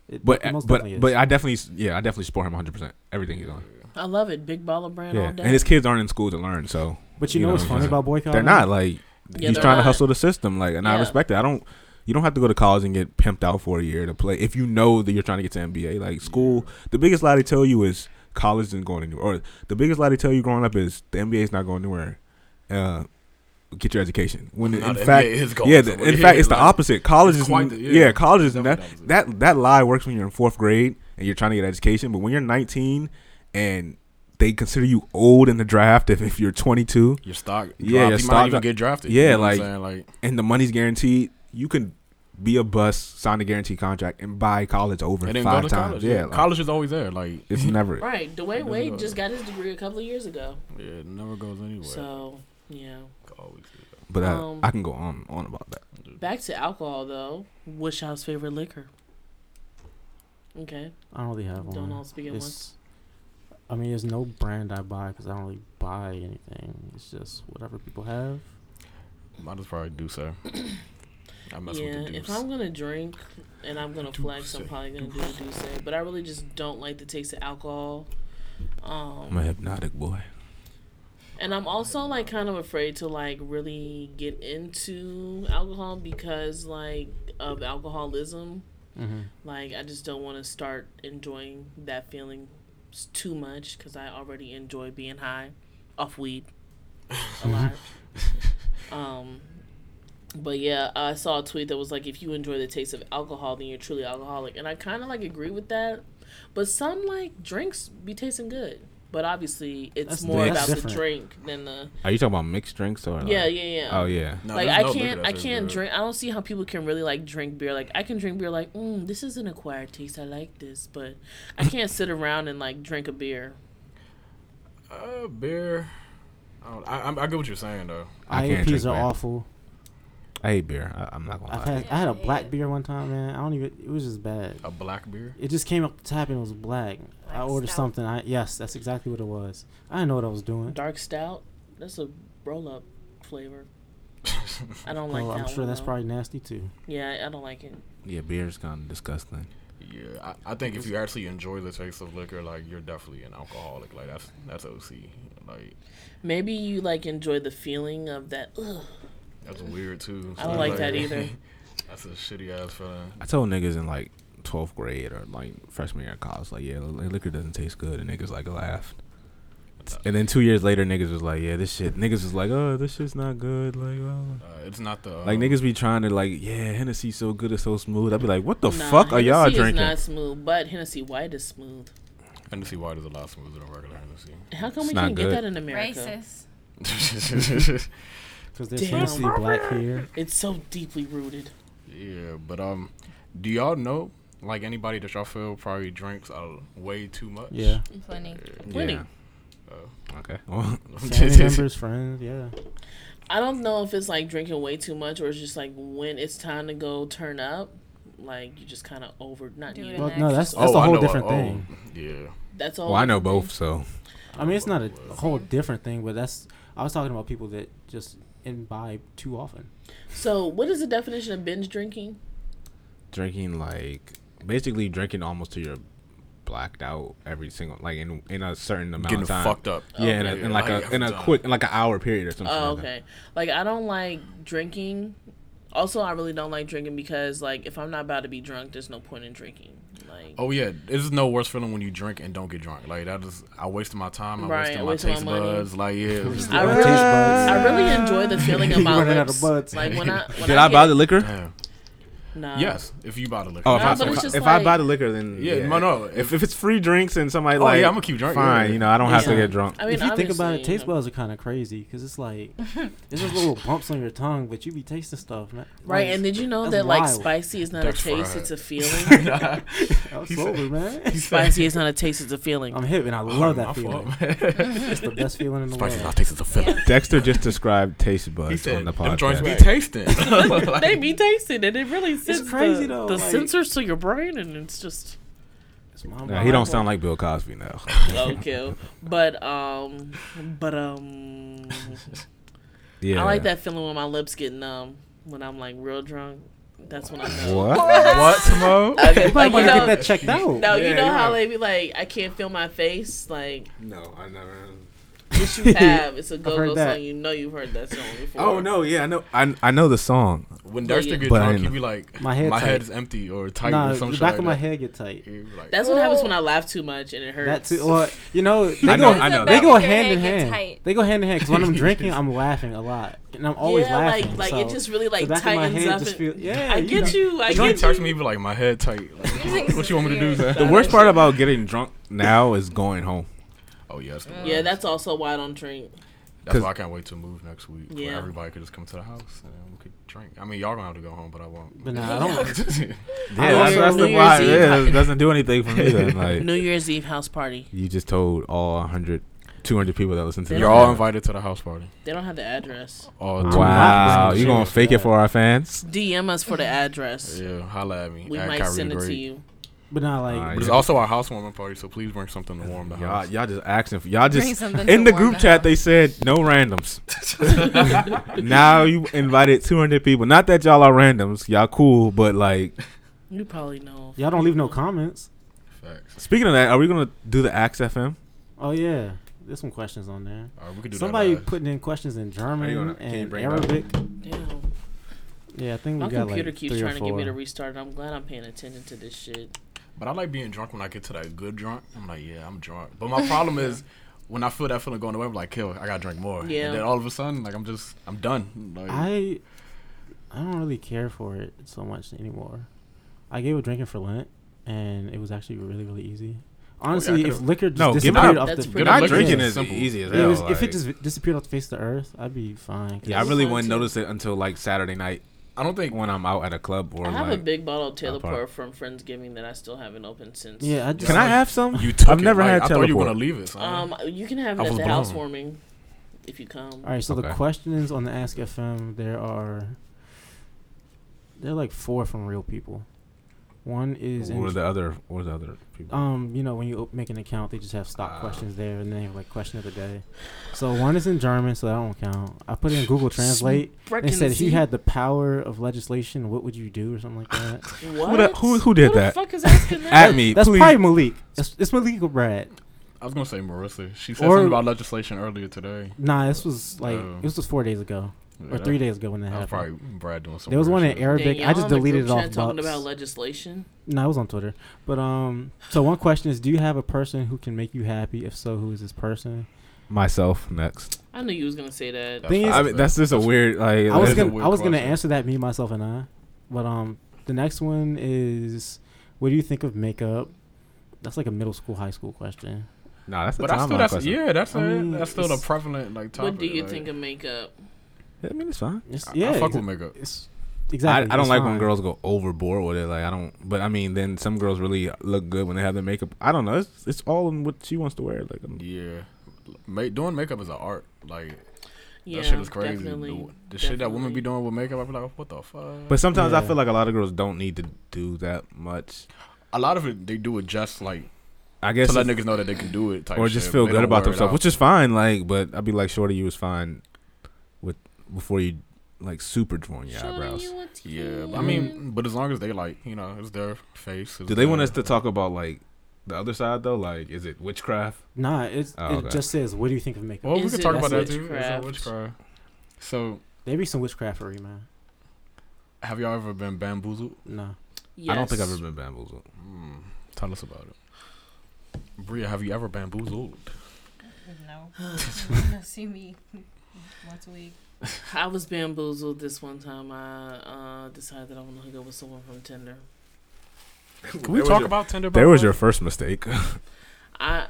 S1: It-
S4: But
S1: most
S4: but
S1: definitely is.
S4: but I definitely s- yeah I definitely support him 100 percent everything he's on.
S2: I love it. Big baller brand
S4: Yeah,
S2: all day.
S4: and his kids aren't in school to learn, so
S1: But you,
S4: you
S1: know
S4: know
S1: what's
S4: what I'm
S1: funny
S4: saying.
S1: about boycotting?
S4: they're not like
S2: Yeah,
S4: he's
S2: they're
S4: trying to
S2: not.
S4: hustle the system. Like, and I
S2: Yeah.
S4: respect it. I don't. You don't have to go to college and get pimped out for a year to play if you know that you're trying to get to NBA. Like school, the biggest lie they tell you is college isn't going anywhere, or the biggest lie they tell you growing up is the NBA is not going anywhere. Uh, get your education. When
S3: Nah,
S4: in
S3: the
S4: fact,
S3: NBA is going
S4: yeah, the,
S3: somewhere.
S4: in fact, it's the
S3: Like,
S4: opposite. College is
S3: quite the-
S4: yeah.
S3: yeah.
S4: college is
S3: Definitely
S4: not,
S3: the opposite.
S4: that that lie works when you're in fourth grade and you're trying to get education, but when you're 19 and they consider you old in the draft if, if you're 22
S3: Your stock, dropped.
S4: Yeah, your
S3: he might
S4: stock
S3: not even
S4: dropped.
S3: get drafted.
S4: Yeah,
S3: you know what I'm
S4: like-
S3: saying? like
S4: and the money's guaranteed, you can be a bus, sign a guaranteed contract, and buy college over
S3: and then go
S4: five
S3: to
S4: times.
S3: college.
S4: Yeah,
S3: Yeah,
S4: like,
S3: college is always there. Like
S4: It's never.
S2: (laughs) Right. Dwayne
S3: Never
S2: Wade
S3: go.
S2: just got his degree a couple of years ago.
S3: yeah, it never goes anywhere.
S2: So, yeah.
S3: Always do that.
S4: But I,
S2: Um,
S4: I can go on on about that.
S2: Back to alcohol, though. What's y'all's favorite liquor? Okay.
S1: I don't really have one.
S2: Don't all speak at
S1: It's-
S2: once.
S1: I mean, there's no brand I buy because I don't really buy anything. It's just whatever people have.
S3: Might as probably do so. I mess
S2: Yeah.
S3: with the
S2: If
S3: deuce.
S2: I'm going to drink and I'm going to flex, I'm
S3: Douce.
S2: probably going to do a douce. But I really just don't like the taste of alcohol.
S4: I'm a
S2: Um,
S4: hypnotic boy.
S2: and I'm also like kind of afraid to like really get into alcohol because like of alcoholism.
S1: Mm-hmm.
S2: like i just don't want to start enjoying that feeling s- too much because i already enjoy being high off weed
S1: (laughs)
S2: a lot um but yeah i saw a tweet that was like if you enjoy the taste of alcohol then you're truly alcoholic and i kind of like agree with that but some like drinks be tasting good but obviously it's
S1: That's
S2: more
S1: different.
S2: about
S1: That's
S2: the
S1: different.
S2: drink than the
S4: Are you talking about mixed drinks or?
S2: yeah yeah yeah
S4: Oh yeah.
S3: No,
S2: like
S3: there's
S2: I
S3: no liquor
S2: can't,
S3: that
S2: I
S3: tastes
S2: can't
S3: good.
S2: drink. I don't see how people can really like drink beer. Like I can drink beer, like mm, this is an acquired taste. I like this, but
S4: (laughs)
S2: I can't sit around and like drink a beer.
S3: Uh, beer. I, don't, I, I'm- I get what you're saying though.
S4: I can't
S1: IAPs
S4: drink
S1: are
S4: beer.
S1: awful.
S4: I hate beer. I, I'm not gonna
S1: I've
S4: lie.
S1: had I had a black beer one time, man. I don't even. It was just bad.
S3: A black
S4: (laughs)
S3: beer.
S1: It just came up the tap and it was black. I
S5: Black
S1: ordered
S5: stout.
S1: something. I yes, that's exactly what it was. I didn't know what I was doing.
S2: Dark stout. That's a roll up flavor. I don't like
S1: Oh,
S2: that.
S1: I'm sure
S2: one,
S1: that's
S2: though.
S1: probably nasty too.
S2: Yeah, I don't like it.
S4: Yeah, beer's kind of disgusting.
S3: Yeah, I, I think if you actually enjoy the taste of liquor, like you're definitely an alcoholic. Like that's that's OC. Like
S2: Maybe you like enjoy the feeling of that. Ugh,
S3: that's weird too.
S2: I don't like that either.
S3: (laughs) That's a shitty ass feeling.
S4: I told niggas in like 12th grade or like freshman year of college, like yeah, li- liquor doesn't taste good, and niggas like laughed.
S3: Uh,
S4: And then two years later, niggas was like, yeah, this shit. Niggas was like, oh, this shit's not good. Like, oh.
S3: Uh, it's not the
S4: Like niggas be trying to like, yeah, Hennessy's so good, it's so smooth. I'd be like, what the
S2: Nah,
S4: fuck are y'all
S2: Hennessy
S4: drinking?
S2: Is not smooth, but Hennessy White is smooth.
S3: Hennessy White is a lot smoother than regular Hennessy.
S2: How come
S4: It's
S2: we
S4: not
S2: can't
S4: good.
S2: get that in America?
S5: Racist.
S1: Because there's
S2: Damn.
S1: Tennessee black here.
S2: It's so deeply rooted.
S3: (laughs) yeah, but um, do y'all know like anybody that y'all feel probably drinks uh, way too much? (laughs)
S1: Yeah,
S5: Plenty.
S2: Plenty.
S4: Yeah. Okay. (laughs) Well,
S1: family members, friends. Yeah,
S2: I don't know if it's like drinking way too much or it's just like when it's time to go turn up, like you just kind of over. Not
S5: Do
S2: you.
S5: it
S1: well,
S5: next.
S1: no, that's that's
S3: Oh,
S1: a
S3: I
S1: whole
S3: know,
S1: different
S3: oh,
S1: thing.
S3: Yeah.
S2: That's all.
S4: well, I know both, so
S1: I mean, it's not a whole different thing, but that's I was talking about people that just imbibe too often.
S2: So, what is the definition of binge drinking?
S4: drinking like basically drinking almost to your blacked out every single like in in a certain amount
S3: Getting
S4: of time.
S3: fucked up.
S4: Yeah, in, a, in like a
S3: every
S4: in a
S3: time.
S4: quick in like an hour period or something.
S2: Oh,
S4: like that.
S2: okay. Like I don't like drinking. Also, I really don't like drinking because like if I'm not about to be drunk, there's no point in drinking. Like
S3: Oh yeah, there's no worse feeling when you drink and don't get drunk. Like that is, I wasted my time. I
S2: Right,
S3: wasted
S2: I
S3: my
S2: wasted my
S3: taste
S2: money.
S3: buds. Like yeah, it was
S2: (laughs)
S3: just
S2: I
S3: like,
S1: Our
S2: really,
S1: taste buds.
S2: I really enjoy the
S1: (laughs)
S2: feeling of
S1: You
S2: my
S1: running out
S2: lips.
S1: of buds.
S2: Like
S1: (laughs)
S2: when I when
S4: Did
S2: I,
S4: I buy
S2: get-
S4: the liquor?
S3: damn.
S2: Nah.
S3: yes, if you buy the liquor.
S4: Oh, if,
S2: Uh, Nah,
S4: I,
S2: but
S4: if,
S2: it's
S4: I-
S2: just
S4: if I buy
S2: like-
S4: the liquor, then
S3: Yeah,
S4: yeah.
S3: no, no,
S4: If, if it's free drinks and somebody
S3: Oh,
S4: like,
S3: yeah, I'ma keep drinking,
S4: Fine,
S3: yeah. (laughs)
S4: you know, I don't have to
S2: Yeah.
S4: get drunk.
S2: I mean,
S1: if you think about it,
S2: obviously,
S1: taste buds are kind of crazy because it's like
S2: (laughs)
S1: it's just little bumps on your tongue, but you be tasting stuff, man.
S2: Right,
S1: Like,
S2: and did you know
S1: that's
S2: that like
S1: wild.
S2: spicy is not
S3: That's
S2: a
S1: (laughs)
S2: taste;
S3: fried.
S2: (laughs) it's a feeling.
S1: I'm
S7: He
S1: sober,
S7: said-
S3: (laughs)
S1: man.
S2: Spicy is not a taste; it's a feeling.
S1: I'm hip and I love that feeling.
S3: (laughs)
S1: It's the best feeling in the
S3: Oh, Spicy
S1: world.
S3: not tastes a feeling.
S4: Dexter just described taste
S3: He
S4: buds on
S3: said,
S4: the
S3: "Them joints be (laughs)
S4: podcast.
S3: tasting."
S2: (laughs) they be tasting and it really sends
S1: crazy,
S2: the,
S1: though,
S2: the
S1: like-
S2: sensors to your brain and it's just
S1: It's my
S4: Nah, he don't
S1: Bible.
S4: sound like Bill Cosby now.
S2: okay but um but um
S4: Yeah,
S2: i like that feeling when my lips get numb when i'm like real drunk that's when i
S1: (laughs)
S2: know
S4: What?
S7: what, Timo?
S2: okay,
S1: Might
S2: like, you
S1: want to get
S2: know,
S1: that checked out.
S2: no
S4: Yeah,
S2: you know
S4: you're
S2: how they
S4: right.
S2: be like i can't feel my
S1: (laughs)
S2: face like
S4: No, I never.
S2: yes you have it's a go-go
S1: heard that.
S2: song you know you've heard that song before
S4: Oh no, yeah, I know. I, I know the song.
S3: when
S2: Well,
S3: Dexter
S2: yeah.
S3: get
S4: But I
S3: drunk,
S4: ain't-
S3: he be like,
S1: My
S3: "My
S1: head
S3: head,
S1: tight.
S3: is empty or tight
S1: Nah,
S3: or some
S1: the
S3: shit."
S1: back
S3: like
S1: of my
S3: that.
S1: head get tight.
S3: He be like,
S2: that's what happens when i laugh too much and it
S1: That
S2: hurts
S1: too. Well, you know, they
S4: I
S1: go,
S4: know, I know.
S1: They
S5: Back
S1: go
S5: of your
S1: hand
S5: head
S1: in
S5: get
S1: hand.
S5: tight.
S1: They go hand in hand because when I'm drinking, I'm laughing a lot, and I'm always
S2: yeah,
S1: laughing.
S2: like like
S1: so
S2: it just really
S1: the
S2: like
S1: back of my
S2: tightens
S1: head
S2: up.
S1: just
S2: And,
S1: feel. Yeah,
S2: I get you. I
S3: Drunk
S2: get you.
S3: text me, he be like, "My head tight." Like,
S2: (laughs)
S5: think
S3: what you want me to do?
S5: it's
S3: Zach?
S4: The worst part about getting drunk now is going home.
S3: Oh yeah, that's, the
S2: Yeah,
S3: worst.
S2: that's also why I don't drink.
S3: that's why I can't wait to move next week. Yeah,
S2: Yeah.
S3: where everybody could just come to the house and we could drink. I mean, y'all gonna have to go home, but I won't. (laughs)
S1: But
S2: (laughs)
S1: nah, I don't.
S4: Yeah,
S1: also-
S2: New Year's Eve.
S4: Yeah, it doesn't do anything for me.
S2: (laughs)
S4: Then. Like
S2: New Year's Eve house party.
S4: you just told all 100, 200 people that listen
S2: (laughs)
S4: to
S3: You're
S4: this
S3: all
S4: podcast.
S3: invited to the house party.
S2: They don't have the address.
S3: All two-
S4: Wow,
S1: Wow.
S4: you gonna fake it for our fans?
S2: DM us (laughs) for the address.
S3: Yeah, holla at me.
S2: We
S3: at
S2: might
S3: Kyrie
S2: send
S3: the
S2: it to
S3: Great.
S2: you.
S1: But not like.
S4: Alright.
S3: But it's also our housewarming party, so please bring something to warm the
S4: Y'all,
S3: house.
S4: y'all just asking for y'all
S5: Bring
S4: just
S5: something
S4: in the
S5: to warm
S4: group
S5: the
S4: chat.
S5: house.
S4: They said no randoms. now you invited two hundred people. Not that y'all are randoms. Y'all cool, but like
S2: You probably know.
S1: Y'all don't leave no comments.
S3: (laughs) Facts.
S4: speaking of that, are we gonna do the Axe FM?
S1: Oh yeah, there's some questions on there.
S3: All right, we could do
S1: Somebody
S3: that. live.
S1: putting in questions in
S4: Are uh, you
S1: German
S4: gonna- can you
S1: and
S4: bring that up?
S1: Arabic.
S2: Damn.
S1: Yeah, I think we
S2: My
S1: got
S2: computer
S1: like
S2: keeps
S1: three or
S2: trying to get me to
S1: four.
S2: restart. and I'm glad I'm paying attention to this shit.
S3: But I like being drunk when I get to that good drunk. I'm like, yeah, I'm drunk. But my problem
S2: (laughs)
S3: is when I feel that feeling going away, I'm like, kill, I gotta drink more.
S2: Yeah.
S3: And then all of a sudden, like I'm just, I'm done. Like,
S1: I I don't really care for it so much anymore. I gave up drinking for Lent, and it was actually really really easy. Honestly, if
S3: could've-
S1: liquor just
S4: No, give
S1: disappeared
S4: up.
S1: off
S2: That's
S1: the
S2: pretty Not much drinking
S3: is simple.
S4: as
S1: Yeah, it was- if it just vi- disappeared off the face of the earth, I'd be fine. 'cause
S4: yeah, I really
S2: Fun
S4: wouldn't
S2: too.
S4: notice it until like Saturday night
S3: I don't think.
S4: when I'm out at a club or
S2: I have
S4: like.
S2: a big bottle of
S4: Not
S2: Taylor
S4: part.
S2: Port from Friendsgiving that I still haven't opened since.
S1: yeah, I just
S4: can I have some?
S3: You took
S4: I've
S3: it,
S4: never
S3: like,
S4: had
S3: I thought you were
S4: teleport.
S3: gonna leave it. Son.
S2: Um, you can have
S3: I
S2: it
S3: was
S2: at the
S3: blown.
S2: housewarming if you come.
S1: All right, so the
S4: Okay.
S1: questions on the Ask FM there are they're like four from real people. One is
S4: What are
S1: in,
S4: the other? What are the other people?
S1: um, you know, when you op- make an account, they just have stock
S4: Ah.
S1: questions there, and then they have like question of the day. So one is in German, so that don't count. I put it in Google Translate. They said if you had the power of legislation, what would you do, or something like that.
S3: (laughs)
S2: what?
S4: Who, the, who who did
S2: the
S4: that?
S2: fuck is asking that?
S4: At me,
S1: That's
S4: please.
S1: probably Malik. It's, it's Malik or Brad.
S3: I was gonna say Marissa. She said
S1: Or-
S3: something about legislation earlier today.
S1: Nah, this was like
S3: Oh.
S1: this was four days ago
S3: Yeah,
S1: or
S3: that-
S1: three days ago when that
S3: That was
S1: happened.
S3: probably Brad doing something.
S1: there was one in Arabic.
S2: Dang,
S1: I
S2: y'all
S1: just
S2: on the
S1: deleted it
S2: group
S1: off.
S2: chat Talking
S1: Bucks.
S2: about legislation.
S1: No, it was on Twitter. But um, so one question is: Do you have a person who can make you happy? If so, who is this person?
S4: Myself next.
S2: I knew you was gonna say that.
S1: Thing is-
S4: I mean, that's just a weird like.
S1: I
S3: that's
S1: was
S3: a
S1: gonna
S3: weird
S1: I was gonna
S3: question.
S1: answer that me myself and I, but um, the next one is: What do you think of makeup? That's like a middle school, high school question.
S4: Nah, that's the
S3: But I
S4: timeline
S3: still, that's
S4: question.
S3: yeah, that's
S1: I
S3: a-
S1: mean,
S3: that's still the
S1: it's-
S3: prevalent like topic.
S2: What do you
S3: like,
S2: think of makeup?
S4: I mean, it's fine.
S1: It's,
S3: I-
S1: yeah,
S3: I fuck
S1: exa-
S3: with makeup.
S1: it's- exactly.
S4: I, I don't
S1: it's
S4: like
S1: fine.
S4: when girls go overboard with it. Like I don't, but I mean, then some girls really look good when they have their makeup. I don't know. It's, it's all in what she wants to wear. Like I'm,
S3: Yeah, Ma- doing makeup is an art. Like
S2: Yeah,
S3: that shit is crazy. The,
S2: definitely.
S3: the shit that women
S2: definitely.
S3: be doing with makeup, I be like, what the fuck?
S4: but sometimes I
S1: Yeah.
S4: feel like a lot of girls don't need to do that much.
S3: a lot of it they do it just like
S4: I
S3: to
S4: guess,
S3: let
S4: it's-
S3: niggas know that they can do it, type
S4: or just
S3: shit.
S4: feel
S3: They
S4: good
S3: don't
S4: about
S3: wear it
S4: themselves,
S3: out.
S4: which is fine. Like, but I'd be like, shorty, you was fine with before you like super drawing your
S2: Shorty,
S4: eyebrows.
S2: you a
S3: yeah, but I
S2: teen.
S3: mean, but as long as they like, you know, it's their face. it's
S4: Do they want
S3: their-
S4: us to talk about like the other side though? Like, is it witchcraft?
S1: Nah, it's,
S4: Oh,
S1: it
S4: okay.
S1: just says, "What do you think of makeup?"
S3: Well, we
S2: Is
S3: could
S2: it
S3: talk about that
S1: that's
S3: too. It's a
S2: witchcraft?
S3: witchcraft. So,
S1: There be some witchcraftery, man.
S3: have y'all ever been bamboozled?
S1: No,
S2: yes.
S4: I don't think I've ever been bamboozled.
S3: Hmm, tell us about it. Bria, have you ever bamboozled?
S5: No. You (laughs) see me once a week.
S2: I was bamboozled this one time. I uh, decided that I want to hook up with someone from Tinder.
S3: Can we
S4: was
S3: talk
S4: your-
S3: about Tinder? by
S4: There
S3: the
S4: was
S3: way?
S4: your first mistake. (laughs)
S2: I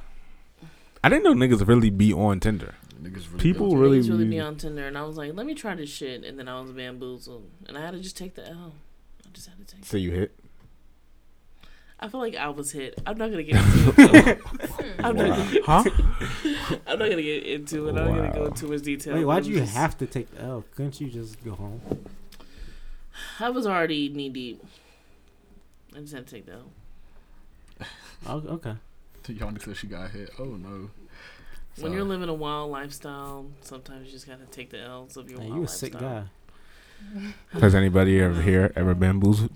S4: I didn't know niggas really be on Tinder.
S3: Niggas really
S4: People
S3: bamboozled.
S4: Really?
S2: really, really be on Tinder, and I was like, let me try this shit, and then I was bamboozled, and I had to just take the L. I just had to take.
S4: So you hit.
S2: it. I feel like I was hit. I'm
S3: (laughs)
S2: not gonna get into it. (laughs) I'm, not gonna get,
S1: Huh?
S2: (laughs) I'm not gonna get into it. I'm not gonna go
S4: Wow.
S2: into too much detail.
S1: Wait,
S2: but
S1: why
S2: it
S1: do you
S2: was just-
S1: have to take the L? Couldn't you just go home?
S2: I was already knee deep. I just had to take the L.
S1: Oh, okay.
S7: Yanni said she got hit. Oh no.
S2: When
S7: So-
S3: (laughs)
S2: you're living a wild lifestyle, sometimes you just gotta take the L's of your
S1: Hey,
S2: wild
S1: you a
S2: lifestyle.
S1: sick guy.
S4: Has anybody ever here ever bamboozled?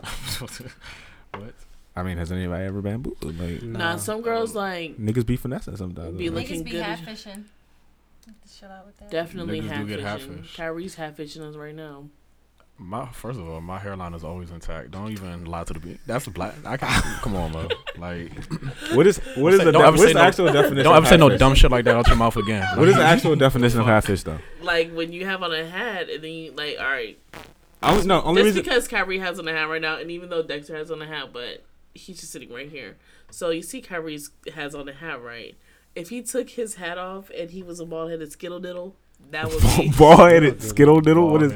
S7: what?
S4: I mean, has anybody ever bamboozled? Like
S2: Nah, some girls like
S4: niggas be finessing sometimes.
S2: Be
S4: right?
S2: looking
S5: Niggas be
S2: good.
S5: half fishing. Get the shit out with that.
S2: definitely
S3: Niggas
S2: half
S3: do get half
S2: fishing.
S3: fish.
S2: Kyrie's half fishing us right now.
S3: My first of all, my hairline is always intact. Don't even lie to the beat. That's black. I can't, come on, bro. Like,
S4: (laughs) what is what is
S3: Say-
S4: the
S3: don't
S4: def-
S3: ever
S4: what's
S3: say
S4: the
S3: no-
S4: actual definition?
S3: don't
S4: of
S3: ever say no
S4: high fish?
S3: dumb shit like that out your mouth again.
S4: (laughs) What is the actual definition of high fish though?
S2: Like when you have on a hat and then you like, all right,
S4: I was no only
S2: just
S4: reason.
S2: because Kyrie has on a hat right now, and even though Dexter has on a hat, but he's just sitting right here. So you see Kyrie's has on a hat, right? If he took his hat off and he was a bald headed skittle diddle, that would be
S4: Ball headed skittle diddle. What is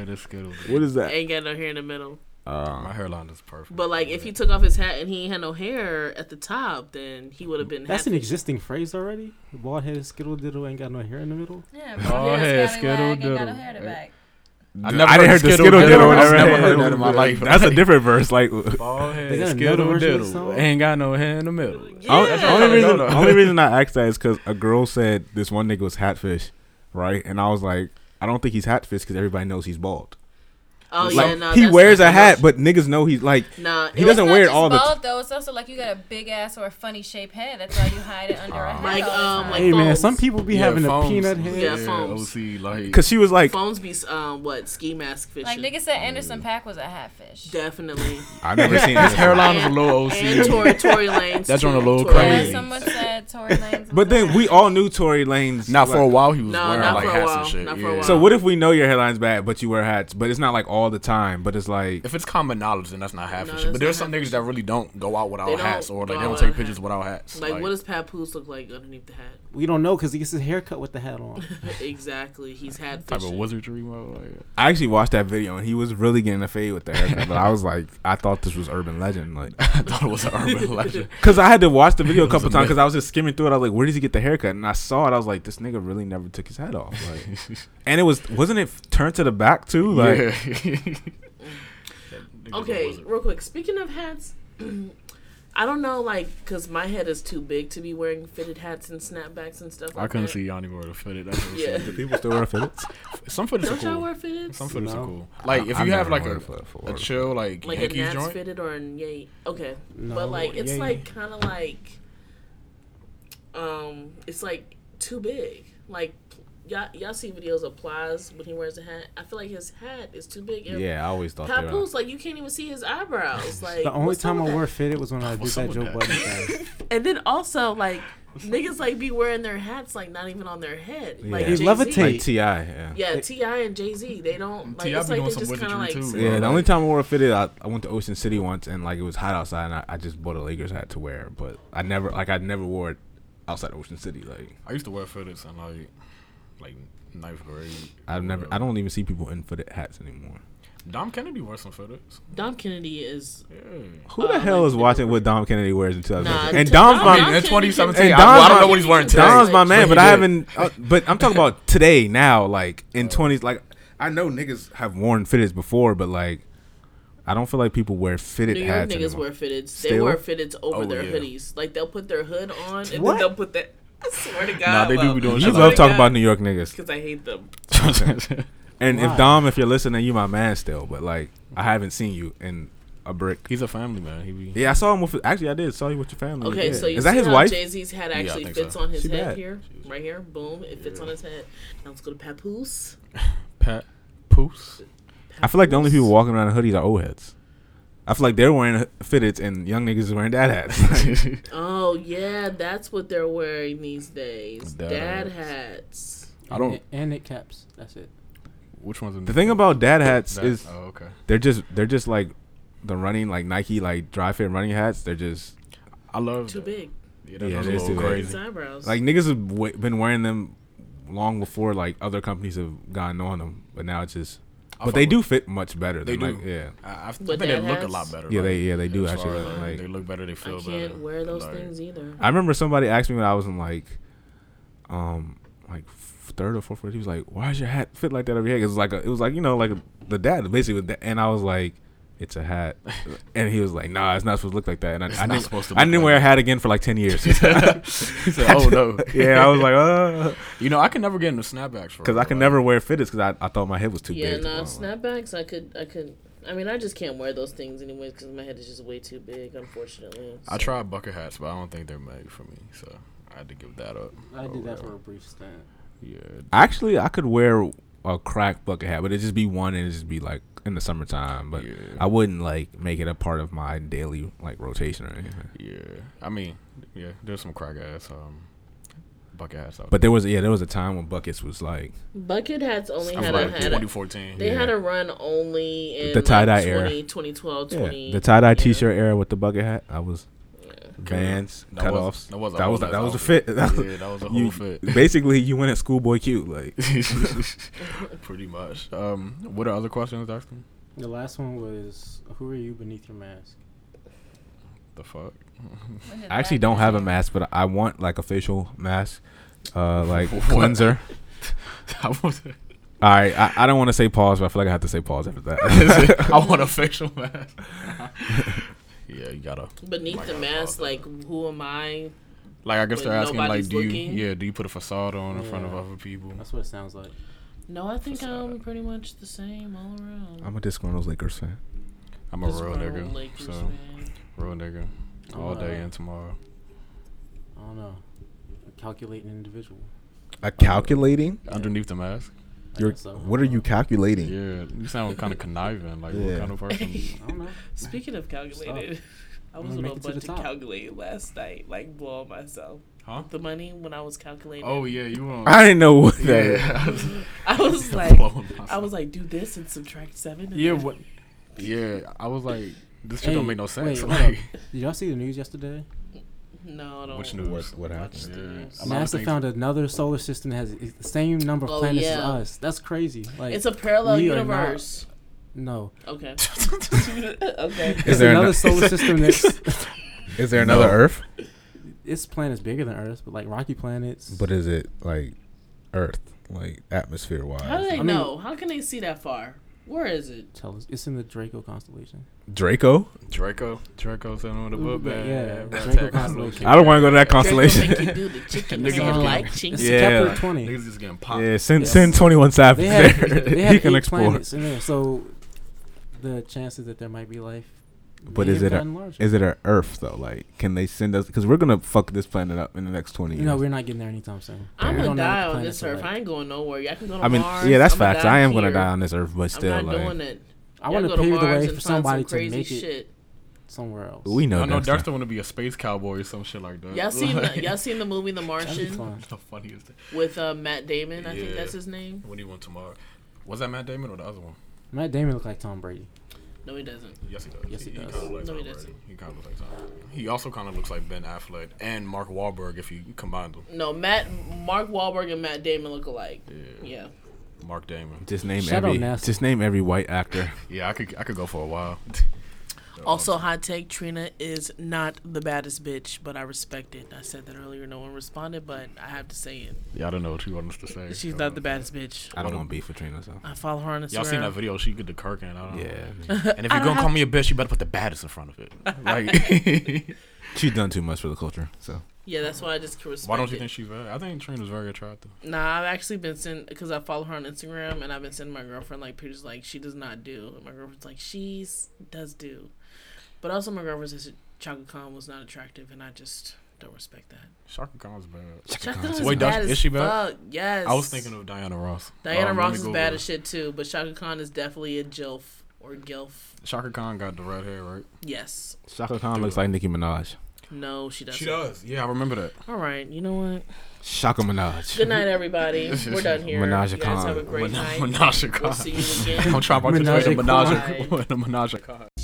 S4: what is that?
S2: ain't got no hair in the middle.
S3: My
S4: Uh,
S3: hairline is perfect.
S2: But like if he took off his hat and he ain't had no hair at the top, then he would have been
S1: That's
S2: half-
S1: an existing phrase already. Bald headed skittle diddle ain't got no hair in the middle.
S5: Yeah,
S3: Oh,
S5: yeah,
S3: hey,
S5: scallywag, ain't got no
S3: skittle
S5: hair to
S3: doodle.
S5: back.
S3: I
S4: I didn't hear the skittle diddle.
S3: I've
S4: I
S3: never
S4: had
S3: heard
S4: it.
S3: that
S4: (laughs)
S3: in my life.
S4: That's a different verse. Like
S3: Ball head,
S1: They got another
S3: skittle
S1: version of the
S3: diddle.
S1: song?
S3: Ain't got no hair in the middle.
S4: I don't-
S2: Yeah.
S4: that's the only
S3: No,
S4: reason,
S3: no.
S4: only reason I asked that is because a girl said this one nigga was hatfish, right? And I was like, I don't think he's hatfish because everybody knows he's bald.
S2: Oh
S4: like
S2: yeah, no,
S4: he
S2: that's
S4: wears
S2: not-
S4: a hat, but niggas know he's like
S2: Nah,
S4: he
S2: it-
S4: doesn't
S5: It's not
S4: wear it
S5: just
S4: all the.
S5: bald,
S4: time.
S5: though. It's also like you got a big ass or a funny shaped head. That's why you hide it under a hat.
S2: Like,
S5: all the
S2: um,
S5: time.
S2: like-
S1: hey man,
S2: phones.
S1: some people be
S7: Yeah,
S1: having
S7: phones.
S1: a peanut head.
S2: Yeah, phones.
S7: OC like
S4: Cause she was like,
S2: phones be um what ski mask fishing.
S5: Like nigga said, Anderson Pack was a
S2: (laughs)
S5: hatfish.
S2: Definitely.
S4: I never seen
S3: His
S4: this
S3: hairline is a little
S2: And Tory,
S3: OC.
S2: Tory Lanez.
S3: That's
S2: too.
S3: on a little
S2: Tory
S5: Yeah,
S3: crazy.
S2: Lanez.
S5: someone said Tory Lanez.
S4: But
S5: was a
S4: then we
S5: hatfish.
S4: all knew Tory Lane's.
S3: Not for a
S4: like-
S3: while he was
S2: No,
S3: wearing
S2: not
S3: like
S2: for a
S3: hats
S2: while.
S3: and shit.
S2: Not for
S3: yeah.
S2: a while.
S4: So what if we know your hairline's bad, but you wear hats? But it's not like all the time. But it's like
S3: If it's common knowledge, then that's not half
S2: No,
S3: the
S2: that's
S3: shit. But there's
S2: not
S3: some
S2: half
S3: niggas that really don't go out
S2: They
S3: without
S2: don't
S3: hats, or like they
S2: go out
S3: don't take
S2: without
S3: pictures
S2: hats.
S3: without hats.
S2: Like, what does Papoose look like underneath the hat? (laughs)
S1: We don't know because he gets his hair cut with the hat on.
S2: exactly. He's had
S3: type of
S2: fishing.
S3: wizardry mode? Like,
S4: I actually watched that video and he was really getting a fade with the haircut. but I was like, I thought this was urban legend, like.
S3: I (laughs) thought it was an
S2: (laughs)
S3: urban legend.
S4: Cause I had to watch the video a
S3: It was
S4: couple
S3: a
S4: times
S3: myth.
S4: because I was just skimming through it. I was like, "Where does he get the haircut?" And I saw it. I was like, "This nigga really never took his hat off." Like,
S3: (laughs)
S4: and it was wasn't it turned to the back too? Like,
S2: Okay, real quick. Speaking of hats, (clears throat) I don't know, like, because my head is too big to be wearing fitted hats and snapbacks and stuff. Like
S3: I couldn't
S2: that.
S3: see Yanni wear the fitted. That's what
S2: Yeah.
S3: yeah.
S4: people still wear fillets.
S3: Some fitteds are
S2: Don't y'all
S3: cool.
S2: wear fitteds?
S3: Some fitteds
S1: No.
S3: are cool. Like if
S4: I-
S3: you
S4: I
S3: have
S4: never
S3: like
S4: wore
S3: a,
S4: a fillet for
S3: a
S4: work.
S3: chill like,
S2: like a
S3: Yankees
S2: Nats
S3: joint.
S2: fitted or an Yay. Okay,
S1: No,
S2: but like it's
S1: yeah,
S2: like kind of like, um, it's like too big. Like y'all y'all see videos of Plies when he wears a hat. I feel like his hat is too big. And
S4: Yeah, I always thought they were.
S2: Papoose, like you can't even see his eyebrows. Like
S1: The only
S2: what's up
S1: time
S2: with
S1: I
S2: that?
S1: wore fitted was when I did
S3: What's
S1: that
S3: up
S1: Joe
S3: with
S1: Budden thing.
S2: And then also like niggas like be wearing their hats like not even on their head. Like
S4: Yeah.
S1: They
S2: Jay-Z.
S1: levitate.
S4: Like Ti, yeah. yeah.
S2: Yeah, Ti and Jay Z. They don't like.
S3: T.I.
S2: It's
S3: be
S2: like
S3: doing
S2: they
S3: some
S2: just kind of like.
S3: wizardry, too. Yeah,
S2: s-
S4: the
S3: like-
S4: only time I wore a fitted, I, I went to Ocean City once, and like it was hot outside, and I, I just bought a Lakers hat to wear. But I never, like, I never wore it outside Ocean City. Like,
S3: I used to wear fitteds in like like ninth grade.
S4: I've never, I don't even see people in fitted hats anymore.
S3: Dom Kennedy wore some
S4: (laughs)
S3: fitteds.
S2: Dom Kennedy is
S3: Yeah.
S4: Who the
S2: Uh,
S4: hell
S2: like,
S4: is
S2: they
S4: watching what Dom Kennedy wears in
S2: nah.
S4: 2015? and
S2: t-
S4: Dom's
S2: Dom
S4: my
S2: Kennedy-
S3: in 2017,
S4: And
S3: I, well, I
S4: Dom's
S3: don't know
S4: my-
S3: what he's wearing today.
S4: Don's my man,
S3: he
S4: but I
S3: did.
S4: haven't. Uh, but I'm talking about today now. Like in twenties, like I know niggas have worn fitteds before, but like I don't feel like people wear fitted
S2: New York
S4: hats
S2: niggas
S4: anymore.
S2: wear fitteds. They
S4: Still?
S2: wear fitteds over
S3: Oh,
S2: their
S3: yeah.
S2: hoodies. Like they'll put their hood on and
S1: What?
S2: then they'll put that. (laughs) I swear to God.
S3: Nah, they do be doing
S4: you love talking about New York niggas,
S2: because I hate them.
S4: and
S1: Why?
S4: if Dom, if you're listening, you my man still. But like I haven't seen you in a brick.
S3: He's a family man. He be.
S4: Yeah, I saw him with. Actually, I did saw you with your family.
S2: Okay,
S4: yeah.
S2: so you
S4: is that
S2: see
S4: his
S2: how
S4: wife?
S2: Jay Z's hat
S3: I
S2: actually
S3: think
S2: fits
S3: so.
S2: on his
S4: She
S2: head
S4: bad.
S2: here, right here. Boom, it fits on his head. Now let's go to Papoose.
S3: Pat Poose.
S4: (laughs) I feel like the only
S2: Papoose.
S4: people walking around in hoodies are old heads. I feel like they're wearing fitteds and young niggas is wearing dad hats. (laughs)
S2: Oh yeah, that's what they're wearing these days.
S3: Dad
S2: Dad hats.
S3: I don't-
S1: And it caps. That's it.
S3: Which one's in
S4: the thing about dad hats
S3: That-
S4: is
S3: Oh, okay.
S4: they're just they're just like the running like Nike like dry fit running hats. They're just
S3: I love.
S2: Too
S3: that.
S2: big.
S3: Yeah, that
S4: Yeah,
S3: yeah,
S4: it is
S3: a little
S4: too big.
S2: His
S3: crazy.
S2: eyebrows.
S4: like niggas have w- been wearing them long before like other companies have gotten on them, but now it's just but they do fit much better.
S3: They
S4: Than,
S3: do.
S4: like, yeah,
S3: I, I think
S2: With
S3: they
S2: dad
S3: look a
S2: hats?
S3: lot better.
S4: yeah,
S3: like,
S4: they yeah they do
S3: as
S4: actually.
S3: far as,
S4: look
S3: like,
S4: like,
S3: they look better. They
S2: I
S3: feel
S2: can't
S3: better.
S2: wear those
S3: Like,
S4: (laughs)
S2: things either.
S4: I remember somebody asked me when I was in like, um, like f- third or fourth grade. He was like, "Why is your hat fit like that over here?" Cause it was like a, it was like you know like a, the dad basically. With the, and I was like, "It's a hat,"
S3: (laughs)
S4: and he was like, "Nah, it's not supposed to look like that." And I, I
S3: not
S4: didn't,
S3: supposed to
S4: I
S3: look
S4: didn't
S3: like
S4: wear a
S3: that.
S4: hat again for like
S3: (laughs)
S4: ten years.
S3: He said, "Oh (laughs) no."
S4: (laughs) yeah, I was like, uh,
S3: You know, I can never get into snapbacks for
S4: because
S3: (laughs)
S4: I
S3: real,
S4: can
S3: like-
S4: never wear fitteds because I, I thought my head was too
S2: yeah,
S4: big.
S2: no,
S4: Like,
S2: snapbacks. I could, I could. I mean, I just can't wear those things anyways because my head is just way too big, unfortunately.
S3: I
S2: So-
S3: tried bucket hats, but I don't think they're made for me, so I had to give that up. Oh,
S1: I did that for a
S3: Overall.
S1: brief stint.
S3: yeah.
S4: Actually, I could wear a crack bucket hat, but it'd just be one and it'd just be like in the summertime. But
S3: yeah,
S4: I wouldn't like make it a part of my daily like rotation or anything.
S3: yeah. I mean, yeah, there's some crack ass um bucket hats out.
S4: But there was yeah, there was a time when buckets was like
S2: Bucket hats only
S3: there. I'm
S2: had
S3: like
S2: a had a,
S3: 2014.
S2: they
S4: Yeah.
S2: had a run only in
S4: The tie-dye
S2: like,
S4: era.
S2: 20, 2012,
S4: yeah,
S2: 20
S4: the tie dye
S2: yeah.
S4: t shirt era with the bucket hat. I was
S2: Yeah.
S4: Vans
S3: That was-
S4: cutoffs.
S3: that was a
S4: that was
S3: whole
S4: that was a
S3: ass
S4: fit. (laughs) That was-
S3: Yeah, that was a whole
S4: you-
S3: fit.
S4: Basically, you went at schoolboy Q
S3: (laughs)
S4: like
S3: Pretty much. Um, what are other questions, Doctor?
S1: The last one was, "Who are you beneath your mask?"
S3: The fuck? (laughs)
S5: When did
S4: I actually
S5: that
S4: don't have a
S5: happen?
S4: mask, but I want like a facial mask, uh,
S3: (laughs)
S4: like
S3: What?
S4: cleanser.
S3: I want,
S4: All right, I, I don't want to say pause, but I feel like I have to say pause after (laughs) that.
S3: (laughs) I want a facial mask. (laughs) yeah, you gotta.
S2: Beneath
S3: Oh my
S2: the
S3: God,
S2: mask,
S3: Father.
S2: like who am I?
S3: Like I guess
S2: When
S3: they're asking, like,
S2: nobody's
S3: do you?
S2: looking?
S3: Yeah, do you put a facade on in front of
S1: Yeah.
S3: other people?
S1: That's what it sounds like.
S2: No, I think
S3: Facade.
S2: I'm pretty much the same all around.
S4: I'm a disgruntled Lakers fan.
S3: I'm a
S2: Just
S3: real
S2: grown
S3: nigga,
S2: Lakers
S3: so
S2: fan.
S3: real nigga,
S1: I'm
S3: all
S1: a-
S3: day and tomorrow.
S1: I don't know. A calculating individual.
S4: A calculating?
S3: Underneath the mask.
S1: I
S4: You're,
S1: guess so.
S4: what are you calculating?
S3: Yeah, you sound kind of conniving. Like what
S4: Yeah.
S3: kind of person?
S2: (laughs)
S1: I don't know.
S2: Speaking of calculated, (laughs) I was
S1: Only make
S2: on a
S1: it to
S2: bunch
S1: the
S2: of
S1: top.
S2: calculated last night, like blowing myself.
S3: Huh?
S2: The money when I was calculating,
S3: Oh yeah, you want?
S4: I didn't know
S3: (laughs)
S4: what that.
S3: yeah. (laughs)
S2: I was like, I was like, do this and subtract seven. and (laughs)
S3: Yeah,
S2: then-
S3: what? Yeah, I was like, this shit
S1: Hey,
S3: don't make no sense.
S1: wait, hold
S3: like, (laughs)
S1: Did y'all see the news yesterday?
S2: No, I don't.
S3: Which
S4: What,
S3: news?
S4: what
S2: watch
S4: happened?
S2: the
S3: Yeah.
S2: news.
S3: A lot of
S1: NASA
S3: things-
S1: found another solar system that has i- the same number of
S2: Oh,
S1: planets as
S2: yeah.
S1: us. That's crazy. Like
S2: It's a parallel
S1: we are not-
S2: universe.
S1: no.
S4: (laughs)
S2: Okay.
S3: (laughs)
S2: okay.
S1: It's
S4: there
S1: another (laughs)
S4: ano-
S2: (laughs)
S1: solar
S4: (laughs)
S1: system that's
S4: Is there another
S3: No.
S4: Earth?
S1: it's planets bigger than Earth, but like rocky planets.
S4: But is it like Earth, like atmosphere
S2: How do
S4: wise?
S2: they
S1: mean-
S2: know? How can they see that far? Where is it?
S1: tell us, it's in the Draco constellation.
S4: Draco?
S3: Draco, Draco's in on the book
S1: Yeah,
S3: bag.
S1: Draco
S3: Attack on
S1: Constellation.
S3: Loki.
S4: I don't want to go to that constellation.
S2: Draco make you do the chicken
S3: Niggas
S2: sound
S3: are-
S2: like chinks.
S1: It's
S4: (laughs) Yeah.
S1: yeah. Kepler twenty.
S3: Niggas just getting popped.
S4: Yeah, send
S1: Yes.
S4: send twenty one Savage
S1: They have
S4: there. (laughs)
S1: they have
S4: he can
S1: eight
S4: explore.
S1: planets in there, so the chances that there might be life.
S4: But
S1: may
S4: is
S1: have
S4: it a-
S1: gotten larger.
S4: Is it an Earth though? Like, can they send us? Because we're gonna fuck this planet up in the next twenty years.
S1: No, we're not getting there anytime soon.
S2: I'm
S1: We
S2: gonna
S1: don't know what
S2: die
S1: the
S2: on
S1: planets
S2: this
S1: are
S2: earth.
S1: like.
S2: I ain't going nowhere. Y'all can go to
S4: I mean,
S2: Mars.
S4: yeah, that's
S2: I'ma
S4: facts.
S2: die
S4: I am gonna
S2: here.
S4: die on this Earth, but still,
S2: I'm not doing
S4: like,
S2: it.
S1: I want
S2: Y'all
S1: to
S2: go
S1: pave the
S2: Mars
S1: way
S2: and
S1: for
S2: find some
S1: somebody to
S2: crazy
S1: make it
S2: shit.
S1: somewhere else.
S4: we know.
S3: I know
S4: that's not-
S3: Dexter want to be a space cowboy or some shit like
S4: Uh,
S3: that.
S2: Y'all seen the,
S4: (laughs)
S3: Like, (laughs)
S2: y'all seen the movie The
S1: That'd be
S2: Martian
S1: fun.
S3: the funniest thing.
S2: with uh, Matt Damon? I think
S3: Yeah.
S2: that's his name.
S3: When he went to Mars. Was that Matt Damon or the other one?
S1: Matt Damon looked like Tom Brady.
S2: No, he doesn't.
S3: Yes, he does.
S1: Yes, he does.
S3: He kind of looks
S2: No,
S3: like
S2: he
S3: Tom Brady.
S2: doesn't.
S3: He kind of looks like Tom Brady. He also kind of looks like Ben Affleck and Mark Wahlberg if you combine them.
S2: No, Matt Mark Wahlberg and Matt Damon look alike.
S3: Yeah.
S2: Yeah.
S3: Mark Damon.
S4: Just name
S1: Shout out
S4: every.
S1: NASA.
S4: Just name every white actor.
S3: Yeah, I could I could go for a while. (laughs)
S2: Also, hot take: Trina is not the baddest bitch, but I respect it. I said that earlier. No one responded, but I have to say it.
S3: Yeah, I don't know what you want us to say.
S2: She's not the baddest bitch.
S4: I don't want beef with Trina. So.
S2: I follow her on Instagram.
S3: Y'all seen that video? She get the Kirk and I don't know.
S4: Yeah,
S2: (laughs)
S3: And if you're gonna call me a bitch, you better put the baddest in front of (laughs) it. (laughs) Like,
S4: she's done too much for the culture. So
S2: Yeah, that's why I just can respect
S3: why don't you
S2: it.
S3: think she's bad? I think Trina's very attractive.
S2: Nah, I've actually been sent because I follow her on Instagram, and I've been sending my girlfriend like pictures like she does not do, and my girlfriend's like she's does do, but also my girlfriend says Chaka Khan was not attractive, and I just don't respect that.
S3: Shaka Khan's bad.
S2: Chaka Khan is
S3: Wait, does-
S2: bad
S3: is
S2: as
S3: she bad?
S2: fuck. Yes.
S3: I was thinking of Diana Ross.
S2: Diana
S3: Um, let
S2: Ross
S3: me
S2: is
S3: Google
S2: bad
S3: her.
S2: as shit too, but Chaka Khan is definitely a gilf or gilf.
S3: Shaka Khan got the red hair, right?
S2: Yes.
S4: Shaka Khan looks like Nicki Minaj.
S2: No, she doesn't.
S3: does. Yeah, I remember that.
S2: All right, you know what?
S4: Shaka Minaj.
S2: Good night, everybody. We're done here.
S4: Minaj
S2: you
S4: a
S2: guys
S4: Khan.
S2: have a great
S3: (laughs)
S2: night.
S3: Menage Khan.
S2: We'll see you again.
S3: I'm trying to
S1: Menage
S3: participate in
S1: a
S3: Menage
S2: Khan.
S3: a Menage a Khan. (laughs)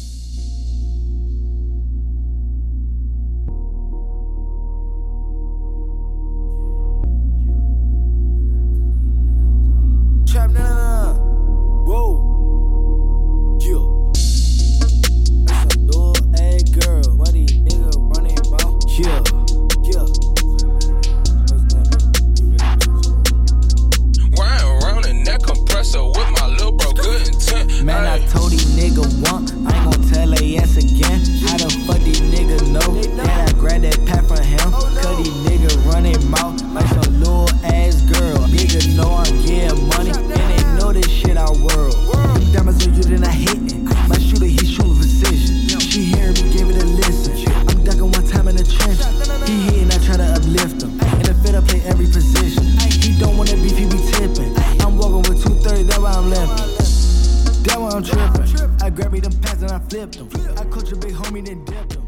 S8: Trap nana. Whoa. world. Diamonds on you, then I hit it. My shooter, he shoot with precision. She hearing me, gave it a listen. I'm ducking one time in the trench. He hitting, I try to uplift him. In the fit, I play every position. He don't wanna beef, he be tipping. I'm walking with 230, that's why I'm living. That why I'm tripping. I grabbed me them pads and I flipped them. I coach a big homie, then dipped him.